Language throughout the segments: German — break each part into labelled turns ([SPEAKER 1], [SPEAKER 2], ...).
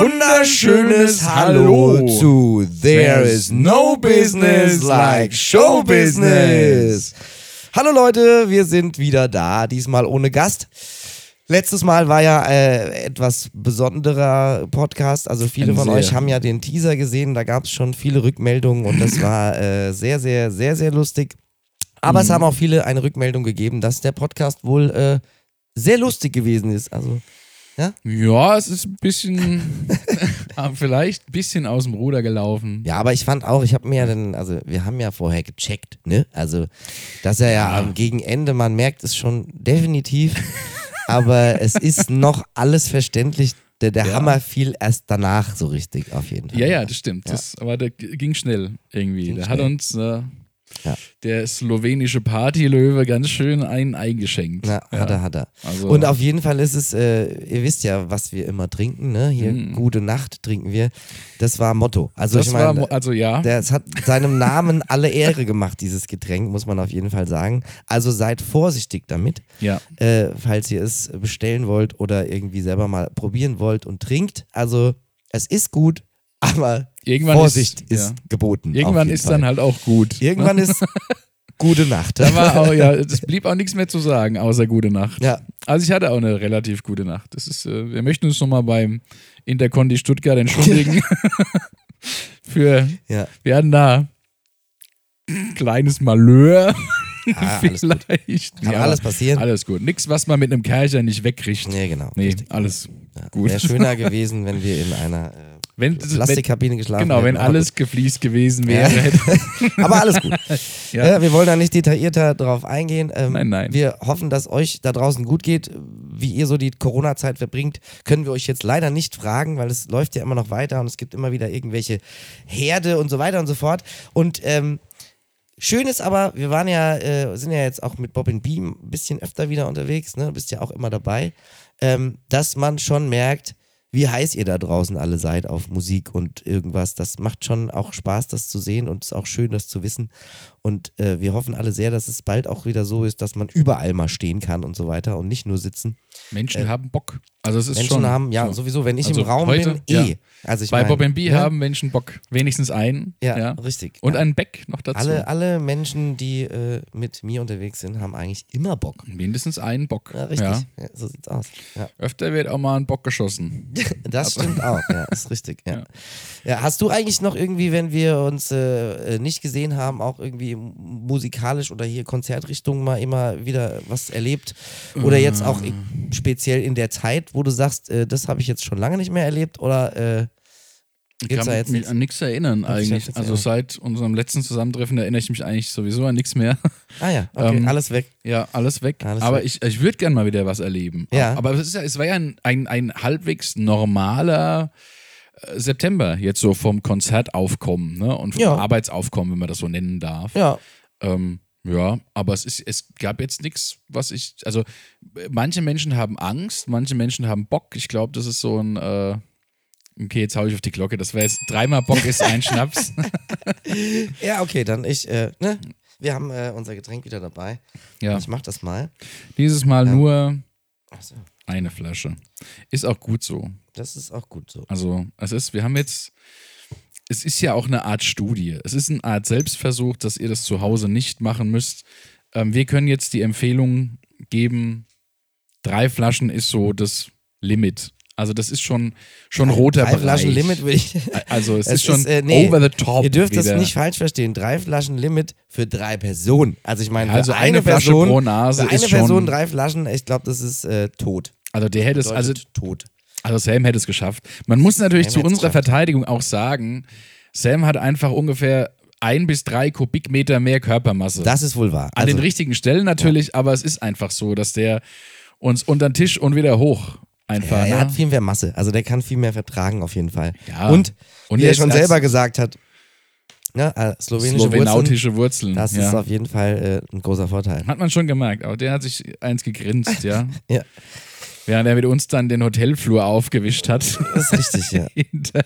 [SPEAKER 1] wunderschönes Hallo zu There is no business like show business. Hallo Leute, wir sind wieder da, diesmal ohne Gast. Letztes Mal war ja äh, etwas besonderer Podcast. Also viele
[SPEAKER 2] Ein
[SPEAKER 1] von
[SPEAKER 2] sehr.
[SPEAKER 1] euch haben ja den Teaser gesehen. Da gab es schon viele Rückmeldungen und das war äh, sehr, sehr, sehr, sehr lustig. Aber es haben auch viele eine Rückmeldung gegeben, dass der Podcast wohl äh, sehr lustig gewesen ist. Also
[SPEAKER 2] Ja, es ist ein bisschen, ah, vielleicht ein bisschen aus dem Ruder gelaufen.
[SPEAKER 1] Ja, aber ich fand auch, ich habe mir ja dann, also wir haben ja vorher gecheckt, ne? Also, dass er ja, am gegen Ende, man merkt es schon definitiv, aber es ist noch alles verständlich. Der, der
[SPEAKER 2] Ja.
[SPEAKER 1] Hammer fiel erst danach so richtig, auf jeden Fall.
[SPEAKER 2] Ja, ja, das stimmt.
[SPEAKER 1] Ja.
[SPEAKER 2] Das, aber der g- ging schnell irgendwie.
[SPEAKER 1] Ging
[SPEAKER 2] da
[SPEAKER 1] schnell.
[SPEAKER 2] hat uns äh,
[SPEAKER 1] Ja.
[SPEAKER 2] der slowenische Partylöwe ganz schön einen eingeschenkt.
[SPEAKER 1] Na, hat er, hat er.
[SPEAKER 2] Also,
[SPEAKER 1] Und auf jeden Fall ist es, äh, ihr wisst ja, was wir immer trinken, ne? Hier,
[SPEAKER 2] Mhm.
[SPEAKER 1] gute Nacht trinken wir. Das war Motto. Also,
[SPEAKER 2] das
[SPEAKER 1] ich
[SPEAKER 2] war,
[SPEAKER 1] meine,
[SPEAKER 2] mo- also ja,
[SPEAKER 1] Der, es hat seinem Namen alle Ehre gemacht, dieses Getränk, muss man auf jeden Fall sagen. Also seid vorsichtig damit,
[SPEAKER 2] ja,
[SPEAKER 1] äh, falls ihr es bestellen wollt oder irgendwie selber mal probieren wollt und trinkt. Also es ist gut, aber
[SPEAKER 2] Irgendwann
[SPEAKER 1] Vorsicht ist,
[SPEAKER 2] ist- ja.
[SPEAKER 1] geboten. auf
[SPEAKER 2] irgendwann
[SPEAKER 1] jeden
[SPEAKER 2] ist
[SPEAKER 1] Fall.
[SPEAKER 2] dann halt auch gut. Ne?
[SPEAKER 1] Irgendwann ist gute Nacht.
[SPEAKER 2] Da war auch, ja, es blieb auch nichts mehr zu sagen, außer gute Nacht.
[SPEAKER 1] ja,
[SPEAKER 2] Also ich hatte auch eine relativ gute Nacht. Das ist, äh, wir möchten uns nochmal beim Interconti Stuttgart entschuldigen. Für,
[SPEAKER 1] ja.
[SPEAKER 2] wir hatten da ein kleines Malheur.
[SPEAKER 1] Ah, alles, gut.
[SPEAKER 2] vielleicht.
[SPEAKER 1] Kann
[SPEAKER 2] Ja,
[SPEAKER 1] alles passieren.
[SPEAKER 2] alles gut. Nichts, was man mit einem Kercher nicht wegkriegt.
[SPEAKER 1] Nee, genau.
[SPEAKER 2] Nee,
[SPEAKER 1] richtig.
[SPEAKER 2] alles
[SPEAKER 1] Ja.
[SPEAKER 2] gut.
[SPEAKER 1] Wäre schöner gewesen, wenn wir in einer
[SPEAKER 2] Wenn,
[SPEAKER 1] äh, Plastikkabine
[SPEAKER 2] wenn,
[SPEAKER 1] geschlafen
[SPEAKER 2] genau,
[SPEAKER 1] hätten.
[SPEAKER 2] wenn
[SPEAKER 1] aber
[SPEAKER 2] alles gefliest gewesen
[SPEAKER 1] Ja.
[SPEAKER 2] wäre. hätte-
[SPEAKER 1] gut. Aber alles gut.
[SPEAKER 2] Ja.
[SPEAKER 1] Äh, wir wollen da nicht detaillierter drauf eingehen. Ähm,
[SPEAKER 2] Nein, nein.
[SPEAKER 1] Wir hoffen, dass euch da draußen gut geht. Wie ihr so die Corona-Zeit verbringt, können wir euch jetzt leider nicht fragen, weil es läuft ja immer noch weiter und es gibt immer wieder irgendwelche Herde und so weiter und so fort. Und ähm, schön ist aber, wir waren ja, äh, sind ja jetzt auch mit Bob and Beam ein bisschen öfter wieder unterwegs, ne? Du bist ja auch immer dabei, ähm, dass man schon merkt, wie heiß ihr da draußen alle seid auf Musik und irgendwas. Das macht schon auch Spaß, das zu sehen und es ist auch schön, das zu wissen. Und äh, wir hoffen alle sehr, dass es bald auch wieder so ist, dass man überall mal stehen kann und so weiter und nicht nur sitzen.
[SPEAKER 2] Menschen haben Bock. Also es ist
[SPEAKER 1] Menschen
[SPEAKER 2] schon
[SPEAKER 1] haben, ja,
[SPEAKER 2] so.
[SPEAKER 1] sowieso, wenn ich
[SPEAKER 2] Also
[SPEAKER 1] im Raum
[SPEAKER 2] heute,
[SPEAKER 1] bin, eh.
[SPEAKER 2] ja.
[SPEAKER 1] Also ich
[SPEAKER 2] Bei
[SPEAKER 1] mein,
[SPEAKER 2] Bob and B
[SPEAKER 1] ne?
[SPEAKER 2] haben Menschen Bock. Wenigstens einen.
[SPEAKER 1] Ja, richtig.
[SPEAKER 2] Und
[SPEAKER 1] ja.
[SPEAKER 2] ein Beck noch dazu.
[SPEAKER 1] alle, alle Menschen, die äh, mit mir unterwegs sind, haben eigentlich immer Bock.
[SPEAKER 2] Mindestens einen Bock.
[SPEAKER 1] Ja, richtig. Ja. so sieht's aus. Ja.
[SPEAKER 2] Öfter wird auch mal ein Bock geschossen.
[SPEAKER 1] Das stimmt auch, ja, ist richtig. Ja.
[SPEAKER 2] Ja.
[SPEAKER 1] Ja, hast du eigentlich noch irgendwie, wenn wir uns äh, äh, nicht gesehen haben, auch irgendwie m- musikalisch oder hier Konzertrichtung mal immer wieder was erlebt? Oder jetzt auch i-
[SPEAKER 2] Mm.
[SPEAKER 1] speziell in der Zeit, wo du sagst, äh, das habe ich jetzt schon lange nicht mehr erlebt? Oder äh,
[SPEAKER 2] Ich
[SPEAKER 1] gibt's
[SPEAKER 2] kann
[SPEAKER 1] da jetzt
[SPEAKER 2] mich
[SPEAKER 1] nichts?
[SPEAKER 2] an nichts erinnern
[SPEAKER 1] Kann sich
[SPEAKER 2] eigentlich.
[SPEAKER 1] jetzt
[SPEAKER 2] Also
[SPEAKER 1] erinnern.
[SPEAKER 2] seit unserem letzten Zusammentreffen erinnere ich mich eigentlich sowieso an nichts mehr.
[SPEAKER 1] Ah ja, okay,
[SPEAKER 2] Ähm,
[SPEAKER 1] alles weg.
[SPEAKER 2] Ja, alles weg.
[SPEAKER 1] Alles
[SPEAKER 2] aber
[SPEAKER 1] weg.
[SPEAKER 2] ich, ich würde gern mal wieder was erleben.
[SPEAKER 1] Ja.
[SPEAKER 2] Aber es, ist ja, es war ja ein, ein, ein halbwegs normaler äh, September, jetzt so vom Konzertaufkommen ne? und vom
[SPEAKER 1] Ja.
[SPEAKER 2] Arbeitsaufkommen, wenn man das so nennen darf.
[SPEAKER 1] Ja,
[SPEAKER 2] Ähm, ja, aber es, ist, es gab jetzt nichts, was ich. Also, äh, manche Menschen haben Angst, manche Menschen haben Bock. Ich glaube, das ist so ein. Äh, okay, jetzt hau ich auf die Glocke. Das wäre jetzt dreimal Bock ist ein Schnaps.
[SPEAKER 1] ja, okay, dann ich, äh, ne? Wir haben äh, unser Getränk wieder dabei.
[SPEAKER 2] Ja,
[SPEAKER 1] Ich mach das mal.
[SPEAKER 2] dieses Mal
[SPEAKER 1] Ja.
[SPEAKER 2] nur
[SPEAKER 1] Achso,
[SPEAKER 2] eine Flasche. Ist auch gut so.
[SPEAKER 1] das ist auch gut so.
[SPEAKER 2] Also, es ist, wir haben jetzt. Es ist ja auch eine Art Studie. Es ist eine Art Selbstversuch, dass ihr das zu Hause nicht machen müsst. Ähm, wir können jetzt die Empfehlung geben: drei Flaschen ist so das Limit. Also, das ist schon, schon roter
[SPEAKER 1] Drei
[SPEAKER 2] Bereich.
[SPEAKER 1] Flaschen Limit will ich.
[SPEAKER 2] Also, es,
[SPEAKER 1] Es
[SPEAKER 2] ist schon
[SPEAKER 1] ist, äh, nee,
[SPEAKER 2] over the top.
[SPEAKER 1] Ihr dürft das
[SPEAKER 2] wieder.
[SPEAKER 1] nicht falsch verstehen. Drei Flaschen Limit für drei Personen. Also ich meine,
[SPEAKER 2] Also
[SPEAKER 1] für
[SPEAKER 2] eine
[SPEAKER 1] eine,
[SPEAKER 2] Flasche
[SPEAKER 1] Person,
[SPEAKER 2] pro Nase
[SPEAKER 1] für eine
[SPEAKER 2] ist schon-
[SPEAKER 1] Person drei Flaschen, ich glaube, das ist äh, tot.
[SPEAKER 2] Also, der hätte es, also,
[SPEAKER 1] Bedeutet tot.
[SPEAKER 2] also, Sam hätte es geschafft. Man muss natürlich
[SPEAKER 1] Sam
[SPEAKER 2] zu
[SPEAKER 1] hätte es
[SPEAKER 2] unserer
[SPEAKER 1] geschafft.
[SPEAKER 2] Verteidigung auch sagen: Sam hat einfach ungefähr ein bis drei Kubikmeter mehr Körpermasse.
[SPEAKER 1] Das ist wohl wahr.
[SPEAKER 2] An
[SPEAKER 1] Also,
[SPEAKER 2] den richtigen Stellen natürlich, aber es ist einfach so, dass der uns unter den Tisch und wieder hoch
[SPEAKER 1] ja,
[SPEAKER 2] einfach.
[SPEAKER 1] er hat
[SPEAKER 2] ne?
[SPEAKER 1] viel mehr Masse. Also der kann viel mehr vertragen auf jeden Fall.
[SPEAKER 2] Ja.
[SPEAKER 1] Und,
[SPEAKER 2] Und
[SPEAKER 1] wie
[SPEAKER 2] er
[SPEAKER 1] er
[SPEAKER 2] ist
[SPEAKER 1] schon
[SPEAKER 2] als-
[SPEAKER 1] selber gesagt hat, ne, äh, slowenische Wurzeln,
[SPEAKER 2] Slowenautische Wurzeln.
[SPEAKER 1] das
[SPEAKER 2] ja.
[SPEAKER 1] ist auf jeden Fall äh, ein großer Vorteil.
[SPEAKER 2] hat man schon gemerkt, aber der hat sich eins gegrinst, ja.
[SPEAKER 1] Ja,
[SPEAKER 2] Während er mit uns dann den Hotelflur aufgewischt hat.
[SPEAKER 1] das ist richtig, ja.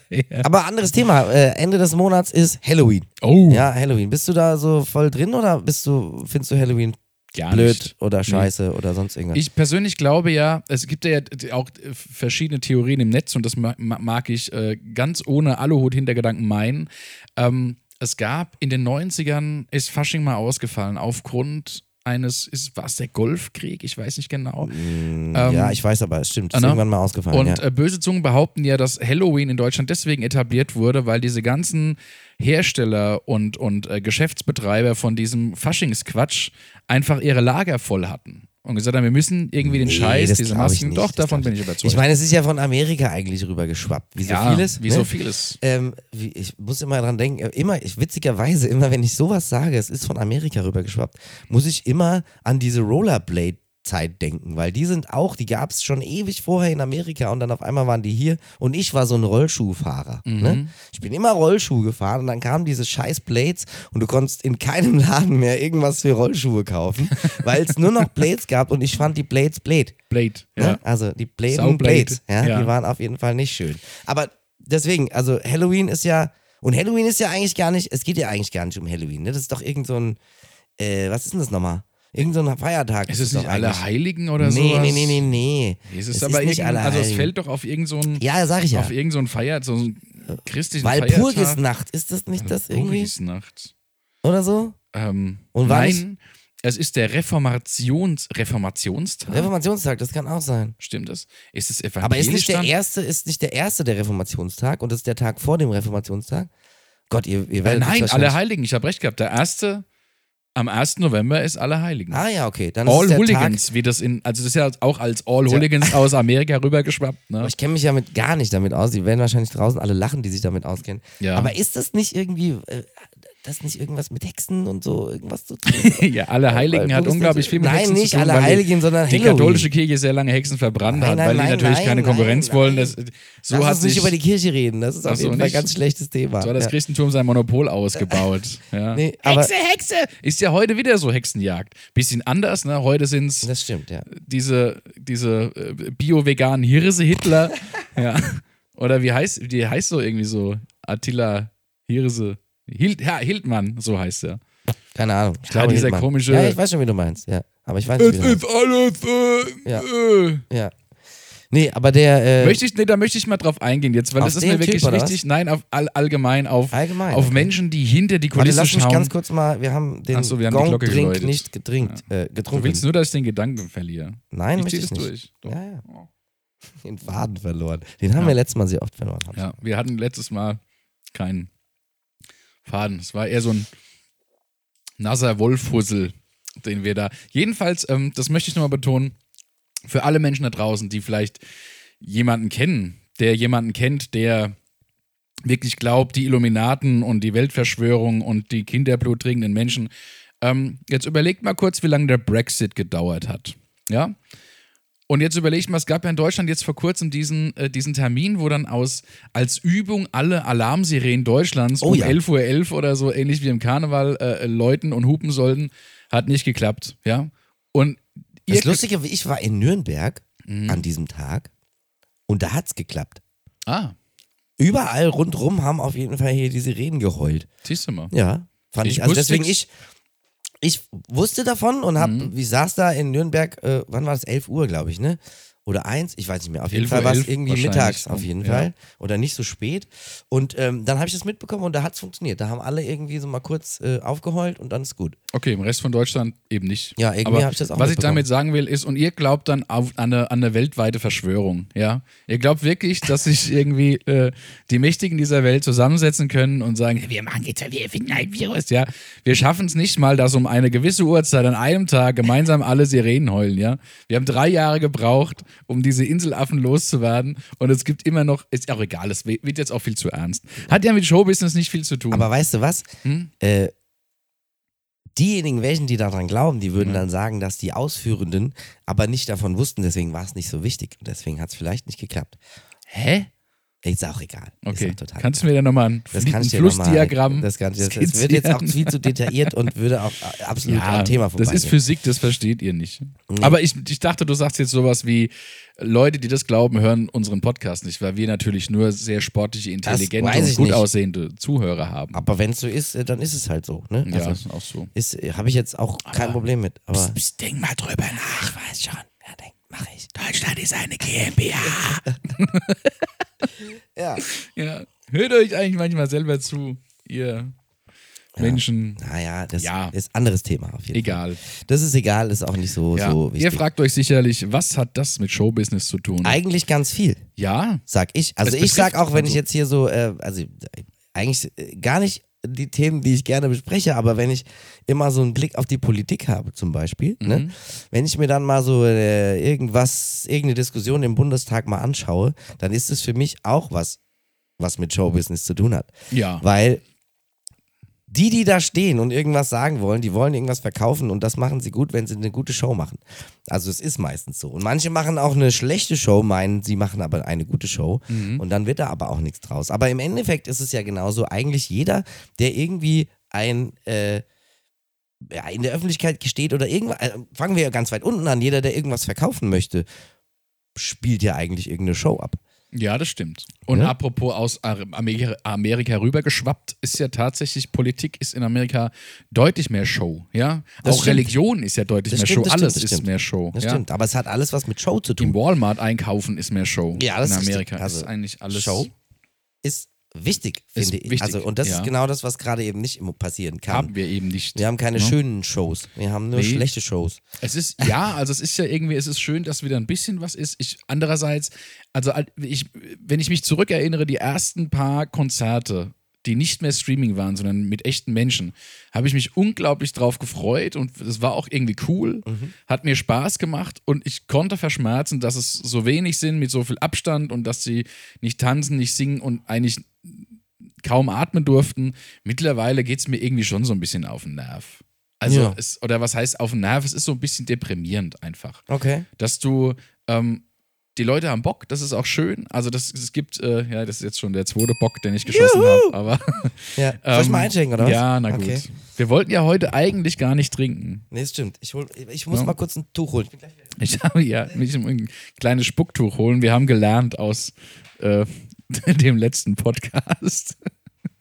[SPEAKER 2] Hinterher.
[SPEAKER 1] Aber anderes Thema, äh, Ende des Monats ist Halloween.
[SPEAKER 2] Oh,
[SPEAKER 1] Ja, Halloween. Bist du da so voll drin oder bist du, findest du Halloween
[SPEAKER 2] Gar
[SPEAKER 1] blöd
[SPEAKER 2] nicht.
[SPEAKER 1] oder scheiße oder sonst irgendwas.
[SPEAKER 2] Ich persönlich glaube ja, es gibt ja auch äh, verschiedene Theorien im Netz und das ma- ma- mag ich äh, ganz ohne Aluhut-Hintergedanken meinen. Ähm, es gab in den 90ern, ist Fasching mal ausgefallen, aufgrund eines, ist, war es der Golfkrieg? Ich weiß nicht genau. ähm,
[SPEAKER 1] Mm, ja, ich weiß aber, es stimmt. Ist
[SPEAKER 2] Anna?
[SPEAKER 1] irgendwann mal ausgefallen.
[SPEAKER 2] Und
[SPEAKER 1] ja.
[SPEAKER 2] äh, böse Zungen behaupten ja, dass Halloween in Deutschland deswegen etabliert wurde, weil diese ganzen Hersteller und, und äh, Geschäftsbetreiber von diesem Faschingsquatsch einfach ihre Lager voll hatten. Und gesagt haben, wir müssen irgendwie den
[SPEAKER 1] Nee,
[SPEAKER 2] Scheiß,
[SPEAKER 1] das
[SPEAKER 2] diese
[SPEAKER 1] glaub ich
[SPEAKER 2] Masken,
[SPEAKER 1] nicht,
[SPEAKER 2] doch,
[SPEAKER 1] das
[SPEAKER 2] davon
[SPEAKER 1] glaub
[SPEAKER 2] bin ich überzeugt.
[SPEAKER 1] ich meine, es ist ja von Amerika eigentlich rübergeschwappt. Wie so
[SPEAKER 2] ja,
[SPEAKER 1] vieles.
[SPEAKER 2] Wie
[SPEAKER 1] ne?
[SPEAKER 2] so vieles.
[SPEAKER 1] Ähm, wie, ich muss immer dran denken, äh, immer, ich, witzigerweise, immer wenn ich sowas sage, es ist von Amerika rübergeschwappt, muss ich immer an diese Rollerblade-Zeit denken, weil die sind auch, die gab es schon ewig vorher in Amerika und dann auf einmal waren die hier und ich war so ein Rollschuhfahrer.
[SPEAKER 2] Mhm.
[SPEAKER 1] Ne? Ich bin immer Rollschuh gefahren und dann kamen diese scheiß Blades und du konntest in keinem Laden mehr irgendwas für Rollschuhe kaufen, weil es nur noch Blades gab und ich fand die Blades blade.
[SPEAKER 2] Blade.
[SPEAKER 1] Ne?
[SPEAKER 2] Ja.
[SPEAKER 1] Also die Bläden
[SPEAKER 2] Saublade.
[SPEAKER 1] Blades, ja,
[SPEAKER 2] Ja.
[SPEAKER 1] die waren auf jeden Fall nicht schön. Aber deswegen, also Halloween ist ja, und Halloween ist ja eigentlich gar nicht, es geht ja eigentlich gar nicht um Halloween, ne? Das ist doch irgend so ein, äh, was ist denn das nochmal? Irgend so ein Feiertag.
[SPEAKER 2] Ist es
[SPEAKER 1] doch
[SPEAKER 2] nicht alle
[SPEAKER 1] eigentlich.
[SPEAKER 2] Heiligen oder
[SPEAKER 1] Nee,
[SPEAKER 2] sowas?
[SPEAKER 1] nee, nee, nee, nee.
[SPEAKER 2] Es ist aber
[SPEAKER 1] nicht
[SPEAKER 2] irgendein-
[SPEAKER 1] alle
[SPEAKER 2] also es
[SPEAKER 1] Heiligen.
[SPEAKER 2] fällt doch auf irgendeinen so einen-
[SPEAKER 1] Ja, sag ich ja.
[SPEAKER 2] auf irgendeinen so einen Feier, so einen christlichen Feiertag.
[SPEAKER 1] Walpurgisnacht, ist das nicht das irgendwie?
[SPEAKER 2] Walpurgisnacht.
[SPEAKER 1] Oder so?
[SPEAKER 2] Ähm,
[SPEAKER 1] Und war
[SPEAKER 2] nein, es ist der Reformations Reformationstag.
[SPEAKER 1] Reformationstag, das kann auch sein.
[SPEAKER 2] Stimmt das? Ist es
[SPEAKER 1] Aber ist nicht
[SPEAKER 2] evangelisch
[SPEAKER 1] der
[SPEAKER 2] dann?
[SPEAKER 1] erste, ist nicht der erste der Reformationstag und das ist der Tag vor dem Reformationstag? Gott, ihr, ihr
[SPEAKER 2] Äh,
[SPEAKER 1] werdet
[SPEAKER 2] Nein,
[SPEAKER 1] jetzt wahrscheinlich-
[SPEAKER 2] alle Heiligen. Ich habe recht gehabt. Der erste, am 1. November ist alle Heiligen.
[SPEAKER 1] Ah ja, okay. Dann ist es
[SPEAKER 2] All
[SPEAKER 1] der Tag,
[SPEAKER 2] Hooligans, wie das in, also das ist ja auch als All Hooligans aus Amerika rübergeschwappt, ne?
[SPEAKER 1] Aber Ich kenne mich ja mit gar nicht damit aus. Die werden wahrscheinlich draußen alle lachen, die sich damit auskennen.
[SPEAKER 2] Ja.
[SPEAKER 1] Aber ist das nicht irgendwie, äh, das nicht irgendwas mit Hexen und so irgendwas zu tun?
[SPEAKER 2] ja, alle Heiligen
[SPEAKER 1] Weil
[SPEAKER 2] hat
[SPEAKER 1] Buddhismus-
[SPEAKER 2] unglaublich viel mit
[SPEAKER 1] Nein,
[SPEAKER 2] Hexen
[SPEAKER 1] nicht
[SPEAKER 2] zu tun,
[SPEAKER 1] alle
[SPEAKER 2] weil die-
[SPEAKER 1] Heiligen, sondern
[SPEAKER 2] die
[SPEAKER 1] Halloween.
[SPEAKER 2] katholische Kirche sehr lange Hexen verbrannt
[SPEAKER 1] Nein,
[SPEAKER 2] hat,
[SPEAKER 1] nein,
[SPEAKER 2] weil
[SPEAKER 1] nein,
[SPEAKER 2] die natürlich
[SPEAKER 1] nein,
[SPEAKER 2] keine Konkurrenz
[SPEAKER 1] nein,
[SPEAKER 2] wollen.
[SPEAKER 1] nein.
[SPEAKER 2] Das, so
[SPEAKER 1] Lass
[SPEAKER 2] hat
[SPEAKER 1] uns
[SPEAKER 2] sich
[SPEAKER 1] nicht über die Kirche reden. Das ist
[SPEAKER 2] Ach
[SPEAKER 1] auf
[SPEAKER 2] so,
[SPEAKER 1] jeden Fall ein
[SPEAKER 2] nicht?
[SPEAKER 1] ganz schlechtes Thema.
[SPEAKER 2] so hat das Christentum sein Monopol ausgebaut. Ja.
[SPEAKER 1] Nee, aber-
[SPEAKER 2] Hexe, Hexe! Ist ja heute wieder so Hexenjagd. Bisschen anders, ne? Heute sind es
[SPEAKER 1] ja. Das stimmt, ja.
[SPEAKER 2] diese, diese äh, bio-veganen Hirse-Hitler. ja. Oder wie heißt, die heißt so irgendwie so? Attila Hirse. Hild, ja, Hildmann, so heißt er.
[SPEAKER 1] Keine Ahnung. Ich glaube,
[SPEAKER 2] dieser
[SPEAKER 1] Hildmann.
[SPEAKER 2] komische- Äh,
[SPEAKER 1] Ja, ich weiß schon, wie du meinst. Ja. Aber ich weiß nicht, wie du meinst.
[SPEAKER 2] alles.
[SPEAKER 1] Ja. Ja. Nee, aber der. Äh,
[SPEAKER 2] Möchte ich, nee, da möchte ich mal drauf eingehen jetzt, weil
[SPEAKER 1] Auf
[SPEAKER 2] das ist
[SPEAKER 1] den
[SPEAKER 2] mir wirklich
[SPEAKER 1] Typ, oder
[SPEAKER 2] wichtig. Nein, auf all, allgemein auf,
[SPEAKER 1] Allgemein,
[SPEAKER 2] auf
[SPEAKER 1] okay.
[SPEAKER 2] Menschen, die hinter die
[SPEAKER 1] Warte,
[SPEAKER 2] Kulissen
[SPEAKER 1] lass mich
[SPEAKER 2] schauen.
[SPEAKER 1] ganz kurz mal, wir haben den
[SPEAKER 2] Ach so, wir haben die Glocke
[SPEAKER 1] Gong-Drink
[SPEAKER 2] geläutet.
[SPEAKER 1] nicht gedrinkt, äh,
[SPEAKER 2] du
[SPEAKER 1] getrunken.
[SPEAKER 2] willst nur, dass ich den Gedanken verliere.
[SPEAKER 1] Nein,
[SPEAKER 2] ich
[SPEAKER 1] möchte
[SPEAKER 2] zieh
[SPEAKER 1] ich
[SPEAKER 2] das
[SPEAKER 1] nicht.
[SPEAKER 2] durch. Doch.
[SPEAKER 1] Ja, ja. Den Faden verloren. Den haben wir letztes Mal sehr oft verloren. hab ich
[SPEAKER 2] Ja, wir hatten letztes Mal keinen Faden. Es war eher so ein nasser Wollfussel, den wir da. Jedenfalls, ähm, das möchte ich nochmal betonen, für alle Menschen da draußen, die vielleicht jemanden kennen, der jemanden kennt, der wirklich glaubt, die Illuminaten und die Weltverschwörung und die Kinderblut trinkenden Menschen. Ähm, jetzt überlegt mal kurz, wie lange der Brexit gedauert hat. Ja? Und jetzt überlege ich mal, es gab ja in Deutschland jetzt vor kurzem diesen, äh, diesen Termin, wo dann aus, als Übung alle Alarmsirenen Deutschlands
[SPEAKER 1] Oh
[SPEAKER 2] um
[SPEAKER 1] ja.
[SPEAKER 2] 11.11 Uhr oder so, ähnlich wie im Karneval, äh, äh, läuten und hupen sollten. Hat nicht geklappt. Ja? Und ihr Mhm.
[SPEAKER 1] Das Lustige, ich war in Nürnberg an diesem Tag und da hat's geklappt.
[SPEAKER 2] Ah,
[SPEAKER 1] Überall rundrum haben auf jeden Fall hier die Sirenen geheult.
[SPEAKER 2] siehst du mal.
[SPEAKER 1] Ja, fand ich.
[SPEAKER 2] Ich
[SPEAKER 1] Also
[SPEAKER 2] wusste
[SPEAKER 1] deswegen
[SPEAKER 2] nix.
[SPEAKER 1] ich, ich wusste davon und hab,
[SPEAKER 2] Mhm.
[SPEAKER 1] ich saß da in Nürnberg, äh, wann war das? 11 Uhr, glaube ich, ne? Oder eins, ich weiß nicht mehr. Auf jeden
[SPEAKER 2] 11
[SPEAKER 1] Fall
[SPEAKER 2] Uhr
[SPEAKER 1] war es
[SPEAKER 2] 11
[SPEAKER 1] irgendwie
[SPEAKER 2] wahrscheinlich.
[SPEAKER 1] mittags, auf jeden
[SPEAKER 2] Ja.
[SPEAKER 1] Fall. Oder nicht so spät. Und ähm, dann habe ich das mitbekommen und da hat's funktioniert. Da haben alle irgendwie so mal kurz äh, aufgeheult und dann ist gut.
[SPEAKER 2] Okay, im Rest von Deutschland eben nicht.
[SPEAKER 1] Ja, irgendwie
[SPEAKER 2] Aber
[SPEAKER 1] hab ich das auch
[SPEAKER 2] Was ich
[SPEAKER 1] mitbekommen.
[SPEAKER 2] damit sagen will, ist, und ihr glaubt dann auf, an, eine, an eine weltweite Verschwörung, ja? Ihr glaubt wirklich, dass sich irgendwie äh, die Mächtigen dieser Welt zusammensetzen können und sagen, wir machen jetzt, wir erfinden ein Virus, ja? Wir schaffen es nicht mal, dass um eine gewisse Uhrzeit an einem Tag gemeinsam alle Sirenen heulen, ja? Wir haben drei Jahre gebraucht, um diese Inselaffen loszuwerden und es gibt immer noch, ist auch egal, es wird jetzt auch viel zu ernst. Hat ja mit Showbusiness nicht viel zu tun.
[SPEAKER 1] Aber weißt du was?
[SPEAKER 2] Hm?
[SPEAKER 1] Äh, diejenigen, welchen die daran glauben, die
[SPEAKER 2] Mhm.
[SPEAKER 1] würden dann sagen, dass die Ausführenden aber nicht davon wussten, deswegen war es nicht so wichtig und deswegen hat es vielleicht nicht geklappt.
[SPEAKER 2] Hä?
[SPEAKER 1] Ist auch egal. Ist
[SPEAKER 2] Okay.
[SPEAKER 1] auch total
[SPEAKER 2] Kannst du mir dann nochmal ein,
[SPEAKER 1] Das
[SPEAKER 2] Flie-
[SPEAKER 1] kann
[SPEAKER 2] ein
[SPEAKER 1] ich dir nochmal-
[SPEAKER 2] Flussdiagramm?
[SPEAKER 1] Das, kann ich, das, das wird jetzt auch
[SPEAKER 2] skizzieren?
[SPEAKER 1] viel zu detailliert und würde auch äh, absolut am Thema Mhm.
[SPEAKER 2] das
[SPEAKER 1] vorbeigehen.
[SPEAKER 2] ist Physik, das versteht ihr nicht. Aber ich, ich dachte, du sagst jetzt sowas wie, Leute, die das glauben, hören unseren Podcast nicht, weil wir natürlich nur sehr sportliche, intelligente
[SPEAKER 1] weiß
[SPEAKER 2] und
[SPEAKER 1] ich
[SPEAKER 2] gut
[SPEAKER 1] nicht.
[SPEAKER 2] aussehende Zuhörer haben.
[SPEAKER 1] aber wenn es so ist, äh, dann ist es halt so. Ne?
[SPEAKER 2] ja,
[SPEAKER 1] Also,
[SPEAKER 2] ist auch so.
[SPEAKER 1] ist, äh, habe ich jetzt auch kein Problem mit. Aber
[SPEAKER 2] denk mal drüber nach.
[SPEAKER 1] ich weiß schon. Ja, denk, mach ich.
[SPEAKER 2] Deutschland ist eine GmbH.
[SPEAKER 1] Ja.
[SPEAKER 2] Ja. Hört euch eigentlich manchmal selber zu, ihr Menschen.
[SPEAKER 1] Naja, das
[SPEAKER 2] Ja.
[SPEAKER 1] ist anderes Thema auf jeden
[SPEAKER 2] Egal.
[SPEAKER 1] Fall. Das ist egal, ist auch nicht so,
[SPEAKER 2] Ja.
[SPEAKER 1] so
[SPEAKER 2] ihr
[SPEAKER 1] wichtig.
[SPEAKER 2] fragt euch sicherlich, was hat das mit Showbusiness zu tun?
[SPEAKER 1] Eigentlich ganz viel.
[SPEAKER 2] ja,
[SPEAKER 1] sag ich. Also
[SPEAKER 2] Es
[SPEAKER 1] ich sag
[SPEAKER 2] betrifft
[SPEAKER 1] auch, wenn
[SPEAKER 2] also-
[SPEAKER 1] ich jetzt hier so, äh, also äh, eigentlich äh, gar nicht die Themen, die ich gerne bespreche, aber wenn ich immer so einen Blick auf die Politik habe zum Beispiel,
[SPEAKER 2] Mhm.
[SPEAKER 1] ne, wenn ich mir dann mal so äh, irgendwas, irgendeine Diskussion im Bundestag mal anschaue, dann ist es für mich auch was, was mit Showbusiness zu tun hat.
[SPEAKER 2] ja.
[SPEAKER 1] Weil die, die da stehen und irgendwas sagen wollen, die wollen irgendwas verkaufen und das machen sie gut, wenn sie eine gute Show machen. Also es ist meistens so. Und manche machen auch eine schlechte Show, meinen, sie machen aber eine gute Show und dann wird da aber auch nichts draus. Aber im Endeffekt ist es ja genauso. Eigentlich jeder, der irgendwie ein... Äh, ja, in der Öffentlichkeit steht oder irgendwas, äh, fangen wir ja ganz weit unten an, jeder, der irgendwas verkaufen möchte, spielt ja eigentlich irgendeine Show ab.
[SPEAKER 2] Ja, das stimmt. Und
[SPEAKER 1] Ja.
[SPEAKER 2] apropos aus Ar- Amerika, Amerika rübergeschwappt, ist ja tatsächlich, Politik ist in Amerika deutlich mehr Show, ja.
[SPEAKER 1] Das
[SPEAKER 2] Auch
[SPEAKER 1] stimmt.
[SPEAKER 2] Religion ist ja deutlich
[SPEAKER 1] Das
[SPEAKER 2] mehr
[SPEAKER 1] stimmt,
[SPEAKER 2] Show,
[SPEAKER 1] das
[SPEAKER 2] alles
[SPEAKER 1] stimmt, das
[SPEAKER 2] ist
[SPEAKER 1] stimmt.
[SPEAKER 2] mehr Show.
[SPEAKER 1] Das
[SPEAKER 2] ja?
[SPEAKER 1] stimmt, aber es hat alles was mit Show zu tun.
[SPEAKER 2] Im Walmart einkaufen ist mehr Show.
[SPEAKER 1] Ja, das
[SPEAKER 2] in
[SPEAKER 1] ist richtig.
[SPEAKER 2] Amerika ist
[SPEAKER 1] Also,
[SPEAKER 2] eigentlich alles
[SPEAKER 1] Show ist wichtig,
[SPEAKER 2] Ist
[SPEAKER 1] finde ich.
[SPEAKER 2] wichtig,
[SPEAKER 1] Also, und das
[SPEAKER 2] ja.
[SPEAKER 1] ist genau das, was gerade eben nicht immer passieren kann.
[SPEAKER 2] haben wir eben nicht. ne?
[SPEAKER 1] wir haben keine
[SPEAKER 2] Ja.
[SPEAKER 1] schönen Shows. Wir haben nur
[SPEAKER 2] Nee.
[SPEAKER 1] schlechte Shows.
[SPEAKER 2] Es ist, ja, also es ist ja irgendwie, es ist schön, dass wieder ein bisschen was ist. Ich, andererseits, also al- ich, wenn ich mich zurückerinnere, die ersten paar Konzerte, die nicht mehr Streaming waren, sondern mit echten Menschen, habe ich mich unglaublich drauf gefreut und es war auch irgendwie cool, hat mir Spaß gemacht und ich konnte verschmerzen, dass es so wenig sind mit so viel Abstand und dass sie nicht tanzen, nicht singen und eigentlich kaum atmen durften. Mittlerweile geht es mir irgendwie schon so ein bisschen auf den Nerv. Also,
[SPEAKER 1] Ja.
[SPEAKER 2] es, oder was heißt auf den Nerv? Es ist so ein bisschen deprimierend einfach.
[SPEAKER 1] Okay.
[SPEAKER 2] Dass du, ähm, die Leute haben Bock, das ist auch schön. Also, das, es gibt, äh, ja, das ist jetzt schon der zweite Bock, den ich geschossen habe, aber.
[SPEAKER 1] Ja. Soll ich
[SPEAKER 2] ähm,
[SPEAKER 1] mal einschenken, oder was?
[SPEAKER 2] Ja, na gut.
[SPEAKER 1] Okay.
[SPEAKER 2] Wir wollten ja heute eigentlich gar nicht trinken.
[SPEAKER 1] Nee, das stimmt. Ich, hol, ich muss
[SPEAKER 2] Ja.
[SPEAKER 1] mal kurz ein Tuch holen. Ich bin gleich wieder-
[SPEAKER 2] Ich habe ja mich um ein kleines Spucktuch holen. Wir haben gelernt aus äh, dem letzten Podcast.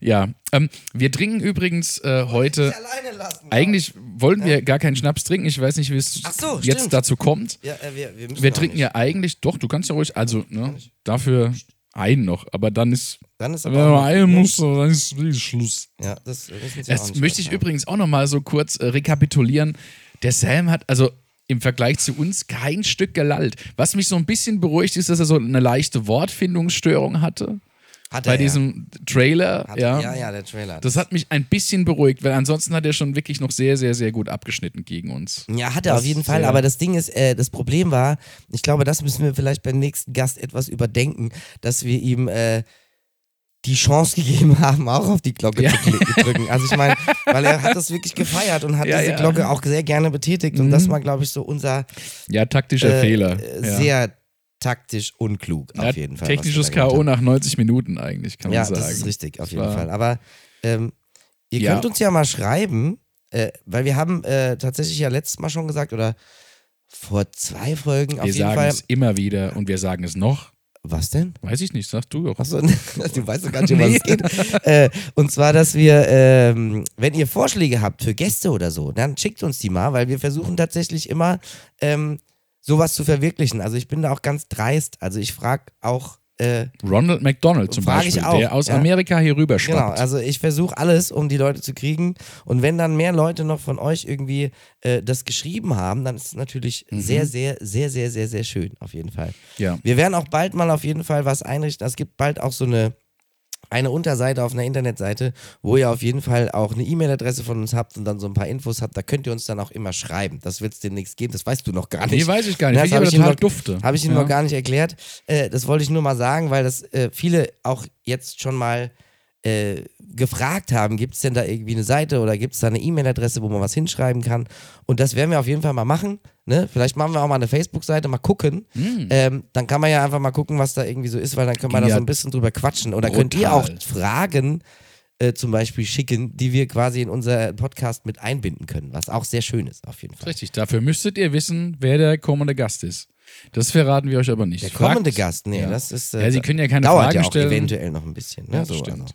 [SPEAKER 2] ja, ähm, wir trinken übrigens äh, heute.
[SPEAKER 1] alleine lassen.
[SPEAKER 2] Eigentlich wollten wir gar keinen Schnaps trinken. Ich weiß nicht, wie es
[SPEAKER 1] Ach so,
[SPEAKER 2] jetzt
[SPEAKER 1] stimmt.
[SPEAKER 2] dazu kommt.
[SPEAKER 1] Ja, äh, wir, wir, müssen
[SPEAKER 2] Wir
[SPEAKER 1] auch
[SPEAKER 2] trinken
[SPEAKER 1] nicht.
[SPEAKER 2] ja eigentlich, doch, du kannst ja ruhig, also ne, dafür einen noch, aber dann ist,
[SPEAKER 1] Dann ist
[SPEAKER 2] wenn
[SPEAKER 1] aber auch
[SPEAKER 2] man einen muss, dann ist ist Schluss.
[SPEAKER 1] Ja, das äh, müssen Sie auch
[SPEAKER 2] Jetzt
[SPEAKER 1] nicht
[SPEAKER 2] möchte ich
[SPEAKER 1] machen.
[SPEAKER 2] übrigens auch nochmal so kurz äh, rekapitulieren. Der Sam hat also im Vergleich zu uns kein Stück gelallt. Was mich so ein bisschen beruhigt, ist, dass er so eine leichte Wortfindungsstörung hatte
[SPEAKER 1] Hat er,
[SPEAKER 2] bei
[SPEAKER 1] ja.
[SPEAKER 2] diesem Trailer.
[SPEAKER 1] Hat,
[SPEAKER 2] ja.
[SPEAKER 1] ja. ja, der Trailer.
[SPEAKER 2] Das hat mich ein bisschen beruhigt, weil ansonsten hat er schon wirklich noch sehr, sehr, sehr gut abgeschnitten gegen uns.
[SPEAKER 1] Ja, hat er
[SPEAKER 2] Das
[SPEAKER 1] auf jeden Fall.
[SPEAKER 2] sehr-
[SPEAKER 1] Aber das Ding ist, äh, das Problem war, ich glaube, das müssen wir vielleicht beim nächsten Gast etwas überdenken, dass wir ihm äh, die Chance gegeben haben, auch auf die Glocke zu kli- drücken. Also ich meine, weil er hat das wirklich gefeiert und hat
[SPEAKER 2] Ja,
[SPEAKER 1] diese
[SPEAKER 2] ja.
[SPEAKER 1] Glocke auch sehr gerne betätigt. Und das war, glaube ich, so unser
[SPEAKER 2] Ja, taktischer
[SPEAKER 1] äh,
[SPEAKER 2] Fehler.
[SPEAKER 1] äh,
[SPEAKER 2] ja.
[SPEAKER 1] sehr taktisch unklug
[SPEAKER 2] Ja,
[SPEAKER 1] auf jeden Fall. was wir
[SPEAKER 2] Technisches
[SPEAKER 1] da gemacht
[SPEAKER 2] K.O.
[SPEAKER 1] haben.
[SPEAKER 2] nach 90 Minuten eigentlich, kann
[SPEAKER 1] Ja,
[SPEAKER 2] man sagen.
[SPEAKER 1] das ist richtig, auf
[SPEAKER 2] Das
[SPEAKER 1] jeden
[SPEAKER 2] war-
[SPEAKER 1] Fall. Aber ähm, ihr
[SPEAKER 2] Ja.
[SPEAKER 1] könnt uns ja mal schreiben, äh, weil wir haben äh, tatsächlich ja letztes Mal schon gesagt, oder vor zwei Folgen auf
[SPEAKER 2] Wir
[SPEAKER 1] jeden
[SPEAKER 2] sagen
[SPEAKER 1] Fall.
[SPEAKER 2] es immer wieder und wir sagen es noch.
[SPEAKER 1] Was denn?
[SPEAKER 2] Weiß ich nicht, sag du doch.
[SPEAKER 1] Achso, du weißt doch gar nicht, um was es geht. Äh, und zwar, dass wir, ähm, wenn ihr Vorschläge habt für Gäste oder so, dann schickt uns die mal, weil wir versuchen tatsächlich immer ähm, sowas zu verwirklichen. Also ich bin da auch ganz dreist. Also ich frage auch. Äh,
[SPEAKER 2] Ronald McDonald zum
[SPEAKER 1] Frag ich
[SPEAKER 2] Beispiel,
[SPEAKER 1] auch,
[SPEAKER 2] der aus
[SPEAKER 1] ja.
[SPEAKER 2] Amerika hier rüber
[SPEAKER 1] Genau,
[SPEAKER 2] schwappt.
[SPEAKER 1] also ich versuche alles, um die Leute zu kriegen. Und wenn dann mehr Leute noch von euch irgendwie äh, das geschrieben haben, dann ist es natürlich sehr, sehr, sehr, sehr, sehr, sehr schön, auf jeden Fall.
[SPEAKER 2] ja.
[SPEAKER 1] Wir werden auch bald mal auf jeden Fall was einrichten. Es gibt bald auch so eine, eine Unterseite auf einer Internetseite, wo ihr auf jeden Fall auch eine E-Mail-Adresse von uns habt und dann so ein paar Infos habt. Da könnt ihr uns dann auch immer schreiben. Das wird es demnächst geben. Das weißt du noch gar nicht.
[SPEAKER 2] Nee, weiß ich gar nicht.
[SPEAKER 1] Ja,
[SPEAKER 2] Finde
[SPEAKER 1] das
[SPEAKER 2] ich aber
[SPEAKER 1] habe ich, ihm
[SPEAKER 2] total
[SPEAKER 1] noch-
[SPEAKER 2] dufte.
[SPEAKER 1] hab ich Ihnen
[SPEAKER 2] ja.
[SPEAKER 1] noch gar nicht erklärt. Äh, das wollte ich nur mal sagen, weil das äh, viele auch jetzt schon mal äh, gefragt haben, gibt es denn da irgendwie eine Seite oder gibt es da eine E-Mail-Adresse, wo man was hinschreiben kann? Und das werden wir auf jeden Fall mal machen. Ne? Vielleicht machen wir auch mal eine Facebook-Seite, mal gucken.
[SPEAKER 2] Hm.
[SPEAKER 1] Ähm, dann kann man ja einfach mal gucken, was da irgendwie so ist, weil dann können wir da
[SPEAKER 2] Ja.
[SPEAKER 1] so ein bisschen drüber quatschen. Oder könnt ihr auch
[SPEAKER 2] Brutal.
[SPEAKER 1] Fragen äh, zum Beispiel schicken, die wir quasi in unser Podcast mit einbinden können, was auch sehr schön ist, auf jeden Fall.
[SPEAKER 2] Richtig, dafür müsstet ihr wissen, wer der kommende Gast ist. Das verraten wir euch aber nicht.
[SPEAKER 1] Der kommende
[SPEAKER 2] Fragt-
[SPEAKER 1] Gast, nee,
[SPEAKER 2] Ja.
[SPEAKER 1] das ist. äh,
[SPEAKER 2] Ja, Sie können ja keine
[SPEAKER 1] dauert
[SPEAKER 2] Fragen
[SPEAKER 1] ja auch
[SPEAKER 2] stellen.
[SPEAKER 1] eventuell noch ein bisschen. Ne?
[SPEAKER 2] Ja, das
[SPEAKER 1] so,
[SPEAKER 2] stimmt.
[SPEAKER 1] Also.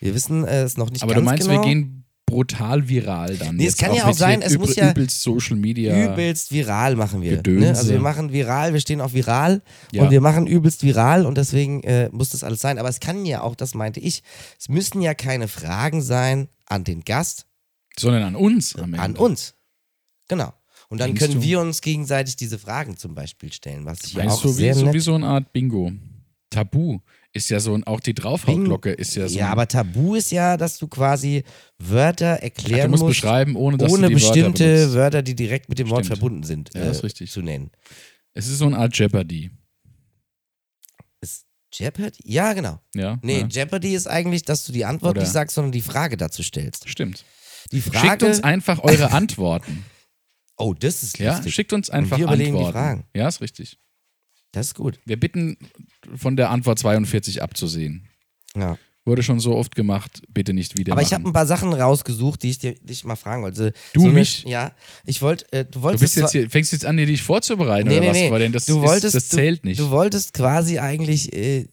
[SPEAKER 1] Wir wissen äh, es noch nicht
[SPEAKER 2] Aber du
[SPEAKER 1] ganz
[SPEAKER 2] meinst,
[SPEAKER 1] genau.
[SPEAKER 2] wir gehen brutal viral dann.
[SPEAKER 1] Nee, es
[SPEAKER 2] jetzt
[SPEAKER 1] kann ja auch
[SPEAKER 2] mit
[SPEAKER 1] sein,
[SPEAKER 2] hier
[SPEAKER 1] es muss ja
[SPEAKER 2] übelst Social Media.
[SPEAKER 1] übelst viral machen wir.
[SPEAKER 2] Gedönse.
[SPEAKER 1] Ne? Also wir machen viral, wir stehen auf viral
[SPEAKER 2] Ja.
[SPEAKER 1] und wir machen übelst viral und deswegen äh, muss das alles sein. Aber es kann ja auch, das meinte ich, es müssen ja keine Fragen sein an den Gast,
[SPEAKER 2] sondern an uns am Ende.
[SPEAKER 1] an uns. Genau. Und dann
[SPEAKER 2] Denkst
[SPEAKER 1] können
[SPEAKER 2] du?
[SPEAKER 1] wir uns gegenseitig diese Fragen zum Beispiel stellen, was ich ja
[SPEAKER 2] Meinst
[SPEAKER 1] auch
[SPEAKER 2] du, wie,
[SPEAKER 1] sehr
[SPEAKER 2] so, wie
[SPEAKER 1] nett.
[SPEAKER 2] so eine Art Bingo? Tabu ist ja so ein, auch die Draufhautglocke ist ja so.
[SPEAKER 1] Ja,
[SPEAKER 2] ein-
[SPEAKER 1] aber Tabu ist ja, dass du quasi Wörter
[SPEAKER 2] du
[SPEAKER 1] erklären
[SPEAKER 2] musst
[SPEAKER 1] musst,
[SPEAKER 2] beschreiben, ohne dass
[SPEAKER 1] ohne
[SPEAKER 2] du die
[SPEAKER 1] bestimmte
[SPEAKER 2] Wörter
[SPEAKER 1] Wörter,
[SPEAKER 2] benutzt.
[SPEAKER 1] die direkt mit dem Wort
[SPEAKER 2] Stimmt.
[SPEAKER 1] verbunden sind,
[SPEAKER 2] Ja,
[SPEAKER 1] äh,
[SPEAKER 2] ist richtig.
[SPEAKER 1] zu nennen.
[SPEAKER 2] Es ist so eine Art Jeopardy.
[SPEAKER 1] Ist Jeopardy? Ja, genau.
[SPEAKER 2] Ja.
[SPEAKER 1] Nee,
[SPEAKER 2] ja.
[SPEAKER 1] Jeopardy ist eigentlich, dass du die Antwort
[SPEAKER 2] Oder-
[SPEAKER 1] nicht sagst, sondern die Frage dazu stellst.
[SPEAKER 2] Stimmt.
[SPEAKER 1] Die
[SPEAKER 2] Schickt uns
[SPEAKER 1] Frage.
[SPEAKER 2] einfach eure Antworten.
[SPEAKER 1] Oh, das ist
[SPEAKER 2] Ja,
[SPEAKER 1] lustig.
[SPEAKER 2] schickt uns einfach
[SPEAKER 1] wir überlegen die
[SPEAKER 2] Antworten.
[SPEAKER 1] Fragen.
[SPEAKER 2] Ja, ist richtig.
[SPEAKER 1] das ist gut.
[SPEAKER 2] Wir bitten, von der Antwort 42 abzusehen.
[SPEAKER 1] Ja.
[SPEAKER 2] Wurde schon so oft gemacht, bitte nicht wieder.
[SPEAKER 1] Aber
[SPEAKER 2] machen.
[SPEAKER 1] ich habe ein paar Sachen rausgesucht, die ich dir dich mal fragen wollte.
[SPEAKER 2] Du
[SPEAKER 1] eine-
[SPEAKER 2] mich?
[SPEAKER 1] Ja. Ich wollte. Äh, du
[SPEAKER 2] Du
[SPEAKER 1] wolltest.
[SPEAKER 2] bist jetzt
[SPEAKER 1] zwar-
[SPEAKER 2] hier, fängst jetzt an, dir dich vorzubereiten
[SPEAKER 1] Nee,
[SPEAKER 2] oder
[SPEAKER 1] nee,
[SPEAKER 2] was?
[SPEAKER 1] nee.
[SPEAKER 2] Weil denn das,
[SPEAKER 1] du wolltest,
[SPEAKER 2] ist, das zählt
[SPEAKER 1] du,
[SPEAKER 2] nicht.
[SPEAKER 1] Du wolltest quasi eigentlich äh,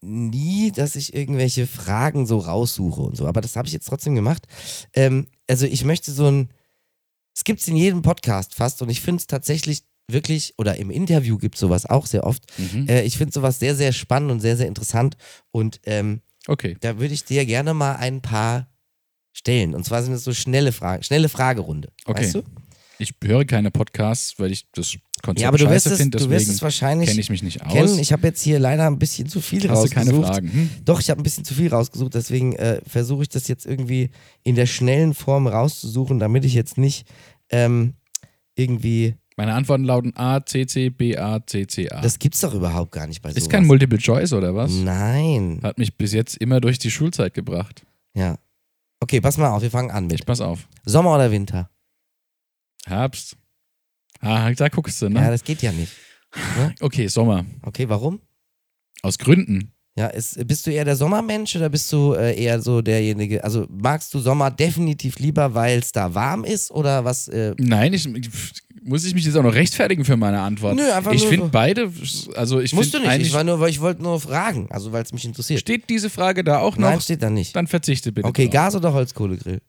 [SPEAKER 1] nie, dass ich irgendwelche Fragen so raussuche und so. Aber das habe ich jetzt trotzdem gemacht. Ähm, also ich möchte so ein. Es gibt es in jedem Podcast fast und ich finde es tatsächlich wirklich, oder im Interview gibt es sowas auch sehr oft.
[SPEAKER 2] mhm.
[SPEAKER 1] Äh, ich finde sowas sehr, sehr spannend und sehr, sehr interessant. Und ähm,
[SPEAKER 2] Okay.
[SPEAKER 1] da würde ich dir gerne mal ein paar stellen. Und zwar sind es so schnelle Fragen, schnelle Fragerunde.
[SPEAKER 2] Okay.
[SPEAKER 1] Weißt du?
[SPEAKER 2] Ich höre keine Podcasts, weil ich das Konzept
[SPEAKER 1] Ja, aber du wirst,
[SPEAKER 2] scheiße
[SPEAKER 1] es,
[SPEAKER 2] finde,
[SPEAKER 1] du wirst
[SPEAKER 2] deswegen
[SPEAKER 1] es wahrscheinlich
[SPEAKER 2] kenne ich mich nicht aus.
[SPEAKER 1] kennen. Ich habe jetzt hier leider ein bisschen zu viel
[SPEAKER 2] Hast du
[SPEAKER 1] rausgesucht.
[SPEAKER 2] keine Fragen? Hm?
[SPEAKER 1] Doch, ich habe ein bisschen zu viel rausgesucht, deswegen äh, versuche ich das jetzt irgendwie in der schnellen Form rauszusuchen, damit ich jetzt nicht ähm, irgendwie.
[SPEAKER 2] Meine Antworten lauten A, C, C, B, A, C, C, A.
[SPEAKER 1] Das gibt's doch überhaupt gar nicht bei
[SPEAKER 2] Ah. ist
[SPEAKER 1] sowas.
[SPEAKER 2] kein Multiple Choice oder was?
[SPEAKER 1] Nein.
[SPEAKER 2] Hat mich bis jetzt immer durch die Schulzeit gebracht.
[SPEAKER 1] Ja. Okay, pass mal auf, wir fangen an
[SPEAKER 2] Ich
[SPEAKER 1] mit.
[SPEAKER 2] pass auf.
[SPEAKER 1] Sommer oder Winter?
[SPEAKER 2] Herbst. Ah, da guckst du, ne?
[SPEAKER 1] Ja, das geht ja nicht.
[SPEAKER 2] okay, Sommer.
[SPEAKER 1] Okay, warum?
[SPEAKER 2] Aus Gründen.
[SPEAKER 1] Ja, ist, bist du eher der Sommermensch oder bist du äh, eher so derjenige, also magst du Sommer definitiv lieber, weil es da warm ist oder was? Äh,
[SPEAKER 2] Nein, ich, muss ich mich jetzt auch noch rechtfertigen für meine Antwort.
[SPEAKER 1] Nö, einfach
[SPEAKER 2] ich
[SPEAKER 1] nur
[SPEAKER 2] finde
[SPEAKER 1] so.
[SPEAKER 2] beide, also ich
[SPEAKER 1] musst du
[SPEAKER 2] finde
[SPEAKER 1] nicht,
[SPEAKER 2] eigentlich
[SPEAKER 1] ich, war nur, weil ich wollte nur fragen, also weil es mich interessiert.
[SPEAKER 2] Steht diese Frage da auch noch?
[SPEAKER 1] Nein, steht da nicht.
[SPEAKER 2] Dann verzichte bitte.
[SPEAKER 1] Okay,
[SPEAKER 2] drauf.
[SPEAKER 1] Gas oder Holzkohlegrill?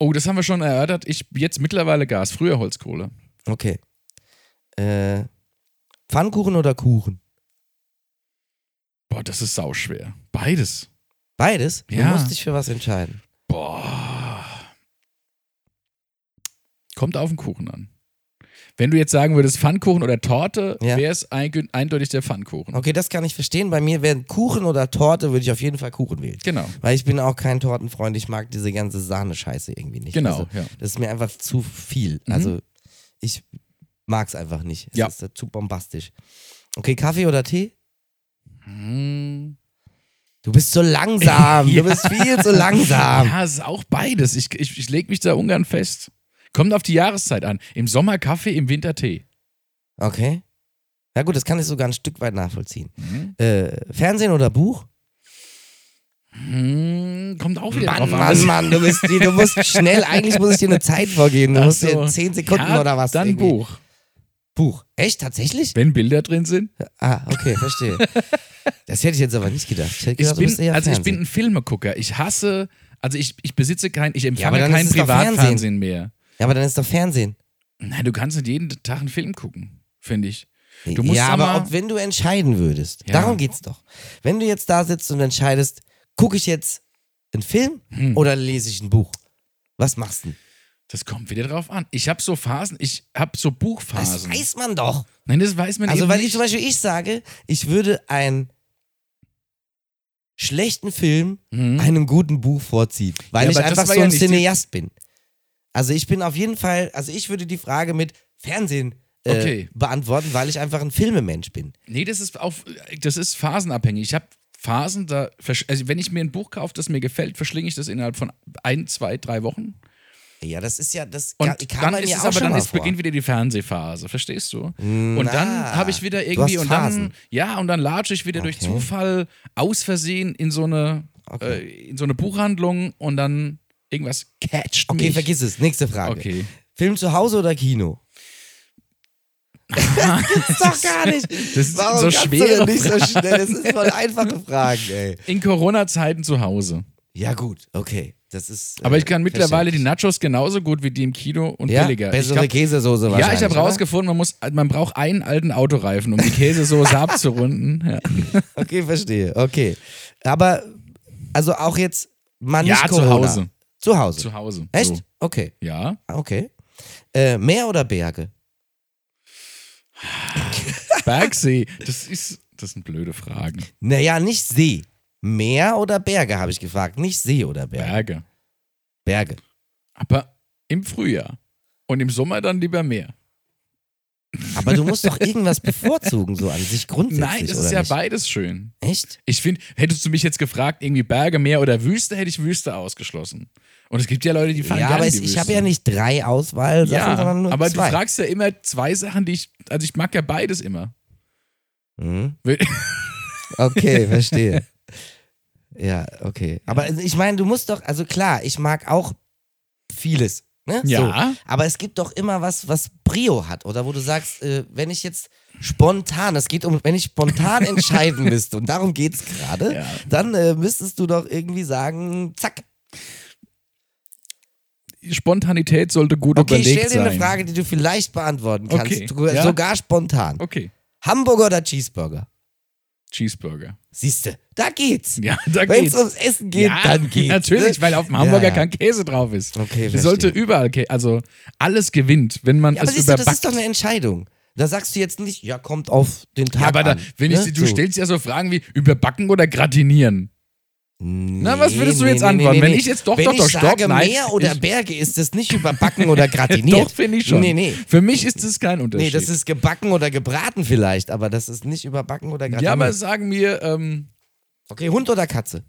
[SPEAKER 2] Oh, das haben wir schon erörtert. Ich jetzt mittlerweile Gas, früher Holzkohle.
[SPEAKER 1] Okay. Äh, Pfannkuchen oder Kuchen?
[SPEAKER 2] Boah, das ist sauschwer. Beides.
[SPEAKER 1] Beides?
[SPEAKER 2] Ja.
[SPEAKER 1] Du musst dich für was entscheiden.
[SPEAKER 2] Boah. Kommt auf den Kuchen an. Wenn du jetzt sagen würdest Pfannkuchen oder Torte,
[SPEAKER 1] Ja.
[SPEAKER 2] wäre es eingü- eindeutig der Pfannkuchen.
[SPEAKER 1] Okay, das kann ich verstehen. Bei mir wären Kuchen oder Torte, würde ich auf jeden Fall Kuchen wählen.
[SPEAKER 2] Genau.
[SPEAKER 1] Weil ich bin auch kein Tortenfreund, ich mag diese ganze Sahne-Scheiße irgendwie nicht.
[SPEAKER 2] Genau,
[SPEAKER 1] Also,
[SPEAKER 2] ja.
[SPEAKER 1] Das ist mir einfach zu viel. Also ich mag es einfach nicht. Es
[SPEAKER 2] Ja.
[SPEAKER 1] ist äh, zu bombastisch. Okay, Kaffee oder Tee?
[SPEAKER 2] Hm.
[SPEAKER 1] Du bist so langsam.
[SPEAKER 2] Ja.
[SPEAKER 1] Du bist viel zu langsam.
[SPEAKER 2] Ja, es ist auch beides. Ich, ich, ich lege mich da ungern fest. Kommt auf die Jahreszeit an. Im Sommer Kaffee, im Winter Tee.
[SPEAKER 1] Okay. Na gut, das kann ich sogar ein Stück weit nachvollziehen.
[SPEAKER 2] Mhm.
[SPEAKER 1] Äh, Fernsehen oder Buch?
[SPEAKER 2] Hm, kommt auch wieder
[SPEAKER 1] Mann,
[SPEAKER 2] drauf
[SPEAKER 1] Oh
[SPEAKER 2] an.
[SPEAKER 1] Mann, Mann, du, bist, du musst schnell, eigentlich muss ich dir eine Zeit vorgeben. Du
[SPEAKER 2] Ach
[SPEAKER 1] musst
[SPEAKER 2] so.
[SPEAKER 1] dir 10 Sekunden
[SPEAKER 2] Also, Ja,
[SPEAKER 1] oder was.
[SPEAKER 2] Dann
[SPEAKER 1] irgendwie.
[SPEAKER 2] Buch.
[SPEAKER 1] Buch. Echt? Tatsächlich?
[SPEAKER 2] Wenn Bilder drin sind.
[SPEAKER 1] Ah, okay, verstehe. das hätte ich jetzt aber nicht gedacht. Ich, hätte
[SPEAKER 2] Ich
[SPEAKER 1] gedacht, du
[SPEAKER 2] bin,
[SPEAKER 1] bist eher
[SPEAKER 2] also ich
[SPEAKER 1] Fernsehen.
[SPEAKER 2] bin ein Filmegucker. Ich hasse, also ich, ich besitze kein, ich empfange
[SPEAKER 1] aber dann
[SPEAKER 2] kein
[SPEAKER 1] ist es doch
[SPEAKER 2] Privatfernsehen mehr.
[SPEAKER 1] Ja, aber dann ist doch Fernsehen.
[SPEAKER 2] Nein, du kannst nicht jeden Tag einen Film gucken, finde ich. Du musst
[SPEAKER 1] ja,
[SPEAKER 2] doch
[SPEAKER 1] aber
[SPEAKER 2] mal-
[SPEAKER 1] ob, wenn du entscheiden würdest,
[SPEAKER 2] Ja.
[SPEAKER 1] darum geht's doch. Wenn du jetzt da sitzt und entscheidest, gucke ich jetzt einen Film
[SPEAKER 2] Hm.
[SPEAKER 1] oder lese ich ein Buch? Was machst du? denn?
[SPEAKER 2] Das kommt wieder drauf an. Ich habe so Phasen, ich habe so
[SPEAKER 1] Das
[SPEAKER 2] Buchphasen.
[SPEAKER 1] weiß man doch.
[SPEAKER 2] Nein, das weiß man
[SPEAKER 1] Also,
[SPEAKER 2] Also- eben
[SPEAKER 1] weil ich
[SPEAKER 2] nicht.
[SPEAKER 1] zum Beispiel ich sage, ich würde einen schlechten Film einem guten Buch vorziehen, weil
[SPEAKER 2] Hm. Ja,
[SPEAKER 1] ich
[SPEAKER 2] aber das
[SPEAKER 1] einfach so
[SPEAKER 2] war
[SPEAKER 1] ein
[SPEAKER 2] ja nicht die-
[SPEAKER 1] Cineast bin. Also ich bin auf jeden Fall, also ich würde die Frage mit Fernsehen äh,
[SPEAKER 2] Okay.
[SPEAKER 1] beantworten, weil ich einfach ein Filmemensch bin.
[SPEAKER 2] nee, das ist auch, das ist phasenabhängig. Ich habe Phasen, da, versch- also wenn ich mir ein Buch kaufe, das mir gefällt, verschlinge ich das innerhalb von ein, zwei, drei Wochen.
[SPEAKER 1] Ja, das ist ja, das
[SPEAKER 2] Und
[SPEAKER 1] ka- kam
[SPEAKER 2] dann
[SPEAKER 1] bei mir
[SPEAKER 2] ist es
[SPEAKER 1] auch
[SPEAKER 2] aber
[SPEAKER 1] schon
[SPEAKER 2] dann
[SPEAKER 1] mal
[SPEAKER 2] ist,
[SPEAKER 1] vor.
[SPEAKER 2] beginnt wieder die Fernsehphase, verstehst du? und
[SPEAKER 1] Na,
[SPEAKER 2] dann habe ich wieder
[SPEAKER 1] du
[SPEAKER 2] irgendwie
[SPEAKER 1] hast
[SPEAKER 2] und dann
[SPEAKER 1] Phasen.
[SPEAKER 2] ja und dann latsche ich wieder durch
[SPEAKER 1] Okay.
[SPEAKER 2] Zufall aus Versehen in so eine
[SPEAKER 1] Okay.
[SPEAKER 2] äh, in so eine Buchhandlung und dann irgendwas catcht
[SPEAKER 1] Okay,
[SPEAKER 2] mich.
[SPEAKER 1] vergiss es. Nächste Frage.
[SPEAKER 2] Okay.
[SPEAKER 1] Film zu Hause oder Kino? das ist doch gar nicht.
[SPEAKER 2] Das ist
[SPEAKER 1] Warum
[SPEAKER 2] so
[SPEAKER 1] kannst
[SPEAKER 2] schwere
[SPEAKER 1] du denn nicht so schnell? Das ist voll einfache Fragen, ey.
[SPEAKER 2] In Corona-Zeiten zu Hause.
[SPEAKER 1] Ja, gut, okay. Das ist.
[SPEAKER 2] Aber
[SPEAKER 1] äh,
[SPEAKER 2] ich kann mittlerweile die
[SPEAKER 1] verständlich.
[SPEAKER 2] Nachos genauso gut wie die im Kino und
[SPEAKER 1] ja,
[SPEAKER 2] billiger. Ich
[SPEAKER 1] Bessere
[SPEAKER 2] glaub,
[SPEAKER 1] Käsesoße
[SPEAKER 2] ja,
[SPEAKER 1] wahrscheinlich.
[SPEAKER 2] ich habe
[SPEAKER 1] oder?
[SPEAKER 2] rausgefunden, man, muss, man braucht einen alten Autoreifen, um die Käsesoße abzurunden. Ja.
[SPEAKER 1] Okay, verstehe. Okay. Aber, also auch jetzt mal nicht
[SPEAKER 2] Ja, zu
[SPEAKER 1] Corona.
[SPEAKER 2] Hause.
[SPEAKER 1] Zu Hause.
[SPEAKER 2] Zu Hause.
[SPEAKER 1] Echt?
[SPEAKER 2] So.
[SPEAKER 1] Okay.
[SPEAKER 2] Ja.
[SPEAKER 1] Okay. Äh, Meer oder Berge?
[SPEAKER 2] Bergsee. Das ist. Das sind blöde Fragen.
[SPEAKER 1] Naja, nicht See. Meer oder Berge, habe ich gefragt. Nicht See oder Berge.
[SPEAKER 2] Berge.
[SPEAKER 1] Berge.
[SPEAKER 2] Aber im Frühjahr. Und im Sommer dann lieber Meer.
[SPEAKER 1] Aber du musst doch irgendwas bevorzugen, so an sich grundsätzlich.
[SPEAKER 2] Nein, das
[SPEAKER 1] oder
[SPEAKER 2] ist ja
[SPEAKER 1] nicht?
[SPEAKER 2] beides schön.
[SPEAKER 1] Echt?
[SPEAKER 2] Ich finde, hättest du mich jetzt gefragt, irgendwie Berge, Meer oder Wüste, hätte ich Wüste ausgeschlossen. Und es gibt ja Leute, die fahren
[SPEAKER 1] ja,
[SPEAKER 2] gerne
[SPEAKER 1] aber
[SPEAKER 2] in
[SPEAKER 1] es,
[SPEAKER 2] die
[SPEAKER 1] ich
[SPEAKER 2] Wüste.
[SPEAKER 1] habe ja nicht drei Auswahlsachen,
[SPEAKER 2] Ja,
[SPEAKER 1] sondern nur
[SPEAKER 2] aber
[SPEAKER 1] zwei.
[SPEAKER 2] du fragst ja immer zwei Sachen, die ich, also ich mag ja beides immer.
[SPEAKER 1] Mhm.
[SPEAKER 2] Will-
[SPEAKER 1] Okay, verstehe. Ja, okay. Aber ich meine, du musst doch, also klar, ich mag auch vieles. Ne?
[SPEAKER 2] Ja.
[SPEAKER 1] So. Aber es gibt doch immer was, was Brio hat. Oder wo du sagst, äh, wenn ich jetzt spontan, es geht um, wenn ich spontan entscheiden müsste, und darum geht es gerade,
[SPEAKER 2] Ja.
[SPEAKER 1] dann äh, müsstest du doch irgendwie sagen, zack.
[SPEAKER 2] Spontanität sollte gut
[SPEAKER 1] Okay, ich
[SPEAKER 2] überlegt
[SPEAKER 1] stell dir
[SPEAKER 2] sein.
[SPEAKER 1] eine Frage, die du vielleicht beantworten kannst.
[SPEAKER 2] Okay,
[SPEAKER 1] Du-
[SPEAKER 2] ja.
[SPEAKER 1] Sogar spontan.
[SPEAKER 2] Okay,
[SPEAKER 1] Hamburger oder Cheeseburger?
[SPEAKER 2] Cheeseburger.
[SPEAKER 1] Siehste, da geht's.
[SPEAKER 2] Ja, da
[SPEAKER 1] Wenn
[SPEAKER 2] geht's.
[SPEAKER 1] es ums Essen geht,
[SPEAKER 2] ja,
[SPEAKER 1] dann geht's.
[SPEAKER 2] Natürlich,
[SPEAKER 1] ne?
[SPEAKER 2] weil auf dem Hamburger
[SPEAKER 1] Ja, ja.
[SPEAKER 2] kein Käse drauf ist.
[SPEAKER 1] Okay,
[SPEAKER 2] Es sollte
[SPEAKER 1] verstehe.
[SPEAKER 2] überall Käse, also alles gewinnt, wenn man
[SPEAKER 1] Ja, aber
[SPEAKER 2] es
[SPEAKER 1] siehst du, das
[SPEAKER 2] überbackt.
[SPEAKER 1] ist doch eine Entscheidung. Da sagst du jetzt nicht, ja, kommt auf den Tag
[SPEAKER 2] ja, aber da,
[SPEAKER 1] an.
[SPEAKER 2] wenn ich,
[SPEAKER 1] ne?
[SPEAKER 2] sie- du stellst ja so Fragen wie überbacken oder gratinieren. Na, was würdest du
[SPEAKER 1] Nee,
[SPEAKER 2] jetzt
[SPEAKER 1] nee, nee,
[SPEAKER 2] antworten?
[SPEAKER 1] nee,
[SPEAKER 2] Wenn
[SPEAKER 1] nee.
[SPEAKER 2] ich jetzt doch,
[SPEAKER 1] wenn
[SPEAKER 2] doch,
[SPEAKER 1] ich
[SPEAKER 2] doch, stopp,
[SPEAKER 1] sage
[SPEAKER 2] nein,
[SPEAKER 1] Meer oder
[SPEAKER 2] ich-
[SPEAKER 1] Berge, ist das nicht überbacken oder gratiniert.
[SPEAKER 2] Doch, finde ich schon.
[SPEAKER 1] Nee, nee.
[SPEAKER 2] Für mich ist das kein Unterschied.
[SPEAKER 1] Nee, das ist gebacken oder gebraten vielleicht, aber das ist nicht überbacken oder gratiniert.
[SPEAKER 2] ja, aber sagen wir ähm,
[SPEAKER 1] okay, Hund oder Katze?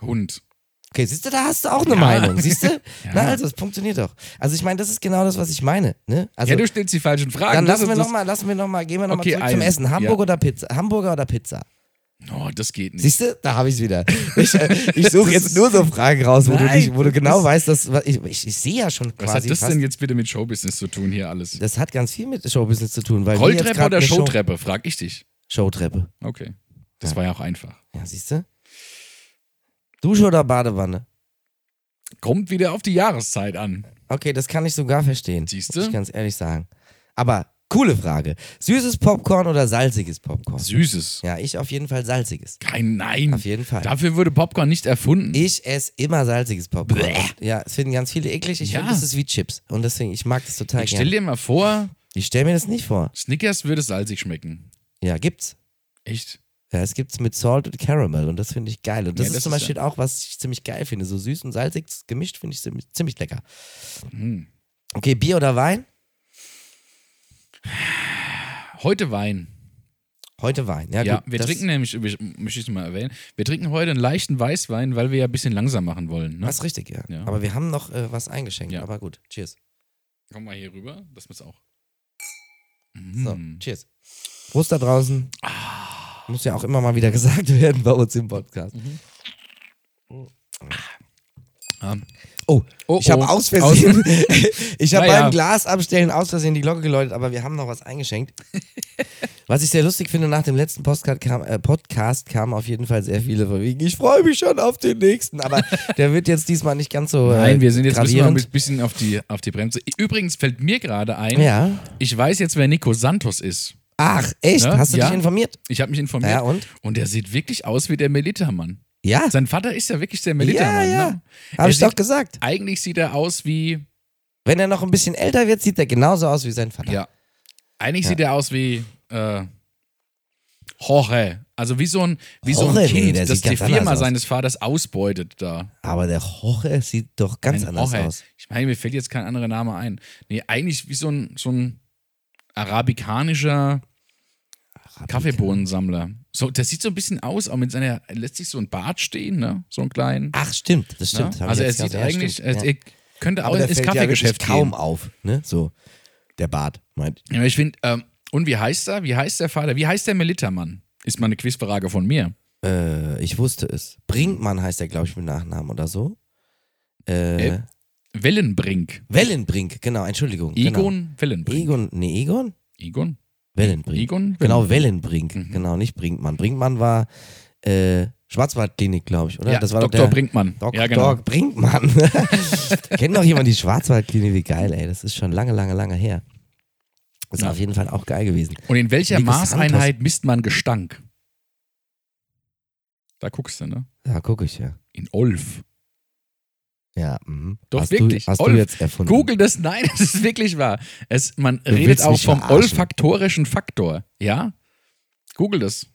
[SPEAKER 2] Hund.
[SPEAKER 1] Okay, siehst du, da hast du auch eine
[SPEAKER 2] Ja.
[SPEAKER 1] Meinung, siehst du? Na
[SPEAKER 2] Ja.
[SPEAKER 1] also, es funktioniert doch. Also ich meine, das ist genau das, was ich meine. Ne? Also,
[SPEAKER 2] ja, du stellst die falschen Fragen.
[SPEAKER 1] dann
[SPEAKER 2] das
[SPEAKER 1] lassen wir
[SPEAKER 2] ist das-
[SPEAKER 1] nochmal, lassen wir noch mal, gehen wir nochmal
[SPEAKER 2] Okay,
[SPEAKER 1] zurück zum
[SPEAKER 2] einen.
[SPEAKER 1] Essen. Hamburg
[SPEAKER 2] Ja.
[SPEAKER 1] oder Pizza? Hamburger oder Pizza?
[SPEAKER 2] Oh, das geht nicht.
[SPEAKER 1] Siehst du, da habe ich es wieder. Ich, äh, ich suche
[SPEAKER 2] Das
[SPEAKER 1] jetzt
[SPEAKER 2] ist-
[SPEAKER 1] nur so Fragen raus, wo, du,
[SPEAKER 2] Nein,
[SPEAKER 1] nicht, wo du genau
[SPEAKER 2] das-
[SPEAKER 1] weißt, dass ich, ich, ich sehe ja schon quasi
[SPEAKER 2] Was hat das
[SPEAKER 1] fast,
[SPEAKER 2] denn jetzt bitte mit Showbusiness zu tun hier alles?
[SPEAKER 1] Das hat ganz viel mit Showbusiness zu tun, weil wir jetzt
[SPEAKER 2] Rolltreppe
[SPEAKER 1] grad
[SPEAKER 2] oder
[SPEAKER 1] eine Show-
[SPEAKER 2] Showtreppe, frag ich dich.
[SPEAKER 1] Showtreppe.
[SPEAKER 2] Okay. Das war ja auch einfach.
[SPEAKER 1] Ja, siehst du? Dusche oder Badewanne?
[SPEAKER 2] Kommt wieder auf die Jahreszeit an.
[SPEAKER 1] Okay, das kann ich sogar verstehen.
[SPEAKER 2] Siehst du?
[SPEAKER 1] Muss ich ganz ehrlich sagen. Aber coole Frage. Süßes Popcorn oder salziges Popcorn?
[SPEAKER 2] Süßes.
[SPEAKER 1] Ja, ich auf jeden Fall salziges.
[SPEAKER 2] Kein Nein.
[SPEAKER 1] Auf jeden Fall.
[SPEAKER 2] Dafür wurde Popcorn nicht erfunden.
[SPEAKER 1] Ich esse immer salziges Popcorn.
[SPEAKER 2] Bäh.
[SPEAKER 1] Ja, es finden ganz viele eklig. Ich
[SPEAKER 2] Ja.
[SPEAKER 1] finde, das ist wie Chips. Und deswegen, ich mag das total
[SPEAKER 2] Ich stell
[SPEAKER 1] gerne.
[SPEAKER 2] dir mal vor,
[SPEAKER 1] Ich stelle mir das nicht vor.
[SPEAKER 2] Snickers würde salzig schmecken.
[SPEAKER 1] Ja, gibt's.
[SPEAKER 2] Echt?
[SPEAKER 1] Ja, es gibt's mit Salt und Caramel und das finde ich geil. Und das
[SPEAKER 2] Ja,
[SPEAKER 1] ist
[SPEAKER 2] das
[SPEAKER 1] zum
[SPEAKER 2] ist
[SPEAKER 1] Beispiel auch, was ich ziemlich geil finde. So süß und salzig gemischt finde ich ziemlich, ziemlich lecker.
[SPEAKER 2] Hm.
[SPEAKER 1] Okay, Bier oder Wein?
[SPEAKER 2] Heute Wein.
[SPEAKER 1] Heute Wein. Ja,
[SPEAKER 2] Ja,
[SPEAKER 1] gut,
[SPEAKER 2] wir
[SPEAKER 1] das-
[SPEAKER 2] trinken nämlich, ich- möchte ich mal erwähnen, wir trinken heute einen leichten Weißwein, weil wir ja ein bisschen langsam machen wollen. Ne?
[SPEAKER 1] Das ist richtig, ja.
[SPEAKER 2] Ja.
[SPEAKER 1] Aber wir haben noch äh, was eingeschenkt.
[SPEAKER 2] Ja.
[SPEAKER 1] Aber gut, cheers.
[SPEAKER 2] Komm mal hier rüber, das muss auch.
[SPEAKER 1] So,
[SPEAKER 2] Mm.
[SPEAKER 1] cheers. Prost da draußen.
[SPEAKER 2] Ah.
[SPEAKER 1] Muss ja auch immer mal wieder gesagt werden bei uns im Podcast.
[SPEAKER 2] Mhm. Ah.
[SPEAKER 1] Oh,
[SPEAKER 2] Oh,
[SPEAKER 1] ich habe
[SPEAKER 2] oh.
[SPEAKER 1] aus Versehen, ich habe
[SPEAKER 2] Naja.
[SPEAKER 1] beim Glas abstellen aus Versehen die Glocke geläutet, aber wir haben noch was eingeschenkt. was ich sehr lustig finde, nach dem letzten Podcast kam, äh, Podcast kamen auf jeden Fall sehr viele von wegen, ich freue mich schon auf den nächsten, aber der wird jetzt diesmal nicht ganz so äh,
[SPEAKER 2] Nein, wir sind jetzt müssen wir ein
[SPEAKER 1] gravierend.
[SPEAKER 2] bisschen auf die, auf die Bremse. Übrigens fällt mir gerade ein,
[SPEAKER 1] Ja.
[SPEAKER 2] ich weiß jetzt, wer Nico Santos ist.
[SPEAKER 1] Ach, echt?
[SPEAKER 2] Ne?
[SPEAKER 1] Hast du
[SPEAKER 2] Ja.
[SPEAKER 1] dich informiert?
[SPEAKER 2] Ich habe mich informiert.
[SPEAKER 1] Ja, und?
[SPEAKER 2] Und der sieht wirklich aus wie der Melitermann.
[SPEAKER 1] Ja,
[SPEAKER 2] Sein Vater ist ja wirklich der
[SPEAKER 1] ja,
[SPEAKER 2] Melitermann.
[SPEAKER 1] ja.
[SPEAKER 2] Ne? Er
[SPEAKER 1] Habe ich
[SPEAKER 2] sieht-
[SPEAKER 1] doch gesagt.
[SPEAKER 2] Eigentlich sieht er aus wie.
[SPEAKER 1] Wenn er noch ein bisschen älter wird, sieht er genauso aus wie sein Vater.
[SPEAKER 2] Ja. Eigentlich sieht er aus wie. Äh, Jorge. Also wie so ein, wie so
[SPEAKER 1] Jorge? Nee,
[SPEAKER 2] ein Kind,
[SPEAKER 1] der
[SPEAKER 2] das
[SPEAKER 1] sieht
[SPEAKER 2] die
[SPEAKER 1] ganz anders
[SPEAKER 2] Firma
[SPEAKER 1] aus.
[SPEAKER 2] seines Vaters ausbeutet da.
[SPEAKER 1] Aber der Jorge sieht doch ganz
[SPEAKER 2] Ein
[SPEAKER 1] anders
[SPEAKER 2] Jorge.
[SPEAKER 1] aus.
[SPEAKER 2] Ich meine, mir fällt jetzt kein anderer Name ein. Nee, eigentlich wie so ein, so ein arabikanischer Kaffeebohnensammler. So, das sieht so ein bisschen aus, auch mit seiner, er lässt sich so ein Bart stehen, ne? So einen kleinen.
[SPEAKER 1] Ach, stimmt, das
[SPEAKER 2] ne?
[SPEAKER 1] stimmt. hab ich
[SPEAKER 2] Also er
[SPEAKER 1] jetzt
[SPEAKER 2] sieht
[SPEAKER 1] gerade- ja,
[SPEAKER 2] eigentlich,
[SPEAKER 1] stimmt,
[SPEAKER 2] er,
[SPEAKER 1] ja.
[SPEAKER 2] er könnte
[SPEAKER 1] aber
[SPEAKER 2] auch
[SPEAKER 1] der
[SPEAKER 2] ins
[SPEAKER 1] fällt ja wirklich
[SPEAKER 2] Kaffeegeschäft
[SPEAKER 1] kaum
[SPEAKER 2] gehen.
[SPEAKER 1] auf, ne? So der Bart meint.
[SPEAKER 2] Ja, aber ich finde, ähm, und wie heißt er? Wie heißt der Vater? Wie heißt der Melitta-Mann? Ist mal eine Quizfrage von mir.
[SPEAKER 1] Äh, ich wusste es. Brinkmann heißt er, glaube ich, mit Nachnamen oder so. Äh,
[SPEAKER 2] Äh, Wellenbrink.
[SPEAKER 1] Wellenbrink, genau, Entschuldigung.
[SPEAKER 2] Egon Wellenbrink.
[SPEAKER 1] Genau. Egon, nee, Egon?
[SPEAKER 2] Egon?
[SPEAKER 1] Wellenbrink.
[SPEAKER 2] Egon?
[SPEAKER 1] Genau, Wellenbrink,
[SPEAKER 2] Mhm.
[SPEAKER 1] genau, nicht Brinkmann. Brinkmann war äh, Schwarzwaldklinik, glaube ich, oder?
[SPEAKER 2] Ja,
[SPEAKER 1] ne? das war
[SPEAKER 2] Dr.
[SPEAKER 1] doch der
[SPEAKER 2] Brinkmann.
[SPEAKER 1] Doc,
[SPEAKER 2] ja, genau.
[SPEAKER 1] Doc Brinkmann. Kennt noch jemand die Schwarzwaldklinik? Wie geil, ey. Das ist schon lange, lange, lange her. Ist
[SPEAKER 2] Ja.
[SPEAKER 1] auf jeden Fall auch geil gewesen.
[SPEAKER 2] Und in welcher
[SPEAKER 1] Nico
[SPEAKER 2] Maßeinheit misst man Gestank? Da guckst du, ne?
[SPEAKER 1] Ja, gucke ich, ja.
[SPEAKER 2] In Olf.
[SPEAKER 1] Ja, mhm.
[SPEAKER 2] Doch,
[SPEAKER 1] hast
[SPEAKER 2] wirklich.
[SPEAKER 1] Du, hast
[SPEAKER 2] Olf,
[SPEAKER 1] du jetzt erfunden.
[SPEAKER 2] Google das, nein, das ist wirklich wahr. Es, man redet
[SPEAKER 1] willst
[SPEAKER 2] auch
[SPEAKER 1] mich
[SPEAKER 2] vom
[SPEAKER 1] verarschen.
[SPEAKER 2] olfaktorischen Faktor. Ja? Google das.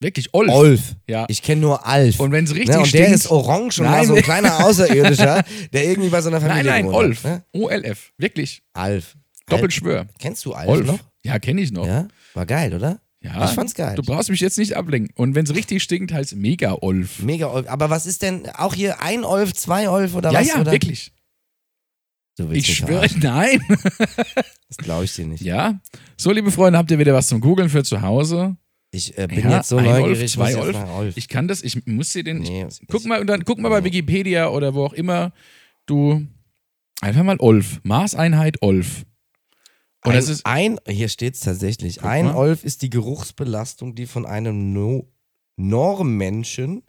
[SPEAKER 2] Wirklich, Olf.
[SPEAKER 1] Olf.
[SPEAKER 2] Ja.
[SPEAKER 1] Ich kenne nur Alf.
[SPEAKER 2] Und wenn es richtig
[SPEAKER 1] ne? und
[SPEAKER 2] stinkt,
[SPEAKER 1] der ist orange und
[SPEAKER 2] Nein.
[SPEAKER 1] war so ein kleiner Außerirdischer, der irgendwie bei so einer Familie
[SPEAKER 2] Nein, nein,
[SPEAKER 1] gewohnt hat,
[SPEAKER 2] Olf.
[SPEAKER 1] Ne?
[SPEAKER 2] OLF. Wirklich.
[SPEAKER 1] Alf.
[SPEAKER 2] Doppelschwör.
[SPEAKER 1] Alf. Kennst du Alf noch?
[SPEAKER 2] Olf. Ja, kenne ich noch.
[SPEAKER 1] Ja? War geil, oder?
[SPEAKER 2] Ja.
[SPEAKER 1] Ich fand's geil.
[SPEAKER 2] Du brauchst mich jetzt nicht ablenken. Und wenn es richtig stinkt, heißt Mega-Olf.
[SPEAKER 1] Mega Olf. Aber was ist denn auch hier ein Olf, zwei Olf oder
[SPEAKER 2] Ja,
[SPEAKER 1] was?
[SPEAKER 2] ja,
[SPEAKER 1] oder?
[SPEAKER 2] wirklich.
[SPEAKER 1] Du willst
[SPEAKER 2] Ich
[SPEAKER 1] mich
[SPEAKER 2] schwöre,
[SPEAKER 1] verarschen.
[SPEAKER 2] nein.
[SPEAKER 1] Das glaube ich dir nicht.
[SPEAKER 2] Ja. So, liebe Freunde, habt ihr wieder was zum Googeln für zu Hause?
[SPEAKER 1] Ich äh, bin
[SPEAKER 2] Ja,
[SPEAKER 1] jetzt so
[SPEAKER 2] ein
[SPEAKER 1] neugierig.
[SPEAKER 2] Olf,
[SPEAKER 1] ich muss
[SPEAKER 2] zwei
[SPEAKER 1] jetzt
[SPEAKER 2] Olf.
[SPEAKER 1] nach Olf.
[SPEAKER 2] Ich kann das, ich muss dir den.
[SPEAKER 1] Nee,
[SPEAKER 2] ich, guck
[SPEAKER 1] ich- Oh.
[SPEAKER 2] mal, und dann guck mal bei
[SPEAKER 1] nee.
[SPEAKER 2] Wikipedia oder wo auch immer du. Einfach mal Olf. Maßeinheit Olf. Und
[SPEAKER 1] ein,
[SPEAKER 2] das ist.
[SPEAKER 1] ein, hier steht es tatsächlich. ein
[SPEAKER 2] mal.
[SPEAKER 1] Olf ist die Geruchsbelastung, die von einem no Normmenschen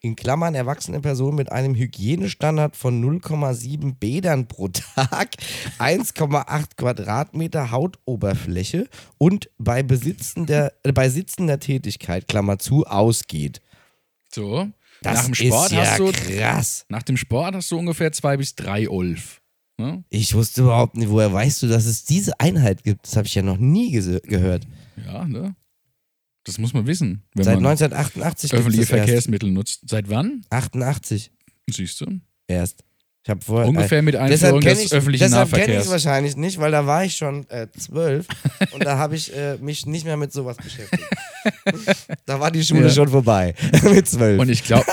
[SPEAKER 1] in Klammern erwachsene Person mit einem Hygienestandard von 0,7 Bädern pro Tag, 1,8 Quadratmeter Hautoberfläche und bei Besitzen der, äh, bei sitzender Tätigkeit, Klammer zu, ausgeht.
[SPEAKER 2] So.
[SPEAKER 1] Das
[SPEAKER 2] nach dem Sport
[SPEAKER 1] ist ja
[SPEAKER 2] hast du.
[SPEAKER 1] krass.
[SPEAKER 2] Nach dem Sport hast du ungefähr zwei bis drei Olf. Ne?
[SPEAKER 1] Ich wusste überhaupt nicht, woher weißt du, dass es diese Einheit gibt? Das habe ich ja noch nie gese- gehört.
[SPEAKER 2] Ja, ne? Das muss man wissen, wenn
[SPEAKER 1] Seit
[SPEAKER 2] man
[SPEAKER 1] 1988 gibt's
[SPEAKER 2] öffentliche
[SPEAKER 1] das erst.
[SPEAKER 2] Verkehrsmittel nutzt. Seit wann?
[SPEAKER 1] 88
[SPEAKER 2] Siehst du?
[SPEAKER 1] erst. Ich habe vorher
[SPEAKER 2] Ungefähr mit
[SPEAKER 1] Äh, deshalb
[SPEAKER 2] Einführung
[SPEAKER 1] kenne
[SPEAKER 2] des
[SPEAKER 1] ich
[SPEAKER 2] öffentlichen
[SPEAKER 1] deshalb kenn ich's
[SPEAKER 2] Nahverkehrs.
[SPEAKER 1] wahrscheinlich nicht, weil da war ich schon äh, zwölf und da habe ich äh, mich nicht mehr mit sowas beschäftigt. da war die Schule
[SPEAKER 2] Ja.
[SPEAKER 1] schon vorbei mit zwölf.
[SPEAKER 2] Und ich glaube.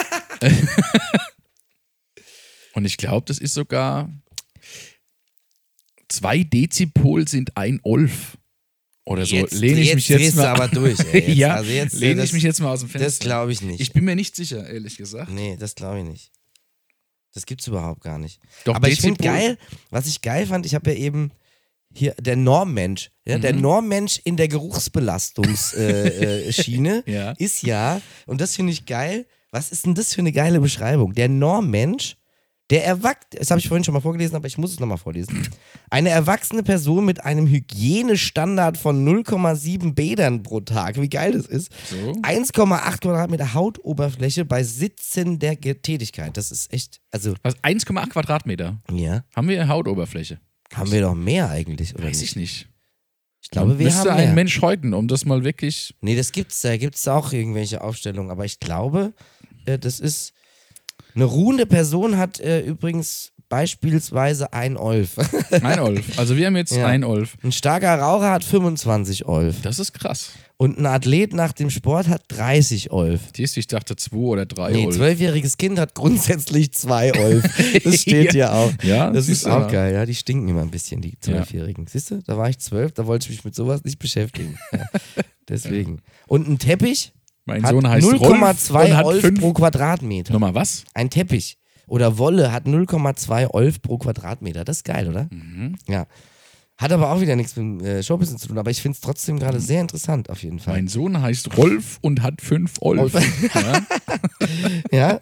[SPEAKER 2] und ich glaube, das ist sogar. Zwei Dezipol sind ein Olf. Oder so. lehne ich mich jetzt
[SPEAKER 1] drehst
[SPEAKER 2] mal.
[SPEAKER 1] du aber durch. Ey. Jetzt,
[SPEAKER 2] ja,
[SPEAKER 1] also jetzt, äh,
[SPEAKER 2] lehne
[SPEAKER 1] das,
[SPEAKER 2] ich mich jetzt mal aus dem Fenster.
[SPEAKER 1] Das glaube ich nicht.
[SPEAKER 2] ich bin mir nicht sicher, ehrlich gesagt.
[SPEAKER 1] Nee, das glaube ich nicht. Das gibt's überhaupt gar nicht.
[SPEAKER 2] Doch,
[SPEAKER 1] Aber ich finde
[SPEAKER 2] Dezibel-
[SPEAKER 1] geil, was ich geil fand, ich habe ja eben hier der Normmensch, ja,
[SPEAKER 2] Mhm.
[SPEAKER 1] der Normmensch in der Geruchsbelastungsschiene äh, Schiene
[SPEAKER 2] Ja.
[SPEAKER 1] ist ja, und das finde ich geil, was ist denn das für eine geile Beschreibung? Der Normmensch, der erwachsene, das habe ich vorhin schon mal vorgelesen, aber ich muss es nochmal vorlesen. Eine erwachsene Person mit einem Hygienestandard von 0,7 Bädern pro Tag, wie geil das ist,
[SPEAKER 2] So.
[SPEAKER 1] 1,8 Quadratmeter Hautoberfläche bei Sitzen der Ge- Tätigkeit. Das ist echt, also,
[SPEAKER 2] Was? 1,8 Quadratmeter.
[SPEAKER 1] ja,
[SPEAKER 2] Haben wir Hautoberfläche?
[SPEAKER 1] haben wir doch mehr eigentlich, oder
[SPEAKER 2] Weiß
[SPEAKER 1] nicht?
[SPEAKER 2] ich nicht.
[SPEAKER 1] Ich glaube, wir haben
[SPEAKER 2] Müsste
[SPEAKER 1] mehr.
[SPEAKER 2] ein Mensch häuten, um das mal wirklich.
[SPEAKER 1] nee, das gibt's, da gibt's auch irgendwelche Aufstellungen, aber ich glaube, äh, das ist, eine ruhende Person hat äh, übrigens beispielsweise ein Olf.
[SPEAKER 2] Ein Olf. Also wir haben jetzt
[SPEAKER 1] Ja.
[SPEAKER 2] ein Olf.
[SPEAKER 1] Ein starker Raucher hat 25 Olf
[SPEAKER 2] Das ist krass.
[SPEAKER 1] und ein Athlet nach dem Sport hat 30 Olf.
[SPEAKER 2] Siehst du, ich dachte zwei oder drei
[SPEAKER 1] Nee,
[SPEAKER 2] Olf.
[SPEAKER 1] zwölfjähriges Kind hat grundsätzlich zwei Olf. Das steht hier auch.
[SPEAKER 2] Ja,
[SPEAKER 1] das
[SPEAKER 2] siehst
[SPEAKER 1] ist
[SPEAKER 2] du
[SPEAKER 1] auch
[SPEAKER 2] mal.
[SPEAKER 1] geil. Ja, die stinken immer ein bisschen, die Zwölfjährigen. Siehst du, da war ich zwölf, da wollte ich mich mit sowas nicht beschäftigen. Ja, deswegen. Und ein Teppich
[SPEAKER 2] Mein
[SPEAKER 1] hat
[SPEAKER 2] Sohn heißt Rolf und
[SPEAKER 1] 0,2
[SPEAKER 2] hat
[SPEAKER 1] Olf
[SPEAKER 2] fünf.
[SPEAKER 1] pro Quadratmeter.
[SPEAKER 2] Nochmal was?
[SPEAKER 1] Ein Teppich oder Wolle hat 0,2 Olf pro Quadratmeter. Das ist geil, oder?
[SPEAKER 2] Mhm.
[SPEAKER 1] Ja. Hat aber auch wieder nichts mit dem äh, Showbusiness zu tun, aber ich finde es trotzdem gerade
[SPEAKER 2] Mhm.
[SPEAKER 1] sehr interessant, auf jeden Fall.
[SPEAKER 2] Mein Sohn heißt Rolf und hat fünf Olf. ja?
[SPEAKER 1] Ja,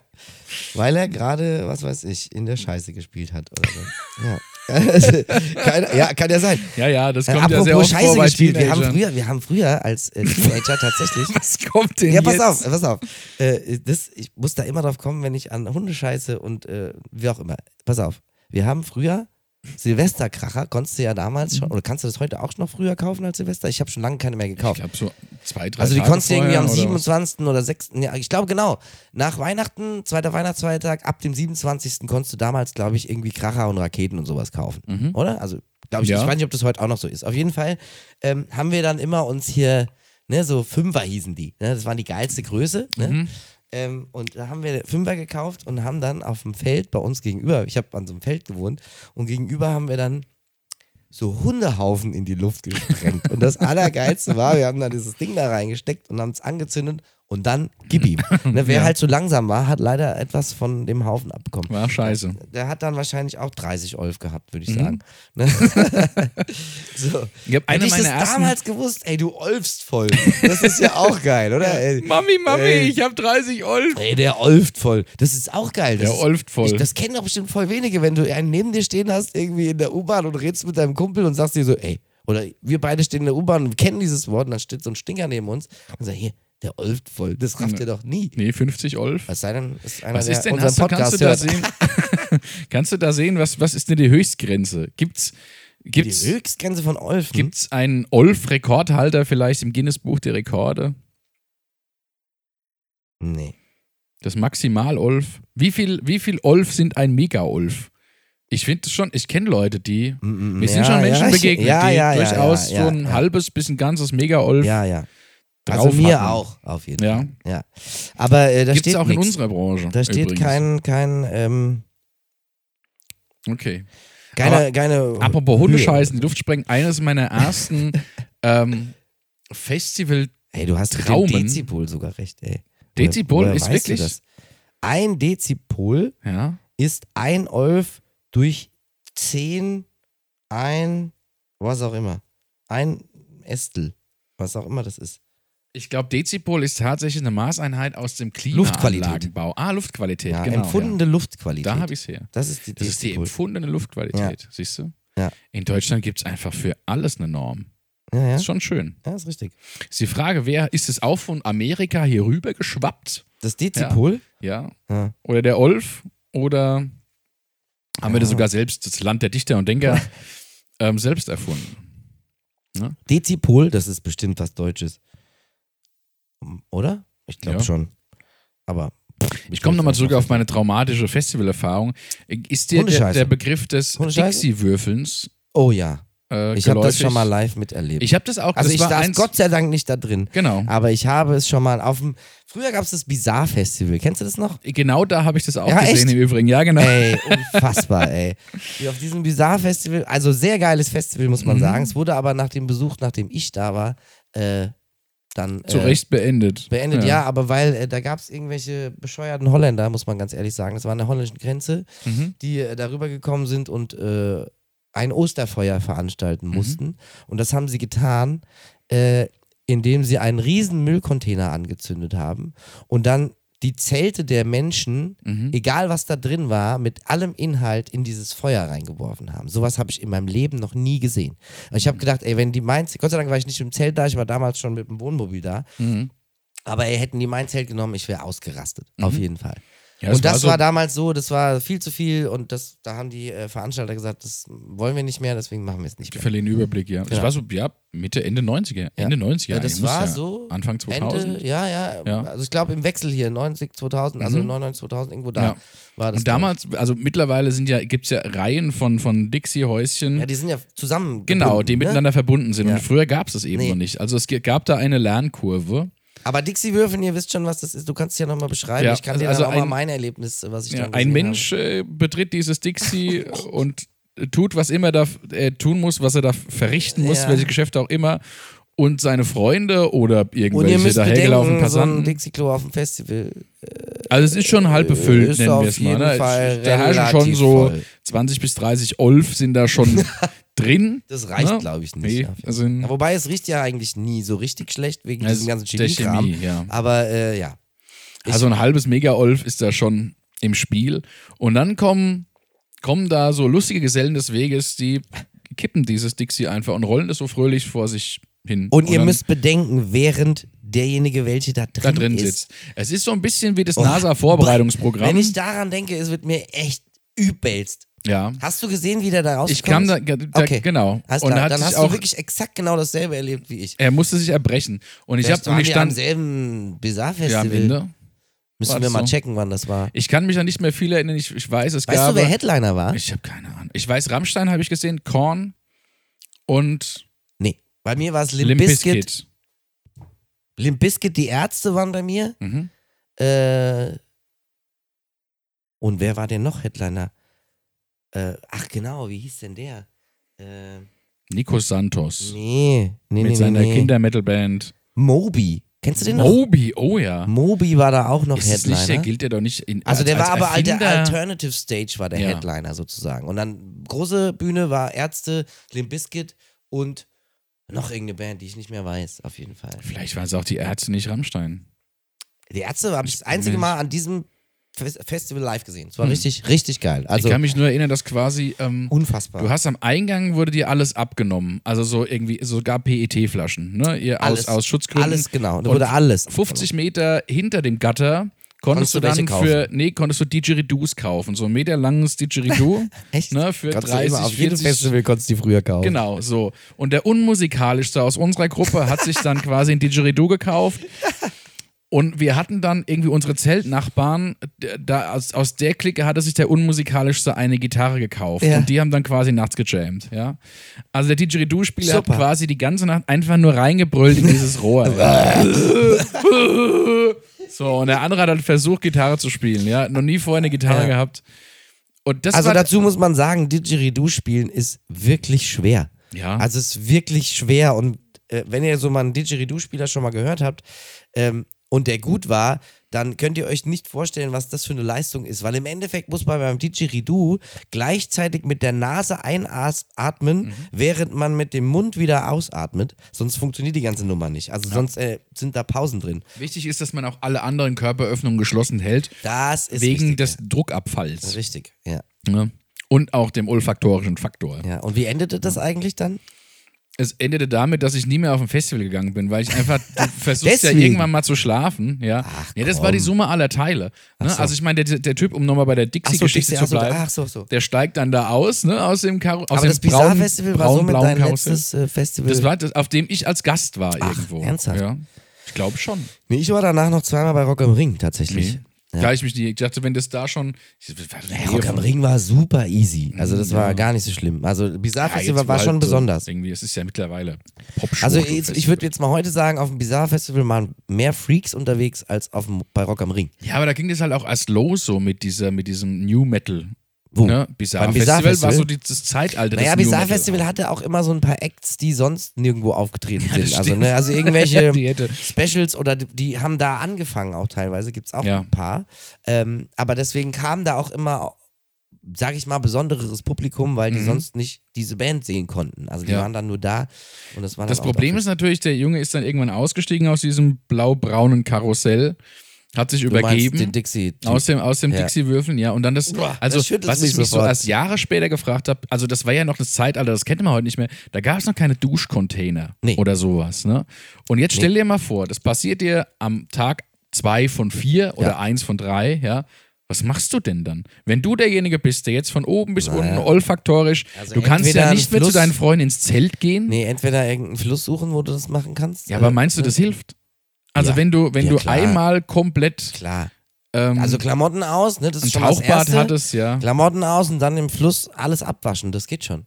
[SPEAKER 1] weil er gerade, was weiß ich, in der Scheiße gespielt hat oder so. Ja, Also, kann, ja, kann ja sein.
[SPEAKER 2] ja, ja, das
[SPEAKER 1] Äh,
[SPEAKER 2] kommt ja sehr
[SPEAKER 1] apropos
[SPEAKER 2] oft
[SPEAKER 1] Scheiße
[SPEAKER 2] vor bei
[SPEAKER 1] gespielt, wir haben,
[SPEAKER 2] Teenagern.
[SPEAKER 1] früher, wir haben früher als äh, Teenager tatsächlich.
[SPEAKER 2] Was kommt denn
[SPEAKER 1] Ja, pass
[SPEAKER 2] jetzt?
[SPEAKER 1] auf, pass auf. Äh, das, ich muss da immer drauf kommen, wenn ich an Hundescheiße und äh, wie auch immer. Pass auf, wir haben früher Silvesterkracher, konntest du ja damals schon, oder kannst du das heute auch noch früher kaufen als Silvester? Ich habe schon lange keine mehr
[SPEAKER 2] Ich
[SPEAKER 1] gekauft.
[SPEAKER 2] glaube so zwei, drei
[SPEAKER 1] Also die
[SPEAKER 2] Tage
[SPEAKER 1] konntest du irgendwie
[SPEAKER 2] vorher
[SPEAKER 1] am
[SPEAKER 2] oder
[SPEAKER 1] 27. oder 6. Ja, ich glaube genau. Nach Weihnachten, zweiter Weihnachtsfeiertag, ab dem 27. konntest du damals, glaube ich, irgendwie Kracher und Raketen und sowas kaufen. Oder? Also, glaube ich,
[SPEAKER 2] Mhm. Ja.
[SPEAKER 1] ich weiß nicht, ob das heute auch noch so ist. Auf jeden Fall ähm, haben wir dann immer uns hier ne, so Fünfer hießen die. Ne? Das waren die geilste Größe. Ne?
[SPEAKER 2] Mhm.
[SPEAKER 1] Ähm, und da haben wir Fünfer gekauft und haben dann auf dem Feld bei uns gegenüber, ich habe an so einem Feld gewohnt, und gegenüber haben wir dann so Hundehaufen in die Luft gesprengt. Und das Allergeilste war, wir haben dann dieses Ding da reingesteckt und haben es angezündet und dann gib ihm. Ne, wer halt so langsam war, hat leider etwas von dem Haufen abbekommen.
[SPEAKER 2] War scheiße.
[SPEAKER 1] Der hat dann wahrscheinlich auch 30 Olf gehabt, würde ich sagen. Ne? so.
[SPEAKER 2] Mhm. Ich hab
[SPEAKER 1] Hätte
[SPEAKER 2] eine
[SPEAKER 1] ich das
[SPEAKER 2] meiner ersten-
[SPEAKER 1] damals gewusst, ey, du olfst voll. Das ist ja auch geil, oder? Ey,
[SPEAKER 2] Mami, Mami,
[SPEAKER 1] Ey.
[SPEAKER 2] ich hab 30 Olf.
[SPEAKER 1] ey der olft voll. Das ist auch geil. Das
[SPEAKER 2] Der olft voll.
[SPEAKER 1] Ich, das kennen doch bestimmt voll wenige, wenn du einen neben dir stehen hast, irgendwie in der U-Bahn und redest mit deinem Kumpel und sagst dir so, ey, oder wir beide stehen in der U-Bahn und kennen dieses Wort und dann steht so ein Stinker neben uns und sagt, hier, der olft voll. Das rafft ihr doch nie.
[SPEAKER 2] Nee, 50 Olf.
[SPEAKER 1] Was sei denn, ist einer,
[SPEAKER 2] Was
[SPEAKER 1] der
[SPEAKER 2] ist denn,
[SPEAKER 1] Also, unseren
[SPEAKER 2] hast du, kannst du
[SPEAKER 1] Podcast
[SPEAKER 2] da
[SPEAKER 1] hört.
[SPEAKER 2] sehen? kannst du da sehen, was, was ist denn die Höchstgrenze? Gibt's, gibt's,
[SPEAKER 1] Die Hm? Höchstgrenze von Olfen.
[SPEAKER 2] gibt's einen Olf-Rekordhalter vielleicht im Guinness-Buch der Rekorde?
[SPEAKER 1] Nee.
[SPEAKER 2] Das Maximal-Olf? Wie viel, wie viel Olf sind ein Mega-Olf? Ich finde schon, ich kenne Leute, die.
[SPEAKER 1] Mm, mm,
[SPEAKER 2] Mir
[SPEAKER 1] ja,
[SPEAKER 2] sind schon Menschen
[SPEAKER 1] ja, ich-
[SPEAKER 2] begegnet,
[SPEAKER 1] ja,
[SPEAKER 2] die
[SPEAKER 1] ja, ja,
[SPEAKER 2] durchaus
[SPEAKER 1] ja, ja,
[SPEAKER 2] so ein
[SPEAKER 1] ja.
[SPEAKER 2] halbes bis ein ganzes Mega-Olf
[SPEAKER 1] Ja, ja.
[SPEAKER 2] drauf
[SPEAKER 1] also mir
[SPEAKER 2] hatten.
[SPEAKER 1] auch, auf jeden
[SPEAKER 2] Ja.
[SPEAKER 1] Fall. Ja. Aber äh, da
[SPEAKER 2] Gibt es
[SPEAKER 1] steht
[SPEAKER 2] auch in
[SPEAKER 1] nix.
[SPEAKER 2] unserer Branche.
[SPEAKER 1] Da steht
[SPEAKER 2] übrigens.
[SPEAKER 1] kein, kein, ähm,
[SPEAKER 2] Okay.
[SPEAKER 1] keine,
[SPEAKER 2] Aber
[SPEAKER 1] keine.
[SPEAKER 2] Apropos
[SPEAKER 1] Höhe.
[SPEAKER 2] Hundescheißen, die Luft sprengen, eines meiner ersten ähm, Festival.
[SPEAKER 1] Ey, du hast mit dem
[SPEAKER 2] Traumen.
[SPEAKER 1] Dezibol sogar recht, ey.
[SPEAKER 2] Dezibol
[SPEAKER 1] Woher weißt
[SPEAKER 2] ist
[SPEAKER 1] du
[SPEAKER 2] wirklich-
[SPEAKER 1] das? Ein Dezibol
[SPEAKER 2] Ja.
[SPEAKER 1] ist ein Olf durch zehn, ein, was auch immer. Ein Estel. Was auch immer das ist.
[SPEAKER 2] Ich glaube, Dezibol ist tatsächlich eine Maßeinheit aus dem
[SPEAKER 1] Luftqualität.
[SPEAKER 2] Klimaanlagenbau. Ah, Luftqualität,
[SPEAKER 1] Ja,
[SPEAKER 2] genau.
[SPEAKER 1] empfundene
[SPEAKER 2] ja.
[SPEAKER 1] Luftqualität.
[SPEAKER 2] Da habe ich es her.
[SPEAKER 1] das ist die
[SPEAKER 2] Das ist die
[SPEAKER 1] Dezibol.
[SPEAKER 2] empfundene Luftqualität, siehst du?
[SPEAKER 1] Ja.
[SPEAKER 2] In Deutschland gibt es einfach für alles eine Norm.
[SPEAKER 1] ja, ja.
[SPEAKER 2] Das ist schon schön.
[SPEAKER 1] ja, ist richtig.
[SPEAKER 2] Ist die Frage, wer ist es auch von Amerika hier rüber geschwappt?
[SPEAKER 1] Das Dezipol?
[SPEAKER 2] Ja.
[SPEAKER 1] Ja.
[SPEAKER 2] Oder der Olf? Oder haben wir das sogar selbst, das Land der Dichter und Denker, ähm, selbst erfunden?
[SPEAKER 1] Dezipol, das ist bestimmt was Deutsches. Oder? Ich glaube
[SPEAKER 2] Ja.
[SPEAKER 1] schon. Aber.
[SPEAKER 2] Ich komme nochmal zurück auf meine traumatische Festivalerfahrung. Ist dir der,
[SPEAKER 1] Hundescheiße.
[SPEAKER 2] der Begriff des
[SPEAKER 1] Hundescheiße?
[SPEAKER 2] Dixie-Würfelns
[SPEAKER 1] Oh ja.
[SPEAKER 2] äh,
[SPEAKER 1] Ich habe das
[SPEAKER 2] geläufig?
[SPEAKER 1] schon mal live miterlebt.
[SPEAKER 2] Ich habe das auch.
[SPEAKER 1] also,
[SPEAKER 2] das
[SPEAKER 1] ich
[SPEAKER 2] war
[SPEAKER 1] saß
[SPEAKER 2] eins,
[SPEAKER 1] Gott sei Dank nicht da drin.
[SPEAKER 2] Genau.
[SPEAKER 1] Aber ich habe es schon mal auf dem. Früher gab es das Bizarre-Festival. Kennst du das noch?
[SPEAKER 2] Genau da habe ich das auch
[SPEAKER 1] Ja,
[SPEAKER 2] gesehen
[SPEAKER 1] echt?
[SPEAKER 2] im Übrigen. Ja, genau.
[SPEAKER 1] Ey, unfassbar, ey. Wie auf diesem Bizarre-Festival, also sehr geiles Festival, muss
[SPEAKER 2] Mhm.
[SPEAKER 1] man sagen. Es wurde aber nach dem Besuch, nachdem ich da war, äh, dann.
[SPEAKER 2] Zu
[SPEAKER 1] äh,
[SPEAKER 2] Recht beendet.
[SPEAKER 1] Beendet, ja, aber weil äh, da gab es irgendwelche bescheuerten Holländer, muss man ganz ehrlich sagen. Das war an der holländischen Grenze,
[SPEAKER 2] Mhm.
[SPEAKER 1] die äh, darüber gekommen sind und äh, ein Osterfeuer veranstalten mussten. Und das haben sie getan, äh, indem sie einen riesen Müllcontainer angezündet haben und dann die Zelte der Menschen,
[SPEAKER 2] Mhm.
[SPEAKER 1] egal was da drin war, mit allem Inhalt in dieses Feuer reingeworfen haben. Sowas habe ich in meinem Leben noch nie gesehen. Und
[SPEAKER 2] Mhm.
[SPEAKER 1] ich habe gedacht, ey, wenn die Mainz, Gott sei Dank war ich nicht im Zelt da, ich war damals schon mit dem Wohnmobil da,
[SPEAKER 2] Mhm.
[SPEAKER 1] aber ey, hätten die mein Zelt genommen, ich wäre ausgerastet. Auf jeden Fall.
[SPEAKER 2] Ja, es
[SPEAKER 1] und das war,
[SPEAKER 2] so-
[SPEAKER 1] damals so, das war viel zu viel und das, da haben die äh, Veranstalter gesagt, das wollen wir nicht mehr, deswegen machen wir es nicht
[SPEAKER 2] Ich
[SPEAKER 1] mehr.
[SPEAKER 2] verliere den Überblick, ja. Das
[SPEAKER 1] Ja.
[SPEAKER 2] war so, ja, Mitte, Ende 90er. Ende 90er.
[SPEAKER 1] Ja, das
[SPEAKER 2] eigentlich, muss
[SPEAKER 1] war
[SPEAKER 2] ja.
[SPEAKER 1] so
[SPEAKER 2] Anfang 2000.
[SPEAKER 1] Ende, ja, ja,
[SPEAKER 2] Ja. Mhm.
[SPEAKER 1] Also ich glaube im Wechsel hier, 90, 2000, also 99, 2000, irgendwo da
[SPEAKER 2] Ja.
[SPEAKER 1] war das.
[SPEAKER 2] Und damals, also mittlerweile sind ja, gibt es ja Reihen von, von Dixie-Häuschen.
[SPEAKER 1] Ja, die sind ja zusammen.
[SPEAKER 2] genau,
[SPEAKER 1] gebunden,
[SPEAKER 2] die
[SPEAKER 1] ne?
[SPEAKER 2] miteinander verbunden sind.
[SPEAKER 1] Ja.
[SPEAKER 2] Und früher gab es das eben
[SPEAKER 1] Nee.
[SPEAKER 2] noch nicht. Also es ge- gab da eine Lernkurve.
[SPEAKER 1] Aber Dixie-Würfeln, ihr wisst schon, was das ist. Du kannst es ja nochmal beschreiben.
[SPEAKER 2] Ja,
[SPEAKER 1] Ich kann dir
[SPEAKER 2] also
[SPEAKER 1] also auch mal
[SPEAKER 2] ein-
[SPEAKER 1] mein Erlebnis, was ich
[SPEAKER 2] Ja,
[SPEAKER 1] dann
[SPEAKER 2] ein
[SPEAKER 1] gesehen
[SPEAKER 2] Mensch äh, betritt dieses
[SPEAKER 1] Oh
[SPEAKER 2] Dixie und tut, was immer er äh, tun muss, was er da verrichten muss,
[SPEAKER 1] Ja.
[SPEAKER 2] welche Geschäfte auch immer. Und seine Freunde oder
[SPEAKER 1] habe. Und ihr
[SPEAKER 2] irgendwelche
[SPEAKER 1] müsst
[SPEAKER 2] dahergelaufenen
[SPEAKER 1] bedenken, so ein
[SPEAKER 2] Passanten.
[SPEAKER 1] Dixie-Klo auf dem Festival
[SPEAKER 2] also es ist schon halb befüllt,
[SPEAKER 1] Äh, ist
[SPEAKER 2] nennen
[SPEAKER 1] auf
[SPEAKER 2] wir es mal.
[SPEAKER 1] jeden
[SPEAKER 2] Ne?
[SPEAKER 1] Fall
[SPEAKER 2] Es- da herrschen
[SPEAKER 1] relativ
[SPEAKER 2] schon so
[SPEAKER 1] voll.
[SPEAKER 2] 20 bis 30 Olf sind da schon drin.
[SPEAKER 1] Das reicht,
[SPEAKER 2] Ne?
[SPEAKER 1] glaube ich, nicht.
[SPEAKER 2] Nee,
[SPEAKER 1] dafür.
[SPEAKER 2] also in-
[SPEAKER 1] ja, wobei es riecht ja eigentlich nie so richtig schlecht wegen
[SPEAKER 2] Also
[SPEAKER 1] diesem ganzen
[SPEAKER 2] der
[SPEAKER 1] Chemie-Kram.
[SPEAKER 2] Chemie, ja.
[SPEAKER 1] Aber äh, ja.
[SPEAKER 2] Also ein halbes Mega-Olf ist da schon im Spiel. Und dann kommen, kommen da so lustige Gesellen des Weges, die kippen dieses Dixie einfach und rollen es so fröhlich vor sich hin.
[SPEAKER 1] Und ihr
[SPEAKER 2] dann
[SPEAKER 1] müsst bedenken, während derjenige, welche da drin,
[SPEAKER 2] da drin
[SPEAKER 1] ist.
[SPEAKER 2] sitzt. Es ist so ein bisschen wie das
[SPEAKER 1] Oh,
[SPEAKER 2] NASA-Vorbereitungsprogramm.
[SPEAKER 1] Wenn ich daran denke, es wird mir echt übelst.
[SPEAKER 2] ja.
[SPEAKER 1] Hast du gesehen, wie der da rausgekommen
[SPEAKER 2] Ich kam da,
[SPEAKER 1] ist?
[SPEAKER 2] da
[SPEAKER 1] Okay.
[SPEAKER 2] genau.
[SPEAKER 1] Alles
[SPEAKER 2] und
[SPEAKER 1] klar,
[SPEAKER 2] er hat
[SPEAKER 1] dann
[SPEAKER 2] sich
[SPEAKER 1] hast
[SPEAKER 2] auch,
[SPEAKER 1] du wirklich exakt genau dasselbe erlebt wie ich.
[SPEAKER 2] er musste sich erbrechen. Und ich
[SPEAKER 1] Vielleicht
[SPEAKER 2] habe und
[SPEAKER 1] waren
[SPEAKER 2] ich
[SPEAKER 1] wir am
[SPEAKER 2] stand
[SPEAKER 1] selben
[SPEAKER 2] ja, am
[SPEAKER 1] Bizarre-Festival.
[SPEAKER 2] Ende. war
[SPEAKER 1] Müssen wir
[SPEAKER 2] das
[SPEAKER 1] mal
[SPEAKER 2] so?
[SPEAKER 1] checken, wann das war.
[SPEAKER 2] Ich kann mich an nicht mehr viel erinnern. Ich, ich weiß, es
[SPEAKER 1] Weißt
[SPEAKER 2] gab.
[SPEAKER 1] du, wer Headliner war?
[SPEAKER 2] ich habe keine Ahnung. Ich weiß, Rammstein habe ich gesehen, Korn und
[SPEAKER 1] nee. Bei mir war es Limp,
[SPEAKER 2] Limp
[SPEAKER 1] Bizkit.
[SPEAKER 2] Bizkit.
[SPEAKER 1] Limp Bizkit, die Ärzte waren bei mir.
[SPEAKER 2] Mhm.
[SPEAKER 1] Äh, und wer war denn noch Headliner? Äh, ach genau, wie hieß denn der? Äh,
[SPEAKER 2] Nico Santos
[SPEAKER 1] nee, nee,
[SPEAKER 2] mit
[SPEAKER 1] nee,
[SPEAKER 2] seiner
[SPEAKER 1] nee.
[SPEAKER 2] Kindermetalband.
[SPEAKER 1] Moby. Kennst du den noch?
[SPEAKER 2] Moby, oh ja.
[SPEAKER 1] Moby war da auch noch
[SPEAKER 2] Ist es
[SPEAKER 1] Headliner.
[SPEAKER 2] nicht, der gilt ja doch nicht in
[SPEAKER 1] also der
[SPEAKER 2] als,
[SPEAKER 1] war
[SPEAKER 2] als
[SPEAKER 1] aber der
[SPEAKER 2] Erfinder.
[SPEAKER 1] Alternative Stage war der
[SPEAKER 2] Ja.
[SPEAKER 1] Headliner sozusagen. Und dann große Bühne war Ärzte, Limp Bizkit und noch irgendeine Band, die ich nicht mehr weiß, auf jeden Fall.
[SPEAKER 2] Vielleicht waren es auch die Ärzte, nicht Rammstein.
[SPEAKER 1] Die Ärzte habe ich
[SPEAKER 2] Ich
[SPEAKER 1] das einzige
[SPEAKER 2] bin mir
[SPEAKER 1] Mal an diesem Fes- Festival live gesehen. Es war
[SPEAKER 2] Hm.
[SPEAKER 1] richtig, richtig geil. Also
[SPEAKER 2] ich kann mich nur erinnern, dass quasi ähm,
[SPEAKER 1] unfassbar.
[SPEAKER 2] Du hast am Eingang wurde dir alles abgenommen. Also so irgendwie, sogar PET-Flaschen, ne? Ihr
[SPEAKER 1] Alles.
[SPEAKER 2] aus, aus Schutzgründen.
[SPEAKER 1] Alles, genau. Da
[SPEAKER 2] Und
[SPEAKER 1] wurde alles.
[SPEAKER 2] 50 Meter hinter dem Gatter
[SPEAKER 1] Konntest
[SPEAKER 2] konntest
[SPEAKER 1] du
[SPEAKER 2] du dann
[SPEAKER 1] welche
[SPEAKER 2] für, nee, konntest du Didgeridoos kaufen. So ein Meter langes Didgeridoo.
[SPEAKER 1] Echt?
[SPEAKER 2] Ne, für
[SPEAKER 1] Konntest du
[SPEAKER 2] 30,
[SPEAKER 1] immer auf jedem
[SPEAKER 2] 40
[SPEAKER 1] Festival konntest du die früher kaufen.
[SPEAKER 2] Genau, so. Und der unmusikalischste aus unserer Gruppe hat sich dann quasi ein Didgeridoo gekauft. Und wir hatten dann irgendwie unsere Zeltnachbarn, d- da, aus, aus der Clique hatte sich der unmusikalischste eine Gitarre gekauft.
[SPEAKER 1] Ja.
[SPEAKER 2] Und die haben dann quasi nachts gejammt, ja. Also der Didgeridoo-Spieler hat
[SPEAKER 1] Super.
[SPEAKER 2] quasi die ganze Nacht einfach nur reingebrüllt in dieses Rohr. so, und der andere hat dann versucht, Gitarre zu spielen, ja. Noch nie vorher eine Gitarre
[SPEAKER 1] Ja.
[SPEAKER 2] gehabt. Und das
[SPEAKER 1] Also
[SPEAKER 2] war
[SPEAKER 1] dazu muss man sagen, Didgeridoo spielen ist wirklich schwer.
[SPEAKER 2] Ja.
[SPEAKER 1] Also es ist wirklich schwer und äh, wenn ihr so mal einen Didgeridoo-Spieler schon mal gehört habt ähm, und der gut war, dann könnt ihr euch nicht vorstellen, was das für eine Leistung ist, weil im Endeffekt muss man beim Didgeridoo gleichzeitig mit der Nase einatmen,
[SPEAKER 2] Mhm.
[SPEAKER 1] während man mit dem Mund wieder ausatmet, sonst funktioniert die ganze Nummer nicht. Also sonst äh, sind da Pausen drin.
[SPEAKER 2] wichtig ist, dass man auch alle anderen Körperöffnungen geschlossen hält.
[SPEAKER 1] Das ist
[SPEAKER 2] wegen
[SPEAKER 1] wichtig,
[SPEAKER 2] des
[SPEAKER 1] ja.
[SPEAKER 2] Druckabfalls.
[SPEAKER 1] richtig, ja.
[SPEAKER 2] Ne? Und auch dem olfaktorischen Faktor.
[SPEAKER 1] ja. Und wie endete das eigentlich dann?
[SPEAKER 2] Es endete damit, dass ich nie mehr auf ein Festival gegangen bin, weil ich einfach, du versuchst ja
[SPEAKER 1] Deswegen.
[SPEAKER 2] irgendwann mal zu schlafen. Ja, ja das war die Summe aller Teile. Ne?
[SPEAKER 1] so.
[SPEAKER 2] Also ich meine, der, der Typ, um nochmal bei der Dixie-Geschichte
[SPEAKER 1] Dixie, ach
[SPEAKER 2] zu
[SPEAKER 1] so,
[SPEAKER 2] bleiben,
[SPEAKER 1] ach so, so.
[SPEAKER 2] der steigt dann da aus, ne, aus dem Karo aus
[SPEAKER 1] Aber
[SPEAKER 2] dem
[SPEAKER 1] das Bizarre
[SPEAKER 2] braunen-
[SPEAKER 1] Festival war somit
[SPEAKER 2] braun-blauen
[SPEAKER 1] dein
[SPEAKER 2] Karussell.
[SPEAKER 1] letztes äh, Festival.
[SPEAKER 2] Das war das, auf dem ich als Gast war irgendwo.
[SPEAKER 1] ernsthaft?
[SPEAKER 2] Ja. Ich glaube schon.
[SPEAKER 1] nee, ich war danach noch zweimal bei Rock am Ring tatsächlich.
[SPEAKER 2] Da ich mich nie, ich dachte, wenn das da schon. Ich,
[SPEAKER 1] Ja, Rock am Ring war super easy. Also das war gar nicht so schlimm. Also Bizarre
[SPEAKER 2] Ja,
[SPEAKER 1] Festival
[SPEAKER 2] jetzt
[SPEAKER 1] war
[SPEAKER 2] halt
[SPEAKER 1] schon
[SPEAKER 2] so
[SPEAKER 1] besonders.
[SPEAKER 2] Irgendwie, es ist ja mittlerweile pop
[SPEAKER 1] Also jetzt, ich würde jetzt mal heute sagen, auf dem Bizarre Festival waren mehr Freaks unterwegs als auf dem, bei Rock am Ring.
[SPEAKER 2] Ja, aber da ging das halt auch erst los so mit dieser, mit diesem New Metal.
[SPEAKER 1] Wo?
[SPEAKER 2] Ne? Bizarre,
[SPEAKER 1] Beim
[SPEAKER 2] Festival,
[SPEAKER 1] Bizarre
[SPEAKER 2] war
[SPEAKER 1] Festival?
[SPEAKER 2] so die, das Zeitalter
[SPEAKER 1] Naja,
[SPEAKER 2] des New
[SPEAKER 1] Bizarre
[SPEAKER 2] Metal.
[SPEAKER 1] Festival hatte auch immer so ein paar Acts, die sonst nirgendwo aufgetreten
[SPEAKER 2] das
[SPEAKER 1] sind. Also,
[SPEAKER 2] stimmt.
[SPEAKER 1] ne, also
[SPEAKER 2] Ja,
[SPEAKER 1] irgendwelche
[SPEAKER 2] die hätte-
[SPEAKER 1] Specials oder die, die haben da angefangen auch teilweise, gibt es auch
[SPEAKER 2] Ja.
[SPEAKER 1] ein paar. Ähm, aber deswegen kam da auch immer, sag ich mal, besonderes Publikum, weil die sonst nicht diese Band sehen konnten. Also die
[SPEAKER 2] Mhm. Ja.
[SPEAKER 1] waren dann nur da und das war
[SPEAKER 2] Das
[SPEAKER 1] dann auch
[SPEAKER 2] Problem ist natürlich, der Junge ist dann irgendwann ausgestiegen aus diesem blau-braunen Karussell, hat sich
[SPEAKER 1] dafür. du meinst
[SPEAKER 2] übergeben.
[SPEAKER 1] den Dixie.
[SPEAKER 2] Aus dem, aus dem
[SPEAKER 1] Ja.
[SPEAKER 2] Dixie-Würfeln, ja. Und dann das,
[SPEAKER 1] Boah,
[SPEAKER 2] also
[SPEAKER 1] das schüttelt
[SPEAKER 2] was
[SPEAKER 1] mich
[SPEAKER 2] ich mich so
[SPEAKER 1] sofort.
[SPEAKER 2] erst Jahre später gefragt habe, also das war ja noch das Zeitalter, das kennt man heute nicht mehr, da gab es noch keine Duschcontainer
[SPEAKER 1] Nee.
[SPEAKER 2] oder sowas, ne? Und jetzt stell dir mal vor, das passiert dir am Tag zwei von vier oder eins von drei, ja. Was machst du denn dann? Wenn du derjenige bist, der jetzt von oben bis unten olfaktorisch,
[SPEAKER 1] Also
[SPEAKER 2] du kannst
[SPEAKER 1] entweder
[SPEAKER 2] ja
[SPEAKER 1] ein
[SPEAKER 2] nicht mehr zu
[SPEAKER 1] Fluss-
[SPEAKER 2] deinen Freunden ins Zelt gehen.
[SPEAKER 1] Nee, entweder irgendeinen Fluss suchen, wo du das machen kannst.
[SPEAKER 2] Ja, aber
[SPEAKER 1] äh,
[SPEAKER 2] meinst du, das hilft? Also
[SPEAKER 1] Ja.
[SPEAKER 2] wenn du, wenn
[SPEAKER 1] Ja,
[SPEAKER 2] du
[SPEAKER 1] klar.
[SPEAKER 2] einmal komplett
[SPEAKER 1] Klar.
[SPEAKER 2] ähm,
[SPEAKER 1] Also Klamotten aus, ne? Das
[SPEAKER 2] ein
[SPEAKER 1] ist schon mal das
[SPEAKER 2] Tauchbad
[SPEAKER 1] Erste.
[SPEAKER 2] hattest, ja.
[SPEAKER 1] Klamotten aus und dann im Fluss alles abwaschen. Das geht schon.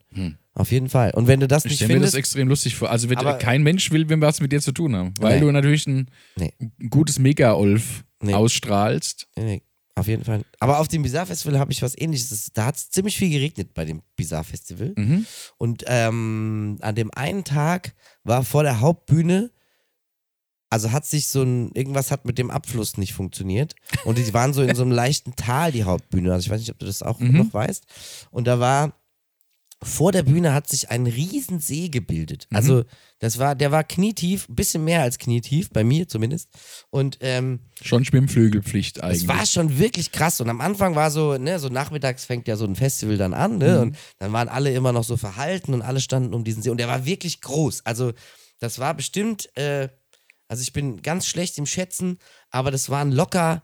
[SPEAKER 1] Auf jeden Fall. Und wenn du das
[SPEAKER 2] Ich
[SPEAKER 1] nicht
[SPEAKER 2] stelle mir Hm. das
[SPEAKER 1] findest,
[SPEAKER 2] extrem lustig vor. Also wird,
[SPEAKER 1] Aber-
[SPEAKER 2] kein Mensch will wenn was mit dir zu tun haben, weil
[SPEAKER 1] Nee.
[SPEAKER 2] du natürlich ein
[SPEAKER 1] Nee.
[SPEAKER 2] ein gutes Mega-Olf
[SPEAKER 1] Nee.
[SPEAKER 2] ausstrahlst.
[SPEAKER 1] Nee, nee, auf jeden Fall. Aber auf dem Bizarre Festival habe ich was ähnliches. Das- Da hat es ziemlich viel geregnet bei dem Bizarre Festival.
[SPEAKER 2] Mhm.
[SPEAKER 1] Und ähm, an dem einen Tag war vor der Hauptbühne, also hat sich so ein, irgendwas hat mit dem Abfluss nicht funktioniert. Und die waren so in so einem leichten Tal, die Hauptbühne. Also ich weiß nicht, ob du das auch
[SPEAKER 2] Mhm.
[SPEAKER 1] noch weißt. Und da war, vor der Bühne hat sich ein Riesensee gebildet. Also
[SPEAKER 2] Mhm.
[SPEAKER 1] das war, der war knietief, ein bisschen mehr als knietief, bei mir zumindest. Und ähm,
[SPEAKER 2] Schon Schwimmflügelpflicht eigentlich.
[SPEAKER 1] es war schon wirklich krass. Und am Anfang war so, ne, so nachmittags fängt ja so ein Festival dann an, ne? Und dann waren alle immer noch so verhalten und alle standen um diesen See. Und der war wirklich groß. Also, das war bestimmt, äh, also ich bin ganz schlecht im Schätzen, aber das waren locker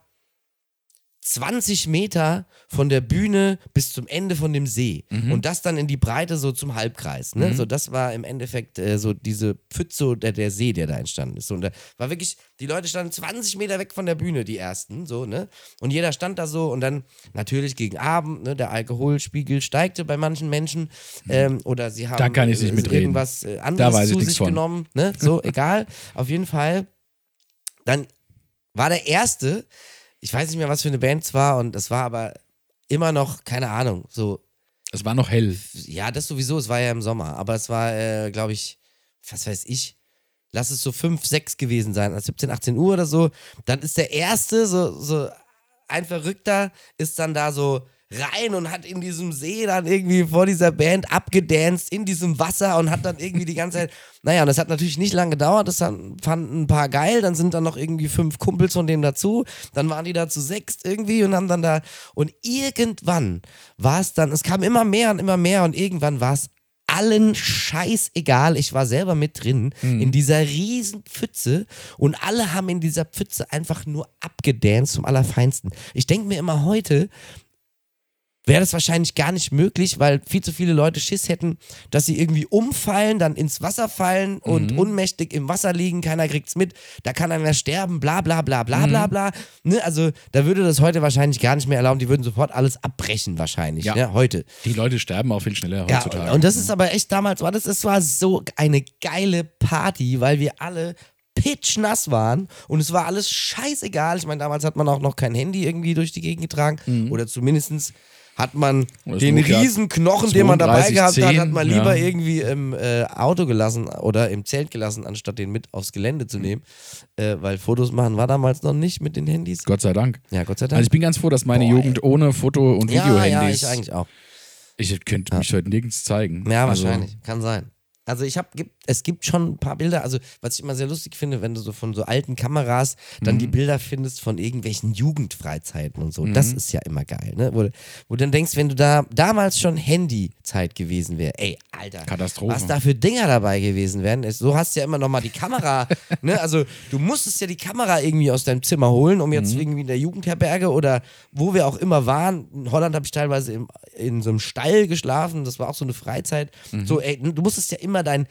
[SPEAKER 1] 20 Meter von der Bühne bis zum Ende von dem See.
[SPEAKER 2] Mhm.
[SPEAKER 1] Und das dann in die Breite so zum Halbkreis. Ne? So, das war im Endeffekt äh, so diese Pfütze oder der See, der da entstanden ist. So, Und da war wirklich, die Leute standen 20 Meter weg von der Bühne, die ersten. So, ne? Und jeder stand da so und dann natürlich gegen Abend, ne, der Alkoholspiegel steigte bei manchen Menschen. Ähm, oder sie haben
[SPEAKER 2] Mhm. Da kann ich nicht
[SPEAKER 1] äh,
[SPEAKER 2] mitreden.
[SPEAKER 1] irgendwas äh, anderes
[SPEAKER 2] weiß ich
[SPEAKER 1] zu
[SPEAKER 2] nichts
[SPEAKER 1] sich
[SPEAKER 2] von.
[SPEAKER 1] genommen. Ne? So, egal. Auf jeden Fall dann war der erste, ich weiß nicht mehr, was für eine Band es war, und es war aber immer noch, keine Ahnung, so,
[SPEAKER 2] Es war noch hell.
[SPEAKER 1] ja, das sowieso, es war ja im Sommer, aber es war, äh, glaube ich, was weiß ich, lass es so 5, 6 gewesen sein, also 17, 18 Uhr oder so, dann ist der erste, so, so ein Verrückter, ist dann da so rein und hat in diesem See dann irgendwie vor dieser Band abgedanced in diesem Wasser und hat dann irgendwie die ganze Zeit, naja, und das hat natürlich nicht lange gedauert, das dann fanden ein paar geil, dann sind dann noch irgendwie fünf Kumpels von dem dazu, dann waren die da zu sechs irgendwie und haben dann da, und irgendwann war es dann, es kam immer mehr und immer mehr und irgendwann war es allen scheißegal. Ich war selber mit drin in dieser riesen Pfütze und alle haben in dieser Pfütze einfach nur abgedanced zum Allerfeinsten. Ich denke mir immer heute, wäre das wahrscheinlich gar nicht möglich, weil viel zu viele Leute Schiss hätten, dass sie irgendwie umfallen, dann ins Wasser fallen und unmächtig im Wasser liegen, keiner kriegt's mit, da kann einer sterben, bla bla bla bla bla bla. Ne? Also da würde das heute wahrscheinlich gar nicht mehr erlauben, die würden sofort alles abbrechen wahrscheinlich,
[SPEAKER 2] Ja.
[SPEAKER 1] ne? heute.
[SPEAKER 2] Die Leute sterben auch viel schneller
[SPEAKER 1] Ja,
[SPEAKER 2] heutzutage. Mhm.
[SPEAKER 1] und das ist aber echt damals, war das, das war so eine geile Party, weil wir alle pitchnass waren und es war alles scheißegal. Ich meine, damals hat man auch noch kein Handy irgendwie durch die Gegend getragen oder zumindest hat man
[SPEAKER 2] Mhm. Oder das
[SPEAKER 1] den
[SPEAKER 2] Nokia
[SPEAKER 1] riesen Knochen, den man dabei
[SPEAKER 2] 32,
[SPEAKER 1] gehabt hat, hat
[SPEAKER 2] 10,
[SPEAKER 1] man lieber
[SPEAKER 2] ja.
[SPEAKER 1] irgendwie im äh, Auto gelassen oder im Zelt gelassen, anstatt den mit aufs Gelände
[SPEAKER 2] Mhm.
[SPEAKER 1] zu nehmen, äh, weil Fotos machen war damals noch nicht mit den Handys.
[SPEAKER 2] Gott sei Dank.
[SPEAKER 1] Ja, Gott sei Dank.
[SPEAKER 2] Also ich bin ganz froh, dass meine
[SPEAKER 1] Boah,
[SPEAKER 2] Jugend ohne Foto- und
[SPEAKER 1] ja, ja,
[SPEAKER 2] Videohandys.
[SPEAKER 1] ich eigentlich auch.
[SPEAKER 2] ich könnte mich heute nirgends zeigen.
[SPEAKER 1] Ja,
[SPEAKER 2] Also,
[SPEAKER 1] wahrscheinlich. Kann sein. Also ich habe, es gibt schon ein paar Bilder, also was ich immer sehr lustig finde, wenn du so von so alten Kameras dann
[SPEAKER 2] Mhm.
[SPEAKER 1] die Bilder findest von irgendwelchen Jugendfreizeiten und so.
[SPEAKER 2] Mhm.
[SPEAKER 1] Das ist ja immer geil, ne? Wo, wo du dann denkst, wenn du da damals schon Handyzeit gewesen wäre, ey, Alter,
[SPEAKER 2] Katastrophe.
[SPEAKER 1] was da für Dinger dabei gewesen wären. Es- So hast du ja immer nochmal die Kamera, ne? Also du musstest ja die Kamera irgendwie aus deinem Zimmer holen, um jetzt
[SPEAKER 2] Mhm.
[SPEAKER 1] irgendwie in der Jugendherberge oder wo wir auch immer waren. In Holland habe ich teilweise im, in so einem Stall geschlafen, das war auch so eine Freizeit.
[SPEAKER 2] Mhm.
[SPEAKER 1] So, ey, du musstest ja immer dein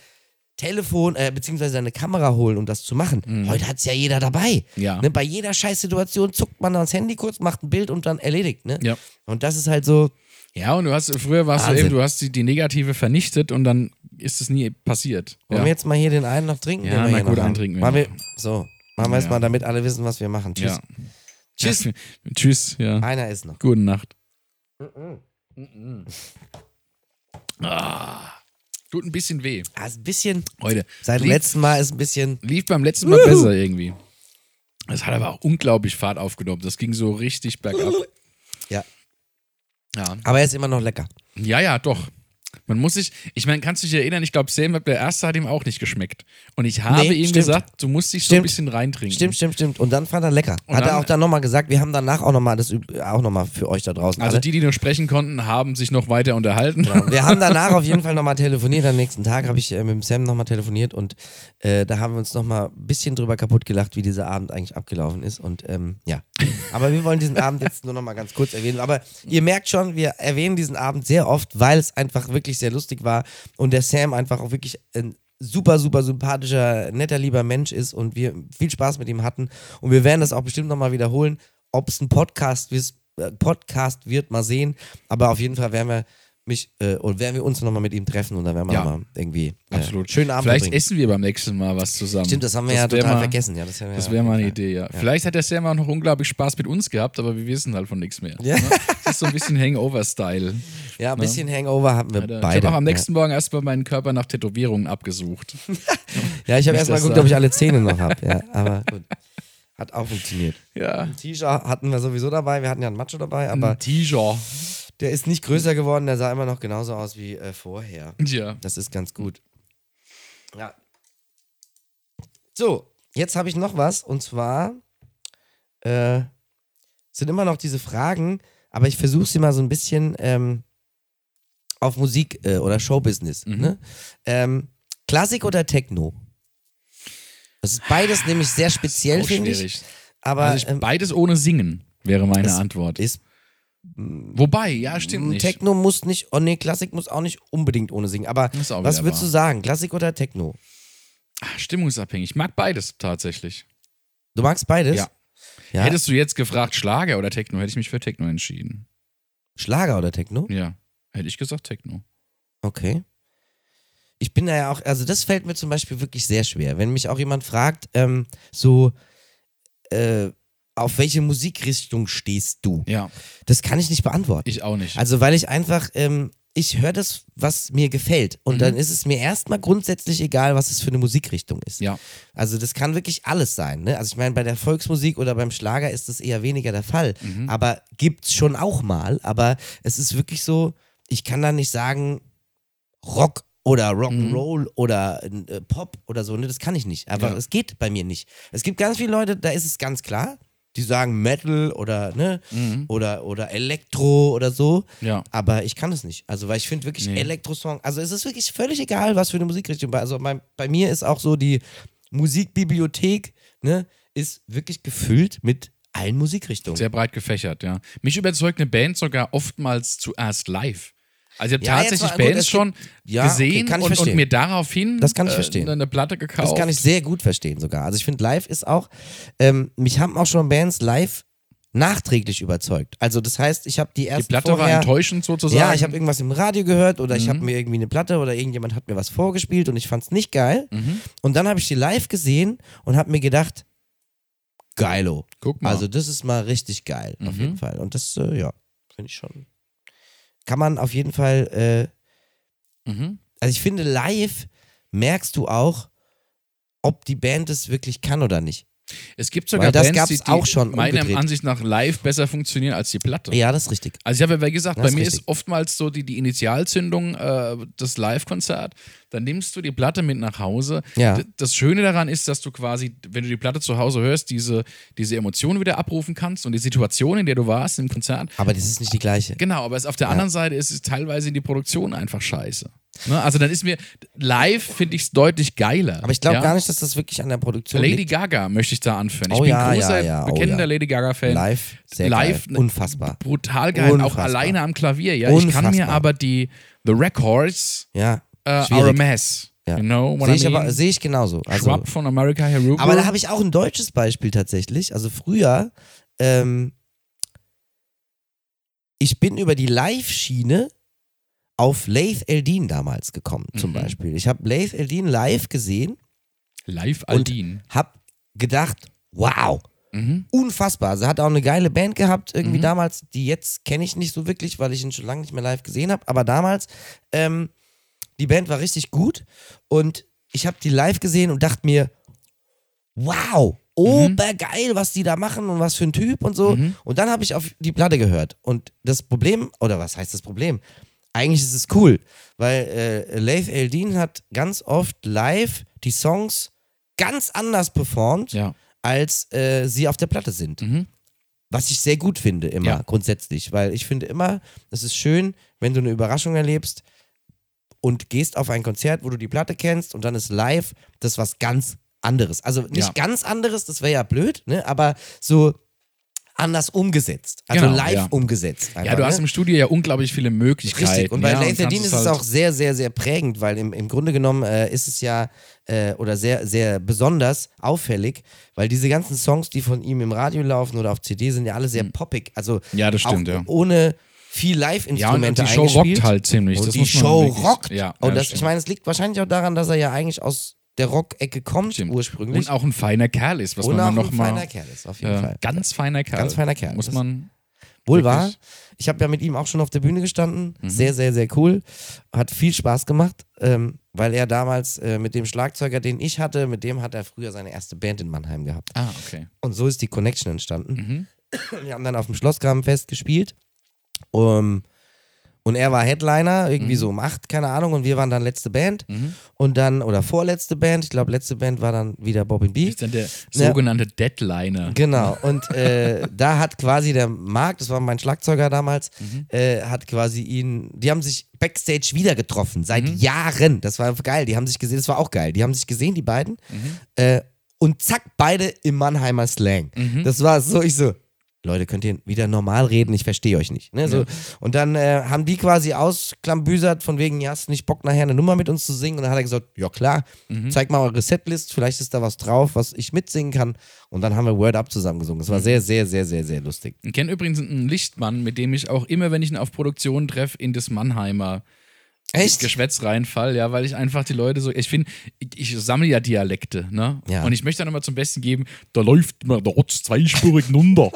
[SPEAKER 1] Telefon äh, beziehungsweise deine Kamera holen, um das zu machen. Heute hat es ja jeder dabei.
[SPEAKER 2] Mhm. Ja.
[SPEAKER 1] Ne? Bei jeder Scheißsituation zuckt man ans Handy kurz, macht ein Bild und dann erledigt. Ne?
[SPEAKER 2] Ja.
[SPEAKER 1] Und das ist halt so,
[SPEAKER 2] Ja, und du hast früher warst du
[SPEAKER 1] Wahnsinn.
[SPEAKER 2] eben, du hast die, die Negative vernichtet und dann ist es nie passiert.
[SPEAKER 1] wollen
[SPEAKER 2] Ja.
[SPEAKER 1] wir jetzt mal hier den einen noch trinken?
[SPEAKER 2] Ja,
[SPEAKER 1] den wir
[SPEAKER 2] na
[SPEAKER 1] hier
[SPEAKER 2] gut,
[SPEAKER 1] noch haben?
[SPEAKER 2] einen trinken wir
[SPEAKER 1] Machen wir.
[SPEAKER 2] noch.
[SPEAKER 1] So, machen wir es
[SPEAKER 2] Ja.
[SPEAKER 1] mal, damit alle wissen, was wir machen. Tschüss.
[SPEAKER 2] Ja. Tschüss. Ja. Tschüss, ja.
[SPEAKER 1] Einer ist noch.
[SPEAKER 2] Gute Nacht. Ah, tut ein bisschen weh.
[SPEAKER 1] Ah, ist ein bisschen,
[SPEAKER 2] Heute.
[SPEAKER 1] seit dem
[SPEAKER 2] Lief-
[SPEAKER 1] letzten Mal ist ein bisschen,
[SPEAKER 2] Lief beim letzten Mal besser irgendwie. Das hat aber auch unglaublich Fahrt aufgenommen. Das ging so richtig bergab.
[SPEAKER 1] ja.
[SPEAKER 2] Ja.
[SPEAKER 1] Aber er ist immer noch lecker.
[SPEAKER 2] Ja, ja, doch. Man muss sich, ich meine, kannst du dich erinnern, ich glaube, Sam, der erste hat ihm auch nicht geschmeckt. Und ich habe
[SPEAKER 1] Nee,
[SPEAKER 2] ihm
[SPEAKER 1] stimmt.
[SPEAKER 2] gesagt, du musst dich so ein
[SPEAKER 1] Stimmt.
[SPEAKER 2] bisschen reintrinken.
[SPEAKER 1] Stimmt, stimmt, stimmt. Und dann fand er lecker. Hat
[SPEAKER 2] Mhm. dann-
[SPEAKER 1] er auch dann nochmal gesagt, wir haben danach auch nochmal, das üb- auch nochmal für euch da draußen.
[SPEAKER 2] Also
[SPEAKER 1] alle.
[SPEAKER 2] die, die noch sprechen konnten, haben sich noch weiter unterhalten.
[SPEAKER 1] Wir haben danach auf jeden Fall nochmal telefoniert. Am nächsten Tag habe ich äh, mit dem Sam nochmal telefoniert und äh, da haben wir uns nochmal ein bisschen drüber kaputt gelacht, wie dieser Abend eigentlich abgelaufen ist. Und ähm, ja. Aber wir wollen diesen Abend jetzt nur nochmal ganz kurz erwähnen. Aber ihr merkt schon, wir erwähnen diesen Abend sehr oft, weil es einfach wirklich sehr lustig war und der Sam einfach auch wirklich ein super, super sympathischer, netter, lieber Mensch ist und wir viel Spaß mit ihm hatten. Und wir werden das auch bestimmt nochmal wiederholen. Ob es ein Podcast ist, äh, Podcast wird, mal sehen. Aber auf jeden Fall werden wir mich äh, und werden wir uns nochmal mit ihm treffen und dann werden wir
[SPEAKER 2] Ja.
[SPEAKER 1] nochmal irgendwie äh,
[SPEAKER 2] Absolut.
[SPEAKER 1] schönen Abend
[SPEAKER 2] Vielleicht
[SPEAKER 1] verbringen.
[SPEAKER 2] essen wir beim nächsten Mal was zusammen.
[SPEAKER 1] Stimmt, das haben wir ja
[SPEAKER 2] wär
[SPEAKER 1] total
[SPEAKER 2] mal,
[SPEAKER 1] vergessen. Ja, das wäre
[SPEAKER 2] Das wäre mal eine Idee, ja. Vielleicht hat der Sam auch noch unglaublich Spaß mit uns gehabt, aber wir wissen halt von nichts mehr.
[SPEAKER 1] Ja.
[SPEAKER 2] Ne? Das ist so ein bisschen Hangover-Style.
[SPEAKER 1] Ja, ein
[SPEAKER 2] ne?
[SPEAKER 1] bisschen Hangover hatten wir
[SPEAKER 2] Ich
[SPEAKER 1] beide.
[SPEAKER 2] habe auch am nächsten Morgen erstmal meinen Körper nach Tätowierungen abgesucht.
[SPEAKER 1] ja, ich habe erstmal geguckt,
[SPEAKER 2] das sagen.
[SPEAKER 1] ob ich alle Zähne noch habe. Ja, aber gut. Hat auch funktioniert.
[SPEAKER 2] Ja.
[SPEAKER 1] Ein T-Shirt hatten wir sowieso dabei. Wir hatten ja einen Macho dabei, aber
[SPEAKER 2] Ein T-Shirt.
[SPEAKER 1] der ist nicht größer geworden. Der sah immer noch genauso aus wie äh, vorher.
[SPEAKER 2] Ja.
[SPEAKER 1] Das ist ganz gut. Ja. So, jetzt habe ich noch was und zwar äh, sind immer noch diese Fragen, aber ich versuche sie mal so ein bisschen ähm, auf Musik äh, oder Showbusiness.
[SPEAKER 2] Mhm.
[SPEAKER 1] Ne? Ähm, Klassik oder Techno? Das ist beides nämlich sehr speziell,
[SPEAKER 2] Auch
[SPEAKER 1] finde ich.
[SPEAKER 2] schwierig.
[SPEAKER 1] Aber
[SPEAKER 2] Also ich,
[SPEAKER 1] ähm,
[SPEAKER 2] beides ohne Singen wäre meine
[SPEAKER 1] es
[SPEAKER 2] Antwort.
[SPEAKER 1] ist
[SPEAKER 2] Wobei, ja, stimmt nicht.
[SPEAKER 1] Techno muss nicht, oh nee, Klassik muss auch nicht unbedingt ohne singen. Aber
[SPEAKER 2] Ist auch
[SPEAKER 1] was
[SPEAKER 2] wieder
[SPEAKER 1] würdest
[SPEAKER 2] wahr.
[SPEAKER 1] du sagen, Klassik oder Techno?
[SPEAKER 2] Ach, Ah, Stimmungsabhängig. Ich mag beides tatsächlich.
[SPEAKER 1] Du magst beides?
[SPEAKER 2] Ja.
[SPEAKER 1] ja.
[SPEAKER 2] Hättest du jetzt gefragt, Schlager oder Techno, hätte ich mich für Techno entschieden.
[SPEAKER 1] Schlager oder Techno?
[SPEAKER 2] Ja. Hätte ich gesagt Techno.
[SPEAKER 1] Okay. Ich bin da ja auch, also das fällt mir zum Beispiel wirklich sehr schwer. Wenn mich auch jemand fragt, ähm, so, äh, auf welche Musikrichtung stehst du?
[SPEAKER 2] Ja,
[SPEAKER 1] Das kann ich nicht beantworten.
[SPEAKER 2] ich auch nicht.
[SPEAKER 1] Also weil ich einfach, ähm, ich höre das, was mir gefällt. Und dann ist es mir erstmal grundsätzlich egal, was es für eine Musikrichtung ist.
[SPEAKER 2] ja,
[SPEAKER 1] Also das kann wirklich alles sein. Ne? Also ich meine, bei der Volksmusik oder beim Schlager ist das eher weniger der Fall.
[SPEAKER 2] Mhm.
[SPEAKER 1] Aber gibt's schon auch mal. Aber es ist wirklich so, ich kann da nicht sagen, Rock oder Rock'n'Roll oder äh, Pop oder so. Ne? Das kann ich nicht. Aber
[SPEAKER 2] Mhm. Ja.
[SPEAKER 1] es geht bei mir nicht. Es gibt ganz viele Leute, da ist es ganz klar. Die sagen Metal oder ne oder oder Elektro oder so.
[SPEAKER 2] Mhm. ja.
[SPEAKER 1] Aber ich kann es nicht. Also, weil ich finde wirklich
[SPEAKER 2] Nee.
[SPEAKER 1] Elektrosong, also es ist wirklich völlig egal, was für eine Musikrichtung. Also bei, bei mir ist auch so die Musikbibliothek, ne, ist wirklich gefüllt mit allen Musikrichtungen.
[SPEAKER 2] Sehr breit gefächert, ja. Mich überzeugt eine Band sogar oftmals zuerst live. Also ich habe
[SPEAKER 1] Ja, jetzt
[SPEAKER 2] tatsächlich
[SPEAKER 1] mal- gut,
[SPEAKER 2] Bands
[SPEAKER 1] es
[SPEAKER 2] schon
[SPEAKER 1] ja, okay,
[SPEAKER 2] gesehen
[SPEAKER 1] kann ich
[SPEAKER 2] und, und
[SPEAKER 1] verstehen.
[SPEAKER 2] mir daraufhin
[SPEAKER 1] Das kann ich
[SPEAKER 2] äh,
[SPEAKER 1] verstehen.
[SPEAKER 2] eine Platte gekauft.
[SPEAKER 1] das kann ich sehr gut verstehen sogar. Also ich finde, live ist auch, ähm, mich haben auch schon Bands live nachträglich überzeugt. Also das heißt, ich habe die
[SPEAKER 2] Die
[SPEAKER 1] erste
[SPEAKER 2] Platte war
[SPEAKER 1] vorher,
[SPEAKER 2] enttäuschend sozusagen.
[SPEAKER 1] Ja, ich habe irgendwas im Radio gehört oder ich habe
[SPEAKER 2] Mhm.
[SPEAKER 1] mir irgendwie eine Platte oder irgendjemand hat mir was vorgespielt und ich fand's nicht geil.
[SPEAKER 2] Mhm.
[SPEAKER 1] Und dann habe ich die live gesehen und habe mir gedacht, geilo.
[SPEAKER 2] Guck mal.
[SPEAKER 1] Also das ist mal richtig geil, auf
[SPEAKER 2] Mhm.
[SPEAKER 1] jeden Fall. Und das, äh, ja, finde ich schon. Kann man auf jeden Fall, äh,
[SPEAKER 2] mhm.
[SPEAKER 1] also ich finde, live merkst du auch, ob die Band es wirklich kann oder nicht.
[SPEAKER 2] Es gibt sogar
[SPEAKER 1] Weil das
[SPEAKER 2] Bands,
[SPEAKER 1] gab's
[SPEAKER 2] die, die
[SPEAKER 1] auch schon
[SPEAKER 2] meiner
[SPEAKER 1] umgedreht.
[SPEAKER 2] Ansicht nach live besser funktionieren als die Platte.
[SPEAKER 1] Ja, das ist richtig.
[SPEAKER 2] Also ich habe ja wie gesagt,
[SPEAKER 1] Das
[SPEAKER 2] bei
[SPEAKER 1] ist
[SPEAKER 2] mir
[SPEAKER 1] richtig.
[SPEAKER 2] ist oftmals so die, die Initialzündung äh, das Live-Konzert. Dann nimmst du die Platte mit nach Hause.
[SPEAKER 1] Ja.
[SPEAKER 2] D- Das Schöne daran ist, dass du quasi, wenn du die Platte zu Hause hörst, diese, diese Emotionen wieder abrufen kannst und die Situation, in der du warst im Konzert.
[SPEAKER 1] Aber das ist nicht die gleiche.
[SPEAKER 2] Genau, aber es auf der anderen Seite ist es teilweise die Produktion einfach scheiße. Ne? Also dann ist mir live finde ich es deutlich geiler.
[SPEAKER 1] Aber ich glaube
[SPEAKER 2] ja?
[SPEAKER 1] gar nicht, dass das wirklich an der Produktion
[SPEAKER 2] Lady
[SPEAKER 1] liegt.
[SPEAKER 2] Gaga möchte ich da anführen. Ich
[SPEAKER 1] Oh
[SPEAKER 2] bin
[SPEAKER 1] ja, ja,
[SPEAKER 2] großer,
[SPEAKER 1] ja, oh
[SPEAKER 2] bekennender
[SPEAKER 1] ja.
[SPEAKER 2] Lady Gaga-Fan.
[SPEAKER 1] Live, sehr
[SPEAKER 2] Live, ne
[SPEAKER 1] geil. Unfassbar.
[SPEAKER 2] Brutal geil, auch
[SPEAKER 1] Unfassbar.
[SPEAKER 2] alleine am Klavier. Ja, ich kann mir
[SPEAKER 1] Unfassbar.
[SPEAKER 2] aber die The Records
[SPEAKER 1] Ja,
[SPEAKER 2] äh,
[SPEAKER 1] schwierig.
[SPEAKER 2] are a mess.
[SPEAKER 1] Ja.
[SPEAKER 2] You know what
[SPEAKER 1] Sehe
[SPEAKER 2] I
[SPEAKER 1] ich,
[SPEAKER 2] mean?
[SPEAKER 1] aber- sehe ich genauso. Also,
[SPEAKER 2] Schwab von America Heruber.
[SPEAKER 1] Aber da habe ich auch ein deutsches Beispiel tatsächlich. Also früher, ähm, ich bin über die Live-Schiene auf Laith Eldin damals gekommen, zum
[SPEAKER 2] Mhm.
[SPEAKER 1] Beispiel. Ich habe Laith Eldin live gesehen,
[SPEAKER 2] Live
[SPEAKER 1] Und-
[SPEAKER 2] Aldin.
[SPEAKER 1] habe gedacht, wow,
[SPEAKER 2] Mhm.
[SPEAKER 1] unfassbar. Sie hat auch eine geile Band gehabt, irgendwie
[SPEAKER 2] Mhm.
[SPEAKER 1] damals, die jetzt kenne ich nicht so wirklich, weil ich ihn schon lange nicht mehr live gesehen habe. Aber damals, ähm, die Band war richtig gut und ich habe die live gesehen und dachte mir,
[SPEAKER 2] Mhm.
[SPEAKER 1] wow, obergeil, was die da machen und was für ein Typ und so.
[SPEAKER 2] Mhm.
[SPEAKER 1] Und dann habe ich auf die Platte gehört. Und das Problem, oder was heißt das Problem? Eigentlich ist es cool, weil äh, Leif Eldin hat ganz oft live die Songs ganz anders performt
[SPEAKER 2] Ja.
[SPEAKER 1] als äh, sie auf der Platte sind.
[SPEAKER 2] Mhm.
[SPEAKER 1] Was ich sehr gut finde, immer
[SPEAKER 2] Ja.
[SPEAKER 1] grundsätzlich, weil ich finde immer, es ist schön, wenn du eine Überraschung erlebst und gehst auf ein Konzert, wo du die Platte kennst und dann ist live das was ganz anderes. Also nicht
[SPEAKER 2] Ja.
[SPEAKER 1] ganz anderes, das wäre ja blöd, ne? aber so anders umgesetzt. Also
[SPEAKER 2] Genau,
[SPEAKER 1] live
[SPEAKER 2] ja.
[SPEAKER 1] umgesetzt.
[SPEAKER 2] ja, du hast
[SPEAKER 1] ne?
[SPEAKER 2] im Studio ja unglaublich viele Möglichkeiten.
[SPEAKER 1] Richtig, und bei
[SPEAKER 2] ja,
[SPEAKER 1] ja, Dean ist es
[SPEAKER 2] kannst halt-
[SPEAKER 1] auch sehr, sehr, sehr prägend, weil im, im Grunde genommen äh, ist es ja äh, oder sehr, sehr besonders auffällig, weil diese ganzen Songs, die von ihm im Radio laufen oder auf CD, sind ja alle sehr poppig. Also
[SPEAKER 2] Hm. Ja, das stimmt,
[SPEAKER 1] auch
[SPEAKER 2] ja.
[SPEAKER 1] ohne viel
[SPEAKER 2] Ja, und, und
[SPEAKER 1] Live-Instrumente
[SPEAKER 2] die Show
[SPEAKER 1] eingespielt.
[SPEAKER 2] rockt halt ziemlich.
[SPEAKER 1] Und
[SPEAKER 2] das
[SPEAKER 1] die
[SPEAKER 2] muss man
[SPEAKER 1] Show
[SPEAKER 2] wirklich,
[SPEAKER 1] rockt.
[SPEAKER 2] Ja,
[SPEAKER 1] und
[SPEAKER 2] ja,
[SPEAKER 1] das,
[SPEAKER 2] stimmt.
[SPEAKER 1] ich meine, es liegt wahrscheinlich auch daran, dass er ja eigentlich aus der Rock-Ecke kommt
[SPEAKER 2] Stimmt.
[SPEAKER 1] ursprünglich.
[SPEAKER 2] Und auch ein feiner Kerl ist, was
[SPEAKER 1] Und
[SPEAKER 2] man
[SPEAKER 1] auch
[SPEAKER 2] noch
[SPEAKER 1] ein
[SPEAKER 2] mal.
[SPEAKER 1] feiner Kerl ist, auf jeden
[SPEAKER 2] äh,
[SPEAKER 1] Fall.
[SPEAKER 2] Ganz feiner Kerl.
[SPEAKER 1] Ganz feiner Kerl.
[SPEAKER 2] Muss
[SPEAKER 1] Das-
[SPEAKER 2] man.
[SPEAKER 1] Wohl wahr.
[SPEAKER 2] Wirklich?
[SPEAKER 1] Ich habe ja mit ihm auch schon auf der Bühne gestanden. Sehr, sehr, sehr cool. Hat viel Spaß gemacht, ähm, weil er damals äh, mit dem Schlagzeuger, den ich hatte, mit dem hat er früher seine erste Band in Mannheim gehabt.
[SPEAKER 2] Ah, okay.
[SPEAKER 1] Und so ist die Connection entstanden. Wir haben dann auf dem Schlossgrabenfest gespielt. Ähm, und er war Headliner, irgendwie so um acht, keine Ahnung. Und wir waren dann letzte Band. Und dann, oder vorletzte Band, ich glaube, letzte Band war dann wieder Bobbin B.
[SPEAKER 2] Ist dann der
[SPEAKER 1] Ja.
[SPEAKER 2] sogenannte Deadliner.
[SPEAKER 1] Genau, und äh, da hat quasi der Marc, das war mein Schlagzeuger damals, äh, hat quasi ihn, die haben sich backstage wieder getroffen, seit Jahren. Das war geil, die haben sich gesehen, das war auch geil. Die haben sich gesehen, die beiden. Äh, und zack, beide im Mannheimer Slang. Das war so, ich so. Leute, könnt ihr wieder normal reden? Ich verstehe euch nicht. Ne? So. Und dann äh, haben die quasi ausklambüsert, von wegen, ja, hast du nicht Bock, nachher eine Nummer mit uns zu singen? Und dann hat er gesagt, ja klar,
[SPEAKER 2] Mhm.
[SPEAKER 1] zeig mal eure Setlist, vielleicht ist da was drauf, was ich mitsingen kann. Und dann haben wir Word Up zusammen gesungen. Das war
[SPEAKER 2] Mhm.
[SPEAKER 1] sehr, sehr, sehr, sehr, sehr lustig.
[SPEAKER 2] Ich kenne übrigens einen Lichtmann, mit dem ich auch immer, wenn ich ihn auf Produktionen treffe, in das Mannheimer
[SPEAKER 1] Echt?
[SPEAKER 2] Geschwätz reinfall, ja, weil ich einfach die Leute so, ich finde, ich, ich sammle ja Dialekte, ne?
[SPEAKER 1] Ja.
[SPEAKER 2] Und ich möchte dann immer zum Besten geben, da läuft mir der Otz zweispurig runter.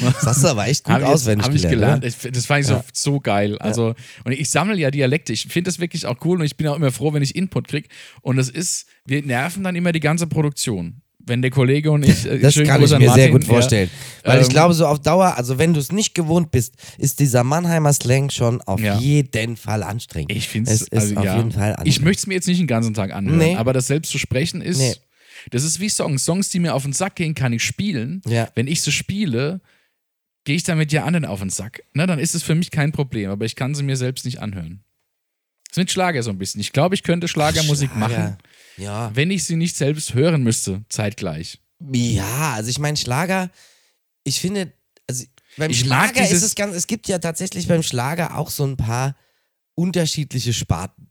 [SPEAKER 1] Das hast du aber echt gut
[SPEAKER 2] Hab ich-
[SPEAKER 1] auswendig
[SPEAKER 2] hab ich
[SPEAKER 1] gelernt. ne?
[SPEAKER 2] gelernt. Ich, find- das fand ich so, so geil. Also, und ich sammle ja Dialekte. Ich finde das wirklich auch cool und ich bin auch immer froh, wenn ich Input kriege. Und das ist, wir nerven dann immer die ganze Produktion. Wenn der Kollege und ich. äh,
[SPEAKER 1] Das
[SPEAKER 2] schönen
[SPEAKER 1] kann
[SPEAKER 2] Gruß
[SPEAKER 1] ich
[SPEAKER 2] an
[SPEAKER 1] mir sehr
[SPEAKER 2] Martin,
[SPEAKER 1] gut
[SPEAKER 2] ja,
[SPEAKER 1] vorstellen. Weil ich
[SPEAKER 2] Ähm,
[SPEAKER 1] glaube, so auf Dauer, also wenn du es nicht gewohnt bist, ist dieser Mannheimer Slang schon auf
[SPEAKER 2] Ja.
[SPEAKER 1] jeden Fall anstrengend.
[SPEAKER 2] Ich finde
[SPEAKER 1] es ist auf
[SPEAKER 2] ja.
[SPEAKER 1] jeden Fall anstrengend.
[SPEAKER 2] Ich möchte es mir jetzt nicht den ganzen Tag anhören,
[SPEAKER 1] Nee.
[SPEAKER 2] aber das selbst zu sprechen ist.
[SPEAKER 1] Nee.
[SPEAKER 2] Das ist wie Songs. Songs, die mir auf den Sack gehen, kann ich spielen.
[SPEAKER 1] Ja.
[SPEAKER 2] Wenn ich sie spiele, gehe ich damit ja anderen auf den Sack. Na, dann ist es für mich kein Problem, aber ich kann sie mir selbst nicht anhören. Das ist mit Schlager so ein bisschen. Ich glaube, ich könnte Schlagermusik machen,
[SPEAKER 1] Schlager. Ja.
[SPEAKER 2] wenn ich sie nicht selbst hören müsste, zeitgleich.
[SPEAKER 1] Ja, also ich meine, Schlager, ich finde, also beim
[SPEAKER 2] Ich mag
[SPEAKER 1] Schlager ist
[SPEAKER 2] dieses-
[SPEAKER 1] es ganz, es gibt ja tatsächlich beim Schlager auch so ein paar unterschiedliche Sparten.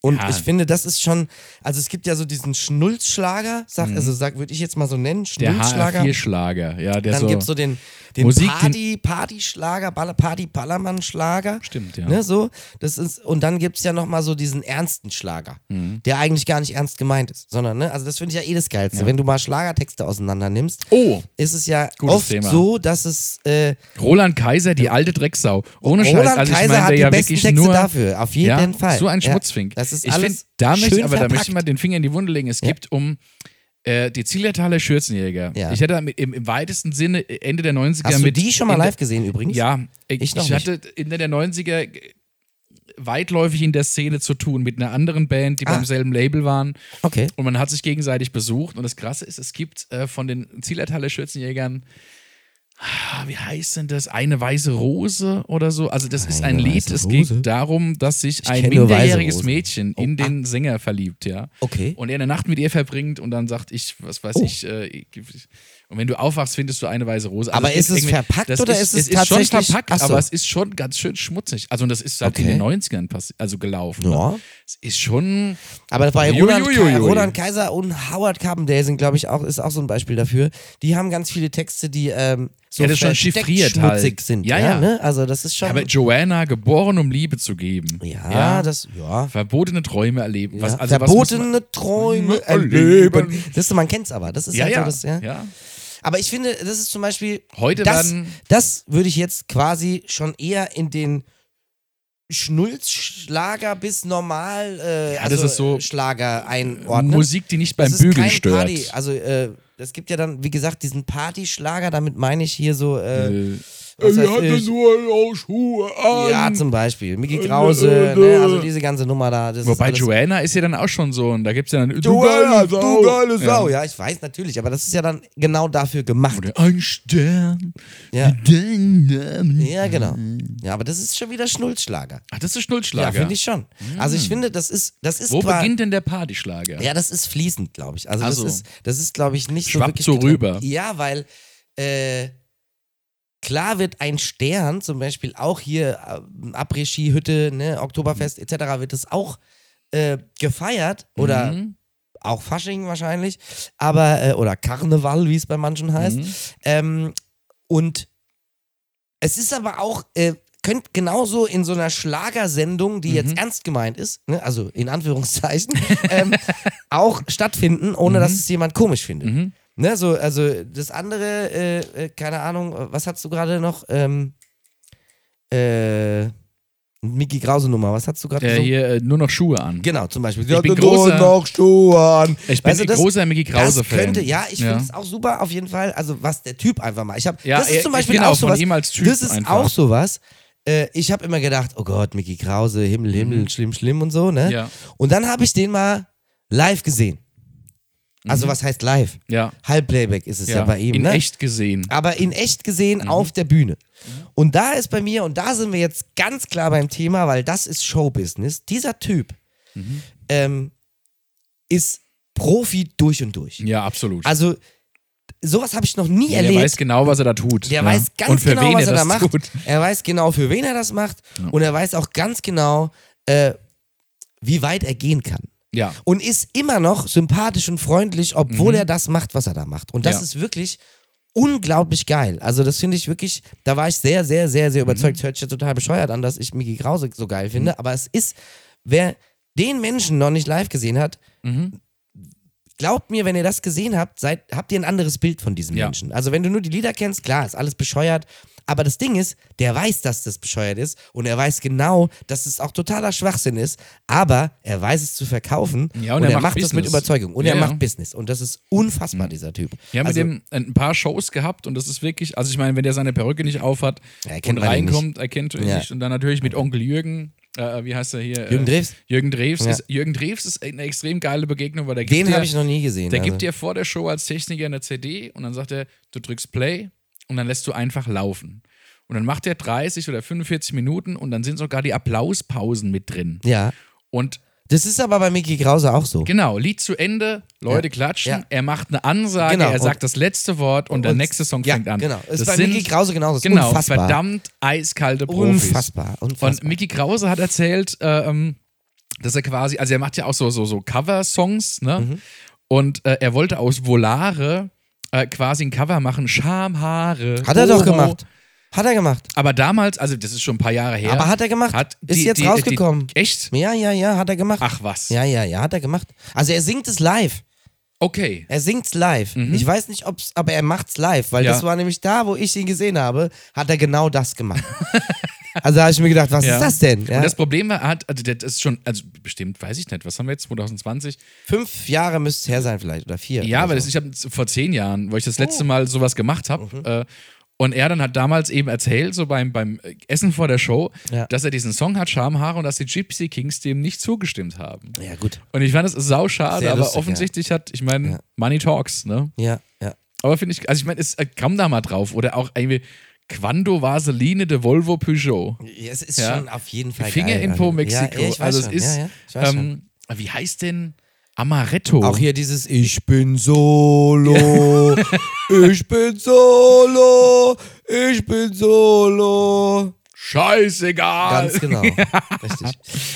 [SPEAKER 1] Und
[SPEAKER 2] Ja.
[SPEAKER 1] ich finde, das ist schon, also es gibt ja so diesen Schnulzschlager, sag, also sag, würde ich jetzt mal so nennen,
[SPEAKER 2] Mhm. Der
[SPEAKER 1] Schnulzschlager.
[SPEAKER 2] HR4-Schlager, ja, der
[SPEAKER 1] Dann
[SPEAKER 2] so.
[SPEAKER 1] gibt's so den, den
[SPEAKER 2] Musik, den-
[SPEAKER 1] Party, Party-Schlager, Ball- Party-Ballermann-Schlager.
[SPEAKER 2] Stimmt, ja.
[SPEAKER 1] Ne, so, das ist, und dann gibt es ja nochmal so diesen ernsten Schlager,
[SPEAKER 2] Mhm.
[SPEAKER 1] der eigentlich gar nicht ernst gemeint ist, sondern, ne, also das finde ich ja eh das Geilste. Wenn du mal Schlagertexte auseinander nimmst,
[SPEAKER 2] Oh,
[SPEAKER 1] ist es ja
[SPEAKER 2] Gutes
[SPEAKER 1] oft
[SPEAKER 2] Thema.
[SPEAKER 1] so, dass es äh,
[SPEAKER 2] Roland Kaiser, die alte Drecksau. Ohne Scheiß,
[SPEAKER 1] Roland
[SPEAKER 2] also ich
[SPEAKER 1] Kaiser
[SPEAKER 2] meine,
[SPEAKER 1] hat
[SPEAKER 2] der
[SPEAKER 1] die
[SPEAKER 2] ja
[SPEAKER 1] besten
[SPEAKER 2] wirklich
[SPEAKER 1] Texte
[SPEAKER 2] nur
[SPEAKER 1] dafür, auf jeden
[SPEAKER 2] ja,
[SPEAKER 1] Fall.
[SPEAKER 2] So ein
[SPEAKER 1] Ja,
[SPEAKER 2] Schmutzfink.
[SPEAKER 1] Das ist
[SPEAKER 2] ich
[SPEAKER 1] alles
[SPEAKER 2] find, da möchte,
[SPEAKER 1] schön
[SPEAKER 2] aber da möchte ich
[SPEAKER 1] verpackt.
[SPEAKER 2] mal den Finger in die Wunde legen. Es gibt um äh, die Zillertaler Schürzenjäger.
[SPEAKER 1] Ja.
[SPEAKER 2] Ich hatte mit, im, im weitesten Sinne äh, Ende der 90er
[SPEAKER 1] Hast du
[SPEAKER 2] mit.
[SPEAKER 1] die schon mal
[SPEAKER 2] Ende-
[SPEAKER 1] live gesehen übrigens?
[SPEAKER 2] Ja, ich,
[SPEAKER 1] Ich
[SPEAKER 2] ich,
[SPEAKER 1] noch
[SPEAKER 2] hatte Ende der 90er weitläufig in der Szene zu tun mit einer anderen Band, die
[SPEAKER 1] Ah.
[SPEAKER 2] beim selben Label waren.
[SPEAKER 1] Okay.
[SPEAKER 2] Und man hat sich gegenseitig besucht. Und das Krasse ist, es gibt äh, von den Zillertaler Schürzenjägern, ah, wie heißt denn das? Eine weiße Rose oder so. Also, das ist ein
[SPEAKER 1] Eine
[SPEAKER 2] Lied.
[SPEAKER 1] weiße
[SPEAKER 2] Es
[SPEAKER 1] Rose?
[SPEAKER 2] geht darum, dass sich ein
[SPEAKER 1] kenn nur weiße
[SPEAKER 2] minderjähriges
[SPEAKER 1] Rosen. Oh, ah.
[SPEAKER 2] Mädchen in den Sänger verliebt, ja.
[SPEAKER 1] Okay.
[SPEAKER 2] Und er eine Nacht mit ihr verbringt und dann sagt, ich, was weiß
[SPEAKER 1] Oh.
[SPEAKER 2] ich, äh, ich- und wenn du aufwachst, findest du eine weiße Rose. Also
[SPEAKER 1] Aber ist es
[SPEAKER 2] irgendwie-
[SPEAKER 1] verpackt
[SPEAKER 2] das
[SPEAKER 1] oder ist es
[SPEAKER 2] schon
[SPEAKER 1] tatsächlich- Ach
[SPEAKER 2] verpackt,
[SPEAKER 1] so.
[SPEAKER 2] aber es ist schon ganz schön schmutzig. Also, und das ist halt in
[SPEAKER 1] Okay.
[SPEAKER 2] den 90ern passi- also gelaufen.
[SPEAKER 1] Ja.
[SPEAKER 2] Es ist schon.
[SPEAKER 1] Aber bei
[SPEAKER 2] Ui,
[SPEAKER 1] Roland,
[SPEAKER 2] ui, ui,
[SPEAKER 1] Kei-
[SPEAKER 2] ui.
[SPEAKER 1] Roland Kaiser und Howard Carpendale sind, glaube ich, auch, ist auch so ein Beispiel dafür. Die haben ganz viele Texte, die ähm, so
[SPEAKER 2] Ja, das ist schon
[SPEAKER 1] versteckt
[SPEAKER 2] chiffriert
[SPEAKER 1] schmutzig
[SPEAKER 2] halt.
[SPEAKER 1] sind.
[SPEAKER 2] Ja, ja.
[SPEAKER 1] Ne? Also das ist schon.
[SPEAKER 2] Aber Joanna, geboren, um Liebe zu geben.
[SPEAKER 1] ja, das. Ja.
[SPEAKER 2] Verbotene Träume erleben. Was,
[SPEAKER 1] ja.
[SPEAKER 2] also Was muss
[SPEAKER 1] Verbotene Träume erleben. Das, man kennt's aber. Das ist
[SPEAKER 2] man, ja,
[SPEAKER 1] halt
[SPEAKER 2] ja,
[SPEAKER 1] so das, ja.
[SPEAKER 2] ja.
[SPEAKER 1] Aber ich finde, das ist zum Beispiel.
[SPEAKER 2] Heute
[SPEAKER 1] das,
[SPEAKER 2] werden-
[SPEAKER 1] Das würde ich jetzt quasi schon eher in den Schnulzschlager bis normal äh,
[SPEAKER 2] das
[SPEAKER 1] also
[SPEAKER 2] ist so
[SPEAKER 1] Schlager einordnen.
[SPEAKER 2] Musik, die nicht beim
[SPEAKER 1] Das ist
[SPEAKER 2] Bügeln
[SPEAKER 1] kein
[SPEAKER 2] stört.
[SPEAKER 1] Party. Also, äh, es gibt ja dann, wie gesagt, diesen Partyschlager, damit meine ich hier so. Äh,
[SPEAKER 2] Äh,
[SPEAKER 1] was
[SPEAKER 2] wir
[SPEAKER 1] weiß
[SPEAKER 2] hatten
[SPEAKER 1] ich.
[SPEAKER 2] nur äh, Schuhe an.
[SPEAKER 1] ja, zum Beispiel. Mickey
[SPEAKER 2] äh,
[SPEAKER 1] Krause,
[SPEAKER 2] äh,
[SPEAKER 1] ne,
[SPEAKER 2] äh.
[SPEAKER 1] also diese ganze Nummer da. Das
[SPEAKER 2] Wobei
[SPEAKER 1] ist alles,
[SPEAKER 2] Joanna ist ja dann auch schon so. Und da gibt es ja dann.
[SPEAKER 1] Joanna, du geile
[SPEAKER 2] Ja.
[SPEAKER 1] Sau. Ja. ich weiß natürlich, aber das ist ja dann genau dafür gemacht.
[SPEAKER 2] Oder ein Stern.
[SPEAKER 1] Ja.
[SPEAKER 2] mit deinem Namen.
[SPEAKER 1] Ja, genau.
[SPEAKER 2] Mhm.
[SPEAKER 1] Ja, aber das ist schon wieder Schnulzschlager.
[SPEAKER 2] Ach, das ist
[SPEAKER 1] Ja,
[SPEAKER 2] Schnulzschlager.
[SPEAKER 1] finde ich schon. Also ich finde, das ist, das ist
[SPEAKER 2] Mhm. Wo
[SPEAKER 1] qua-
[SPEAKER 2] beginnt denn der Partyschlager?
[SPEAKER 1] Ja, das ist fließend, glaube ich. Also,
[SPEAKER 2] Also.
[SPEAKER 1] das ist, das ist, glaube ich, nicht
[SPEAKER 2] Schwappt
[SPEAKER 1] so wirklich
[SPEAKER 2] so
[SPEAKER 1] getrennt.
[SPEAKER 2] rüber.
[SPEAKER 1] Ja, weil äh, klar wird ein Stern, zum Beispiel auch hier äh, Après-Ski-Hütte, ne, Oktoberfest etc., wird es auch äh, gefeiert oder
[SPEAKER 2] Mhm.
[SPEAKER 1] auch Fasching wahrscheinlich, aber äh, oder Karneval, wie es bei manchen heißt.
[SPEAKER 2] Mhm.
[SPEAKER 1] Ähm, und es ist aber auch, äh, könnt genauso in so einer Schlagersendung, die
[SPEAKER 2] Mhm.
[SPEAKER 1] jetzt ernst gemeint ist, ne, also in Anführungszeichen, ähm, auch stattfinden, ohne dass es jemand komisch findet.
[SPEAKER 2] Mhm.
[SPEAKER 1] Ne, so, also das andere, äh, äh, keine Ahnung, äh, was hast du gerade noch? Ähm, äh, Mickey Krause Nummer, was hast du gerade
[SPEAKER 2] Äh,
[SPEAKER 1] gesungen?
[SPEAKER 2] hier äh, nur noch Schuhe an.
[SPEAKER 1] Genau, zum Beispiel.
[SPEAKER 2] Ich bin großer-
[SPEAKER 1] noch Schuhe an.
[SPEAKER 2] Ich
[SPEAKER 1] Weißt du,
[SPEAKER 2] bin ein
[SPEAKER 1] Also das-
[SPEAKER 2] großer Mickey
[SPEAKER 1] Das
[SPEAKER 2] Krause-Fan.
[SPEAKER 1] könnte, ja, ich finde es auch super, auf jeden Fall. Also, was der Typ einfach mal. Ich hab,
[SPEAKER 2] Ja,
[SPEAKER 1] das ist zum
[SPEAKER 2] ja,
[SPEAKER 1] Beispiel
[SPEAKER 2] genau,
[SPEAKER 1] auch
[SPEAKER 2] von
[SPEAKER 1] sowas.
[SPEAKER 2] ihm als Typ
[SPEAKER 1] das ist
[SPEAKER 2] einfach.
[SPEAKER 1] auch sowas. Äh, ich habe immer gedacht, oh Gott, Mickey Krause, Himmel, Himmel, schlimm, schlimm und so, ne?
[SPEAKER 2] Mhm. Ja.
[SPEAKER 1] Und dann habe ich den mal live gesehen. Also, was heißt live?
[SPEAKER 2] Ja.
[SPEAKER 1] Halbplayback ist es ja, bei ihm,
[SPEAKER 2] Mhm. In
[SPEAKER 1] ne?
[SPEAKER 2] echt gesehen.
[SPEAKER 1] aber in echt gesehen
[SPEAKER 2] Mhm.
[SPEAKER 1] auf der Bühne. Und da ist bei mir, und da sind wir jetzt ganz klar beim Thema, weil das ist Showbusiness, dieser Typ
[SPEAKER 2] Mhm.
[SPEAKER 1] ähm, ist Profi durch und durch.
[SPEAKER 2] Ja, absolut.
[SPEAKER 1] Also, sowas habe ich noch nie
[SPEAKER 2] Ja, der
[SPEAKER 1] erlebt.
[SPEAKER 2] weiß genau, was er da tut.
[SPEAKER 1] Der
[SPEAKER 2] ja.
[SPEAKER 1] weiß ganz
[SPEAKER 2] Und für
[SPEAKER 1] genau,
[SPEAKER 2] wen
[SPEAKER 1] was
[SPEAKER 2] er,
[SPEAKER 1] er da
[SPEAKER 2] das
[SPEAKER 1] macht.
[SPEAKER 2] tut.
[SPEAKER 1] Er weiß genau, für wen er das macht. Und er weiß auch ganz genau, äh, wie weit er gehen kann.
[SPEAKER 2] Ja.
[SPEAKER 1] Und ist immer noch sympathisch und freundlich, obwohl er das macht, was er da macht. Und das
[SPEAKER 2] Ja.
[SPEAKER 1] ist wirklich unglaublich geil. Also das finde ich wirklich, da war ich sehr, sehr, sehr, sehr überzeugt. Hört sich ja total bescheuert an, dass ich Mickey Krause so geil finde, aber es ist, wer den Menschen noch nicht live gesehen hat, glaubt mir, wenn ihr das gesehen habt, seid, habt ihr ein anderes Bild von diesem
[SPEAKER 2] Ja.
[SPEAKER 1] Menschen. Also wenn du nur die Lieder kennst, klar, ist alles bescheuert. Aber das Ding ist, der weiß, dass das bescheuert ist und er weiß genau, dass es auch totaler Schwachsinn ist, aber er weiß es zu verkaufen
[SPEAKER 2] Ja,
[SPEAKER 1] und,
[SPEAKER 2] und
[SPEAKER 1] er,
[SPEAKER 2] er
[SPEAKER 1] macht,
[SPEAKER 2] macht
[SPEAKER 1] das mit
[SPEAKER 2] Business.
[SPEAKER 1] Überzeugung und
[SPEAKER 2] Ja,
[SPEAKER 1] er
[SPEAKER 2] ja.
[SPEAKER 1] macht Business und das ist unfassbar, dieser Typ.
[SPEAKER 2] Wir haben
[SPEAKER 1] also,
[SPEAKER 2] mit dem äh, ein paar Shows gehabt und das ist wirklich, also ich meine, wenn der seine Perücke nicht auf hat
[SPEAKER 1] erkennt
[SPEAKER 2] und
[SPEAKER 1] man ihn
[SPEAKER 2] reinkommt, erkennt du ihn
[SPEAKER 1] Ja.
[SPEAKER 2] nicht. Und dann natürlich mit Onkel Jürgen, äh, wie heißt er hier?
[SPEAKER 1] Jürgen
[SPEAKER 2] äh,
[SPEAKER 1] Drews?
[SPEAKER 2] Jürgen Drews.
[SPEAKER 1] Ja.
[SPEAKER 2] Ist, Jürgen Drews ist eine extrem geile Begegnung, weil der gibt
[SPEAKER 1] den
[SPEAKER 2] dir,
[SPEAKER 1] habe ich noch nie gesehen.
[SPEAKER 2] der
[SPEAKER 1] also.
[SPEAKER 2] gibt dir vor der Show als Techniker eine CD und dann sagt er, du drückst Play und dann lässt du einfach laufen. Und dann macht er 30 oder 45 Minuten und dann sind sogar die Applauspausen mit drin.
[SPEAKER 1] ja,
[SPEAKER 2] Und
[SPEAKER 1] das ist aber bei Mickey Krause auch so.
[SPEAKER 2] Genau, Lied zu Ende, Leute
[SPEAKER 1] Ja.
[SPEAKER 2] klatschen,
[SPEAKER 1] Ja.
[SPEAKER 2] er macht eine Ansage,
[SPEAKER 1] Genau,
[SPEAKER 2] er
[SPEAKER 1] und-
[SPEAKER 2] sagt das letzte Wort und, der
[SPEAKER 1] und-
[SPEAKER 2] nächste Song
[SPEAKER 1] ja,
[SPEAKER 2] fängt an.
[SPEAKER 1] genau. Ist
[SPEAKER 2] Das
[SPEAKER 1] bei
[SPEAKER 2] sind,
[SPEAKER 1] Mickey Krause genauso, ist
[SPEAKER 2] Genau,
[SPEAKER 1] unfassbar.
[SPEAKER 2] verdammt eiskalte Profis.
[SPEAKER 1] Unfassbar,
[SPEAKER 2] Und
[SPEAKER 1] unfassbar.
[SPEAKER 2] Mickey Krause hat erzählt, äh, ähm, dass er quasi, also er macht ja auch so, so, so Cover-Songs, ne?
[SPEAKER 1] Mhm.
[SPEAKER 2] Und äh, er wollte aus Volare äh, quasi ein Cover machen, Schamhaare.
[SPEAKER 1] hat er doch
[SPEAKER 2] Homo.
[SPEAKER 1] gemacht. Hat er gemacht.
[SPEAKER 2] Aber damals, also das ist schon ein paar Jahre her.
[SPEAKER 1] Aber hat er gemacht.
[SPEAKER 2] hat
[SPEAKER 1] ist
[SPEAKER 2] die-
[SPEAKER 1] jetzt
[SPEAKER 2] die-
[SPEAKER 1] rausgekommen.
[SPEAKER 2] Die, echt?
[SPEAKER 1] ja, ja, ja, hat er gemacht.
[SPEAKER 2] Ach was.
[SPEAKER 1] Ja, ja, ja, hat er gemacht. Also er singt es live.
[SPEAKER 2] Okay.
[SPEAKER 1] Er singt's live. Ich weiß nicht, ob's, aber er macht's live, weil
[SPEAKER 2] Mhm. Ja.
[SPEAKER 1] das war nämlich da, wo ich ihn gesehen habe, hat er genau das gemacht. also da habe ich mir gedacht, was
[SPEAKER 2] Ja.
[SPEAKER 1] ist das denn? Ja.
[SPEAKER 2] Und das Problem war, er hat, also das ist schon, also bestimmt, weiß ich nicht, was haben wir jetzt, 2020?
[SPEAKER 1] Fünf Jahre müsste es her sein vielleicht oder vier.
[SPEAKER 2] Ja,
[SPEAKER 1] oder
[SPEAKER 2] weil
[SPEAKER 1] so.
[SPEAKER 2] das, ich habe vor zehn Jahren, wo ich das
[SPEAKER 1] Oh.
[SPEAKER 2] letzte Mal sowas gemacht habe,
[SPEAKER 1] Mhm.
[SPEAKER 2] äh, und er dann hat damals eben erzählt, so beim, beim Essen vor der Show,
[SPEAKER 1] Ja.
[SPEAKER 2] dass er diesen Song hat, Schamhaare, und dass die Gypsy Kings dem nicht zugestimmt haben.
[SPEAKER 1] Ja, gut.
[SPEAKER 2] Und ich fand das sauschade,
[SPEAKER 1] Sehr
[SPEAKER 2] aber
[SPEAKER 1] lustig,
[SPEAKER 2] offensichtlich hat, ich meine,
[SPEAKER 1] Ja.
[SPEAKER 2] Money Talks, ne?
[SPEAKER 1] Ja, ja.
[SPEAKER 2] Aber finde ich, also ich meine, es äh, kam da mal drauf. Oder auch irgendwie Quando Vaseline de Volvo Peugeot.
[SPEAKER 1] Ja, Es ist
[SPEAKER 2] Ja.
[SPEAKER 1] schon auf jeden Fall geil.
[SPEAKER 2] Fingerinfo
[SPEAKER 1] Alter.
[SPEAKER 2] Mexiko.
[SPEAKER 1] Ja, ja, ich weiß
[SPEAKER 2] also es
[SPEAKER 1] schon.
[SPEAKER 2] ist,
[SPEAKER 1] Ja, ja, ich weiß schon.
[SPEAKER 2] ähm, wie heißt denn Amaretto?
[SPEAKER 1] Auch hier dieses Ich bin solo, ich bin solo, ich bin solo.
[SPEAKER 2] Scheißegal.
[SPEAKER 1] Ganz genau. Richtig.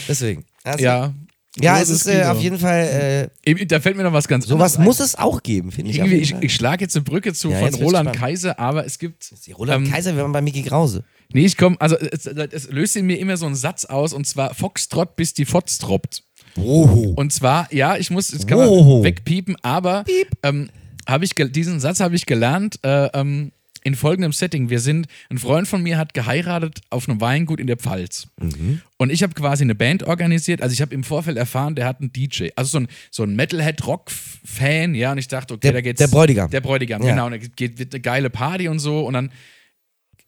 [SPEAKER 1] Deswegen. Also,
[SPEAKER 2] ja.
[SPEAKER 1] ja, es
[SPEAKER 2] Großes
[SPEAKER 1] ist äh,
[SPEAKER 2] Kino.
[SPEAKER 1] auf jeden Fall, äh,
[SPEAKER 2] Eben, Da fällt mir noch was ganz
[SPEAKER 1] sowas
[SPEAKER 2] anderes
[SPEAKER 1] muss es auch geben, finde
[SPEAKER 2] ein.
[SPEAKER 1] ich.
[SPEAKER 2] Irgendwie,
[SPEAKER 1] auf
[SPEAKER 2] ich,
[SPEAKER 1] jeden
[SPEAKER 2] ich schlage jetzt eine Brücke zu
[SPEAKER 1] Ja,
[SPEAKER 2] von
[SPEAKER 1] jetzt wird's
[SPEAKER 2] Roland
[SPEAKER 1] spannend.
[SPEAKER 2] Kaiser, aber es gibt.
[SPEAKER 1] Fall. Roland
[SPEAKER 2] ähm,
[SPEAKER 1] Kaiser, wir waren bei Mickey Krause.
[SPEAKER 2] Nee, ich komme, also es, es löst in mir immer so einen Satz aus und zwar Foxtrott bis die Fotz droppt.
[SPEAKER 1] Oho.
[SPEAKER 2] Und zwar, ja, ich muss, das kann man
[SPEAKER 1] Wow.
[SPEAKER 2] wegpiepen, aber ähm, hab ich gel- diesen Satz habe ich gelernt äh, ähm, in folgendem Setting. Wir sind, ein Freund von mir hat geheiratet auf einem Weingut in der Pfalz.
[SPEAKER 1] Mhm.
[SPEAKER 2] Und ich habe quasi eine Band organisiert. Also ich habe im Vorfeld erfahren, der hat einen DJ. Also so ein, so ein Metalhead-Rock-Fan, ja. Und ich dachte, okay,
[SPEAKER 1] Der-
[SPEAKER 2] da geht's.
[SPEAKER 1] der Bräutigam.
[SPEAKER 2] Der Bräutigam,
[SPEAKER 1] Ja.
[SPEAKER 2] genau. Und da geht, wird eine geile Party und so. Und dann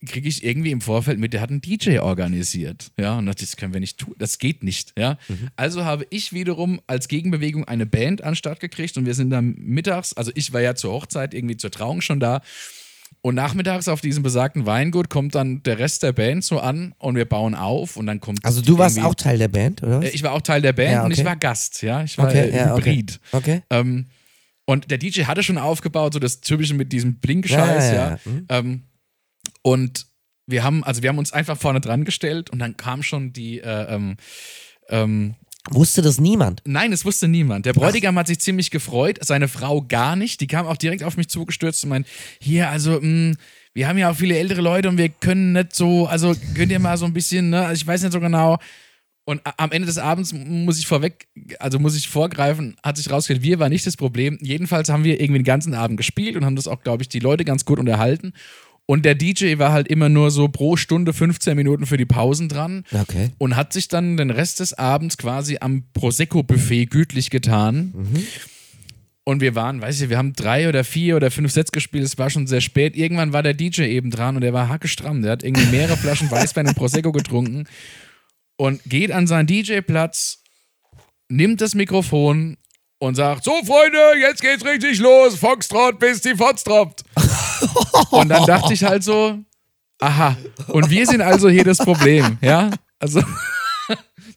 [SPEAKER 2] kriege ich irgendwie im Vorfeld mit, der hat einen DJ organisiert. Ja, und dachte, das können wir nicht tun, das geht nicht. Ja,
[SPEAKER 1] Mhm.
[SPEAKER 2] also habe ich wiederum als Gegenbewegung eine Band anstatt gekriegt und wir sind dann mittags, also ich war ja zur Hochzeit irgendwie zur Trauung schon da und nachmittags auf diesem besagten Weingut kommt dann der Rest der Band so an und wir bauen auf und dann kommt
[SPEAKER 1] Also du warst
[SPEAKER 2] irgendwie-
[SPEAKER 1] auch Teil der Band, oder? was?
[SPEAKER 2] Äh, ich war auch Teil der Band
[SPEAKER 1] Ja,
[SPEAKER 2] und ich
[SPEAKER 1] okay.
[SPEAKER 2] war Gast, ja, ich war äh, Hybrid.
[SPEAKER 1] Okay. okay.
[SPEAKER 2] Ähm, und der DJ hatte schon aufgebaut, so das typische mit diesem Blinkscheiß,
[SPEAKER 1] Ja,
[SPEAKER 2] ja.
[SPEAKER 1] ja, ja. Mhm.
[SPEAKER 2] Ähm, und wir haben, also wir haben uns einfach vorne dran gestellt und dann kam schon die, äh, ähm, ähm,
[SPEAKER 1] Wusste das niemand?
[SPEAKER 2] nein, es wusste niemand. Der Bräutigam hat sich ziemlich gefreut, seine Frau gar nicht. Die kam auch direkt auf mich zugestürzt und meint, hier, also, mh, wir haben ja auch viele ältere Leute und wir können nicht so, also könnt ihr mal so ein bisschen, ne, also ich weiß nicht so genau. Und a- am Ende des Abends m- muss ich vorweg, also muss ich vorgreifen, hat sich rausgestellt, wir waren nicht das Problem. Jedenfalls haben wir irgendwie den ganzen Abend gespielt und haben das auch, glaube ich, die Leute ganz gut unterhalten. Und der DJ war halt immer nur so pro Stunde 15 Minuten für die Pausen dran
[SPEAKER 1] Okay.
[SPEAKER 2] und hat sich dann den Rest des Abends quasi am Prosecco-Buffet gütlich getan. Und wir waren, weiß ich, wir haben drei oder vier oder fünf Sets gespielt, es war schon sehr spät. Irgendwann war der DJ eben dran und der war hackestramm. Der hat irgendwie mehrere Flaschen Weißwein und Prosecco getrunken und geht an seinen DJ-Platz, nimmt das Mikrofon und sagt: So, Freunde, jetzt geht's richtig los. Foxtrot, bis die Fotz droppt. und dann dachte ich halt so: Aha, und wir sind also hier das Problem, ja? Also.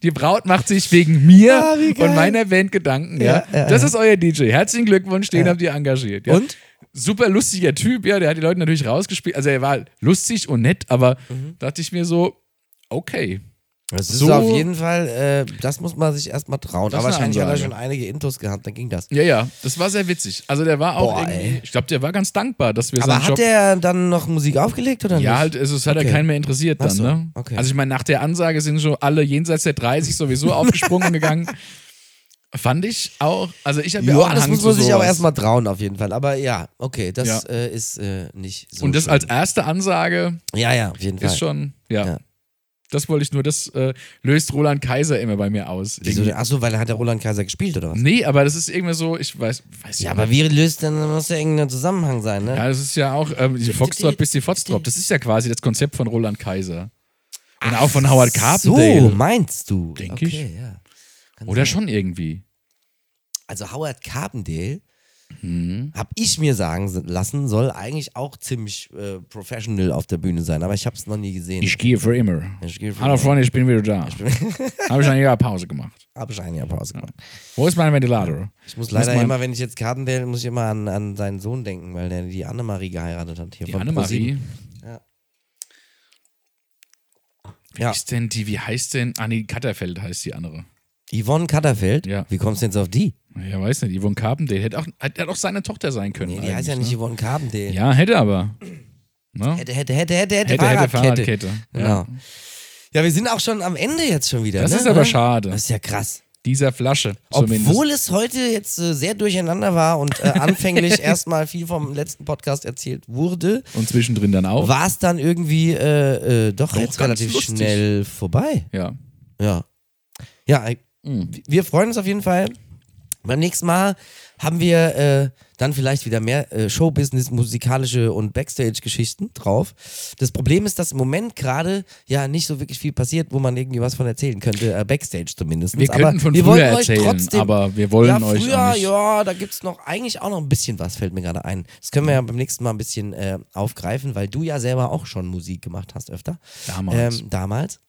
[SPEAKER 2] Die Braut macht sich wegen mir
[SPEAKER 1] Ah, wie geil.
[SPEAKER 2] und meiner Band Gedanken, ja.
[SPEAKER 1] Ja, ja,
[SPEAKER 2] das ist euer DJ. Herzlichen Glückwunsch, den habt ihr engagiert. Ja.
[SPEAKER 1] Und?
[SPEAKER 2] Super lustiger Typ, ja. Der hat die Leute
[SPEAKER 1] Mhm.
[SPEAKER 2] natürlich rausgespielt. Also er war lustig und nett, aber dachte ich mir so, okay.
[SPEAKER 1] Das ist
[SPEAKER 2] So-
[SPEAKER 1] auf jeden Fall, äh, das muss man sich erstmal trauen.
[SPEAKER 2] Das
[SPEAKER 1] Aber
[SPEAKER 2] ist eine
[SPEAKER 1] wahrscheinlich hat er
[SPEAKER 2] Ansage.
[SPEAKER 1] schon einige Intos gehabt, dann ging das.
[SPEAKER 2] Ja, ja, das war sehr witzig. Also der war auch,
[SPEAKER 1] Boah,
[SPEAKER 2] irgendwie,
[SPEAKER 1] ey.
[SPEAKER 2] ich glaube, der war ganz dankbar, dass wir
[SPEAKER 1] Aber
[SPEAKER 2] seinen
[SPEAKER 1] hat
[SPEAKER 2] Job.
[SPEAKER 1] der dann noch Musik aufgelegt oder nicht?
[SPEAKER 2] ja, halt, also es hat ja
[SPEAKER 1] Okay.
[SPEAKER 2] keinen mehr interessiert
[SPEAKER 1] Ach
[SPEAKER 2] dann,
[SPEAKER 1] so,
[SPEAKER 2] ne?
[SPEAKER 1] okay.
[SPEAKER 2] Also ich meine, nach der Ansage sind schon alle jenseits der 30 sowieso aufgesprungen gegangen. Fand ich auch, also ich habe ja auch
[SPEAKER 1] Ja,
[SPEAKER 2] einen
[SPEAKER 1] das
[SPEAKER 2] Hang
[SPEAKER 1] muss
[SPEAKER 2] zu
[SPEAKER 1] man sich aber
[SPEAKER 2] sowas.
[SPEAKER 1] erstmal trauen, auf jeden Fall. Aber ja, okay, das
[SPEAKER 2] Ja.
[SPEAKER 1] Äh, ist äh, nicht so.
[SPEAKER 2] Und das
[SPEAKER 1] schlimm.
[SPEAKER 2] als erste Ansage
[SPEAKER 1] Ja, ja, auf jeden Fall.
[SPEAKER 2] ist schon, ja.
[SPEAKER 1] Ja.
[SPEAKER 2] Das wollte ich nur, das äh, löst Roland Kaiser immer bei mir aus.
[SPEAKER 1] Wieso
[SPEAKER 2] Irgendwie-
[SPEAKER 1] denn? Achso, weil hat der Roland Kaiser gespielt oder was?
[SPEAKER 2] Nee, aber das ist irgendwie so, ich weiß, weiß
[SPEAKER 1] Ja,
[SPEAKER 2] nicht.
[SPEAKER 1] aber wie löst denn, da muss ja irgendein Zusammenhang sein, ne?
[SPEAKER 2] Ja, das ist ja auch ähm, die Foxtrot bis die Foxtrot. Das ist ja quasi das Konzept von Roland Kaiser. Und auch von Howard Carpendale.
[SPEAKER 1] So, meinst du?
[SPEAKER 2] Denk
[SPEAKER 1] okay,
[SPEAKER 2] ich.
[SPEAKER 1] Ja. Kann
[SPEAKER 2] Oder
[SPEAKER 1] sein.
[SPEAKER 2] schon irgendwie.
[SPEAKER 1] Also Howard Carpendale,
[SPEAKER 2] Mhm.
[SPEAKER 1] hab ich mir sagen lassen, soll eigentlich auch ziemlich äh, professional auf der Bühne sein, aber ich hab's noch nie gesehen.
[SPEAKER 2] Ich gehe für immer.
[SPEAKER 1] Ich gehe für
[SPEAKER 2] Hallo
[SPEAKER 1] immer.
[SPEAKER 2] Freunde, ich bin wieder da. Habe ich eine Jahr Pause gemacht.
[SPEAKER 1] Hab ich eine Pause gemacht.
[SPEAKER 2] Wo ist mein Ventilator?
[SPEAKER 1] Ich muss
[SPEAKER 2] Muss
[SPEAKER 1] leider
[SPEAKER 2] man-
[SPEAKER 1] immer, wenn ich jetzt Karten wähle, muss ich immer an, an seinen Sohn denken, weil der die Annemarie geheiratet hat. Hier
[SPEAKER 2] Die
[SPEAKER 1] von
[SPEAKER 2] Annemarie.
[SPEAKER 1] ProSieben. Ja.
[SPEAKER 2] Wie
[SPEAKER 1] Ja.
[SPEAKER 2] ist denn die, wie heißt denn? Ah, nee, Katterfeld heißt die andere.
[SPEAKER 1] Yvonne Katterfeld?
[SPEAKER 2] Ja.
[SPEAKER 1] Wie kommst du jetzt auf die?
[SPEAKER 2] Ja, weiß nicht, Yvonne Carpendale. Hätte auch, hat, hat auch seine Tochter sein können.
[SPEAKER 1] Nee, die heißt ja
[SPEAKER 2] eigentlich,
[SPEAKER 1] nicht Yvonne Carpendale.
[SPEAKER 2] Ne? Ja, hätte aber. Ne?
[SPEAKER 1] Hätte, hätte, hätte, hätte, hätte,
[SPEAKER 2] Hätte, hätte,
[SPEAKER 1] Fahrradkette.
[SPEAKER 2] Fahrradkette. Ja.
[SPEAKER 1] Genau. Ja, wir sind auch schon am Ende jetzt schon wieder.
[SPEAKER 2] Das
[SPEAKER 1] ne?
[SPEAKER 2] ist aber schade.
[SPEAKER 1] Das ist ja krass.
[SPEAKER 2] Dieser Flasche zumindest.
[SPEAKER 1] Obwohl es heute jetzt äh, sehr durcheinander war und äh, anfänglich erstmal viel vom letzten Podcast erzählt wurde,
[SPEAKER 2] Und zwischendrin dann auch.
[SPEAKER 1] war es dann irgendwie äh, äh, doch,
[SPEAKER 2] Oh. Doch,
[SPEAKER 1] jetzt
[SPEAKER 2] ganz
[SPEAKER 1] relativ
[SPEAKER 2] lustig.
[SPEAKER 1] schnell vorbei.
[SPEAKER 2] Ja.
[SPEAKER 1] Ja. Ja, ich-
[SPEAKER 2] Mhm.
[SPEAKER 1] wir freuen uns auf jeden Fall. Beim nächsten Mal haben wir äh, dann vielleicht wieder mehr äh, Showbusiness, musikalische und Backstage-Geschichten drauf. Das Problem ist, dass im Moment gerade ja nicht so wirklich viel passiert, wo man irgendwie was von erzählen könnte, äh, Backstage zumindest.
[SPEAKER 2] Wir
[SPEAKER 1] aber
[SPEAKER 2] könnten von
[SPEAKER 1] wir
[SPEAKER 2] früher
[SPEAKER 1] wollten euch
[SPEAKER 2] erzählen,
[SPEAKER 1] trotzdem,
[SPEAKER 2] aber wir wollen
[SPEAKER 1] ja,
[SPEAKER 2] euch
[SPEAKER 1] früher,
[SPEAKER 2] auch nicht-
[SPEAKER 1] Ja, da gibt es noch eigentlich auch noch ein bisschen was, fällt mir gerade ein. Das können wir ja beim nächsten Mal ein bisschen äh, aufgreifen, weil du ja selber auch schon Musik gemacht hast öfter.
[SPEAKER 2] Damals.
[SPEAKER 1] Ähm, damals.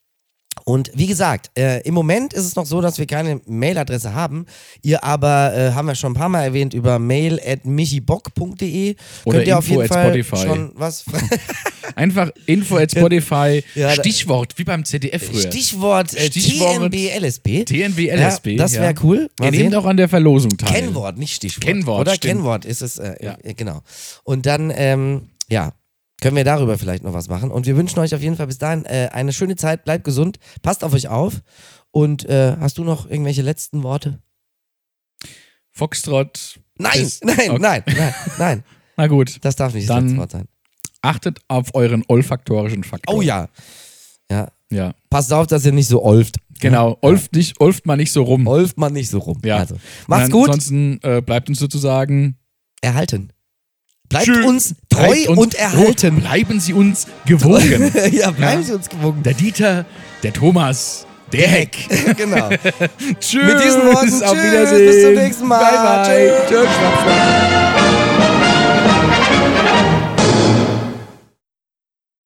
[SPEAKER 1] Und wie gesagt, äh, im Moment ist es noch so, dass wir keine Mailadresse haben. Ihr aber, äh, haben wir schon ein paar Mal erwähnt, über mail at michibock.de
[SPEAKER 2] Oder
[SPEAKER 1] könnt ihr auf
[SPEAKER 2] info
[SPEAKER 1] jeden
[SPEAKER 2] at
[SPEAKER 1] Fall
[SPEAKER 2] Spotify.
[SPEAKER 1] schon was.
[SPEAKER 2] Einfach info at Spotify,
[SPEAKER 1] Ja, da-
[SPEAKER 2] Stichwort, wie beim ZDF früher.
[SPEAKER 1] Stichwort äh,
[SPEAKER 2] Stichwort
[SPEAKER 1] TNBLSB.
[SPEAKER 2] TNW
[SPEAKER 1] Ja, das wäre cool. Mal
[SPEAKER 2] Ihr
[SPEAKER 1] sehen.
[SPEAKER 2] nehmt auch an der Verlosung teil.
[SPEAKER 1] Kennwort, nicht Stichwort.
[SPEAKER 2] Kennwort,
[SPEAKER 1] Oder
[SPEAKER 2] stimmt.
[SPEAKER 1] Kennwort ist es, äh,
[SPEAKER 2] Ja.
[SPEAKER 1] äh, genau. Und dann, ähm, ja, können wir darüber vielleicht noch was machen. Und wir wünschen euch auf jeden Fall bis dahin äh, eine schöne Zeit, bleibt gesund, passt auf euch auf. Und äh, hast du noch irgendwelche letzten Worte?
[SPEAKER 2] Foxtrot.
[SPEAKER 1] Nein,
[SPEAKER 2] Bis-
[SPEAKER 1] nein,
[SPEAKER 2] Okay.
[SPEAKER 1] nein, nein, nein,
[SPEAKER 2] Na gut.
[SPEAKER 1] das darf nicht das
[SPEAKER 2] Dann-
[SPEAKER 1] letzte Wort sein.
[SPEAKER 2] Achtet auf euren olfaktorischen Faktor.
[SPEAKER 1] Oh ja. Ja,
[SPEAKER 2] Ja.
[SPEAKER 1] passt auf, dass ihr nicht so olft.
[SPEAKER 2] Genau. Olft nicht, olft mal nicht so rum.
[SPEAKER 1] Olft man nicht so rum.
[SPEAKER 2] Ja.
[SPEAKER 1] Also, macht's
[SPEAKER 2] Und
[SPEAKER 1] gut,
[SPEAKER 2] Ansonsten äh, bleibt uns sozusagen
[SPEAKER 1] erhalten. Bleibt
[SPEAKER 2] Tschüss.
[SPEAKER 1] uns treu
[SPEAKER 2] Bleibt uns-
[SPEAKER 1] und erhalten.
[SPEAKER 2] Bleiben Sie uns gewogen.
[SPEAKER 1] ja, bleiben
[SPEAKER 2] Ja.
[SPEAKER 1] Sie uns gewogen.
[SPEAKER 2] der Dieter, der Thomas, der Heck.
[SPEAKER 1] genau.
[SPEAKER 2] Tschüss.
[SPEAKER 1] Mit diesen Worten,
[SPEAKER 2] auf
[SPEAKER 1] tschüss,
[SPEAKER 2] Wiedersehen.
[SPEAKER 1] bis zum nächsten Mal.
[SPEAKER 2] Bye, bye.
[SPEAKER 1] Tschüss.
[SPEAKER 2] Tschüss.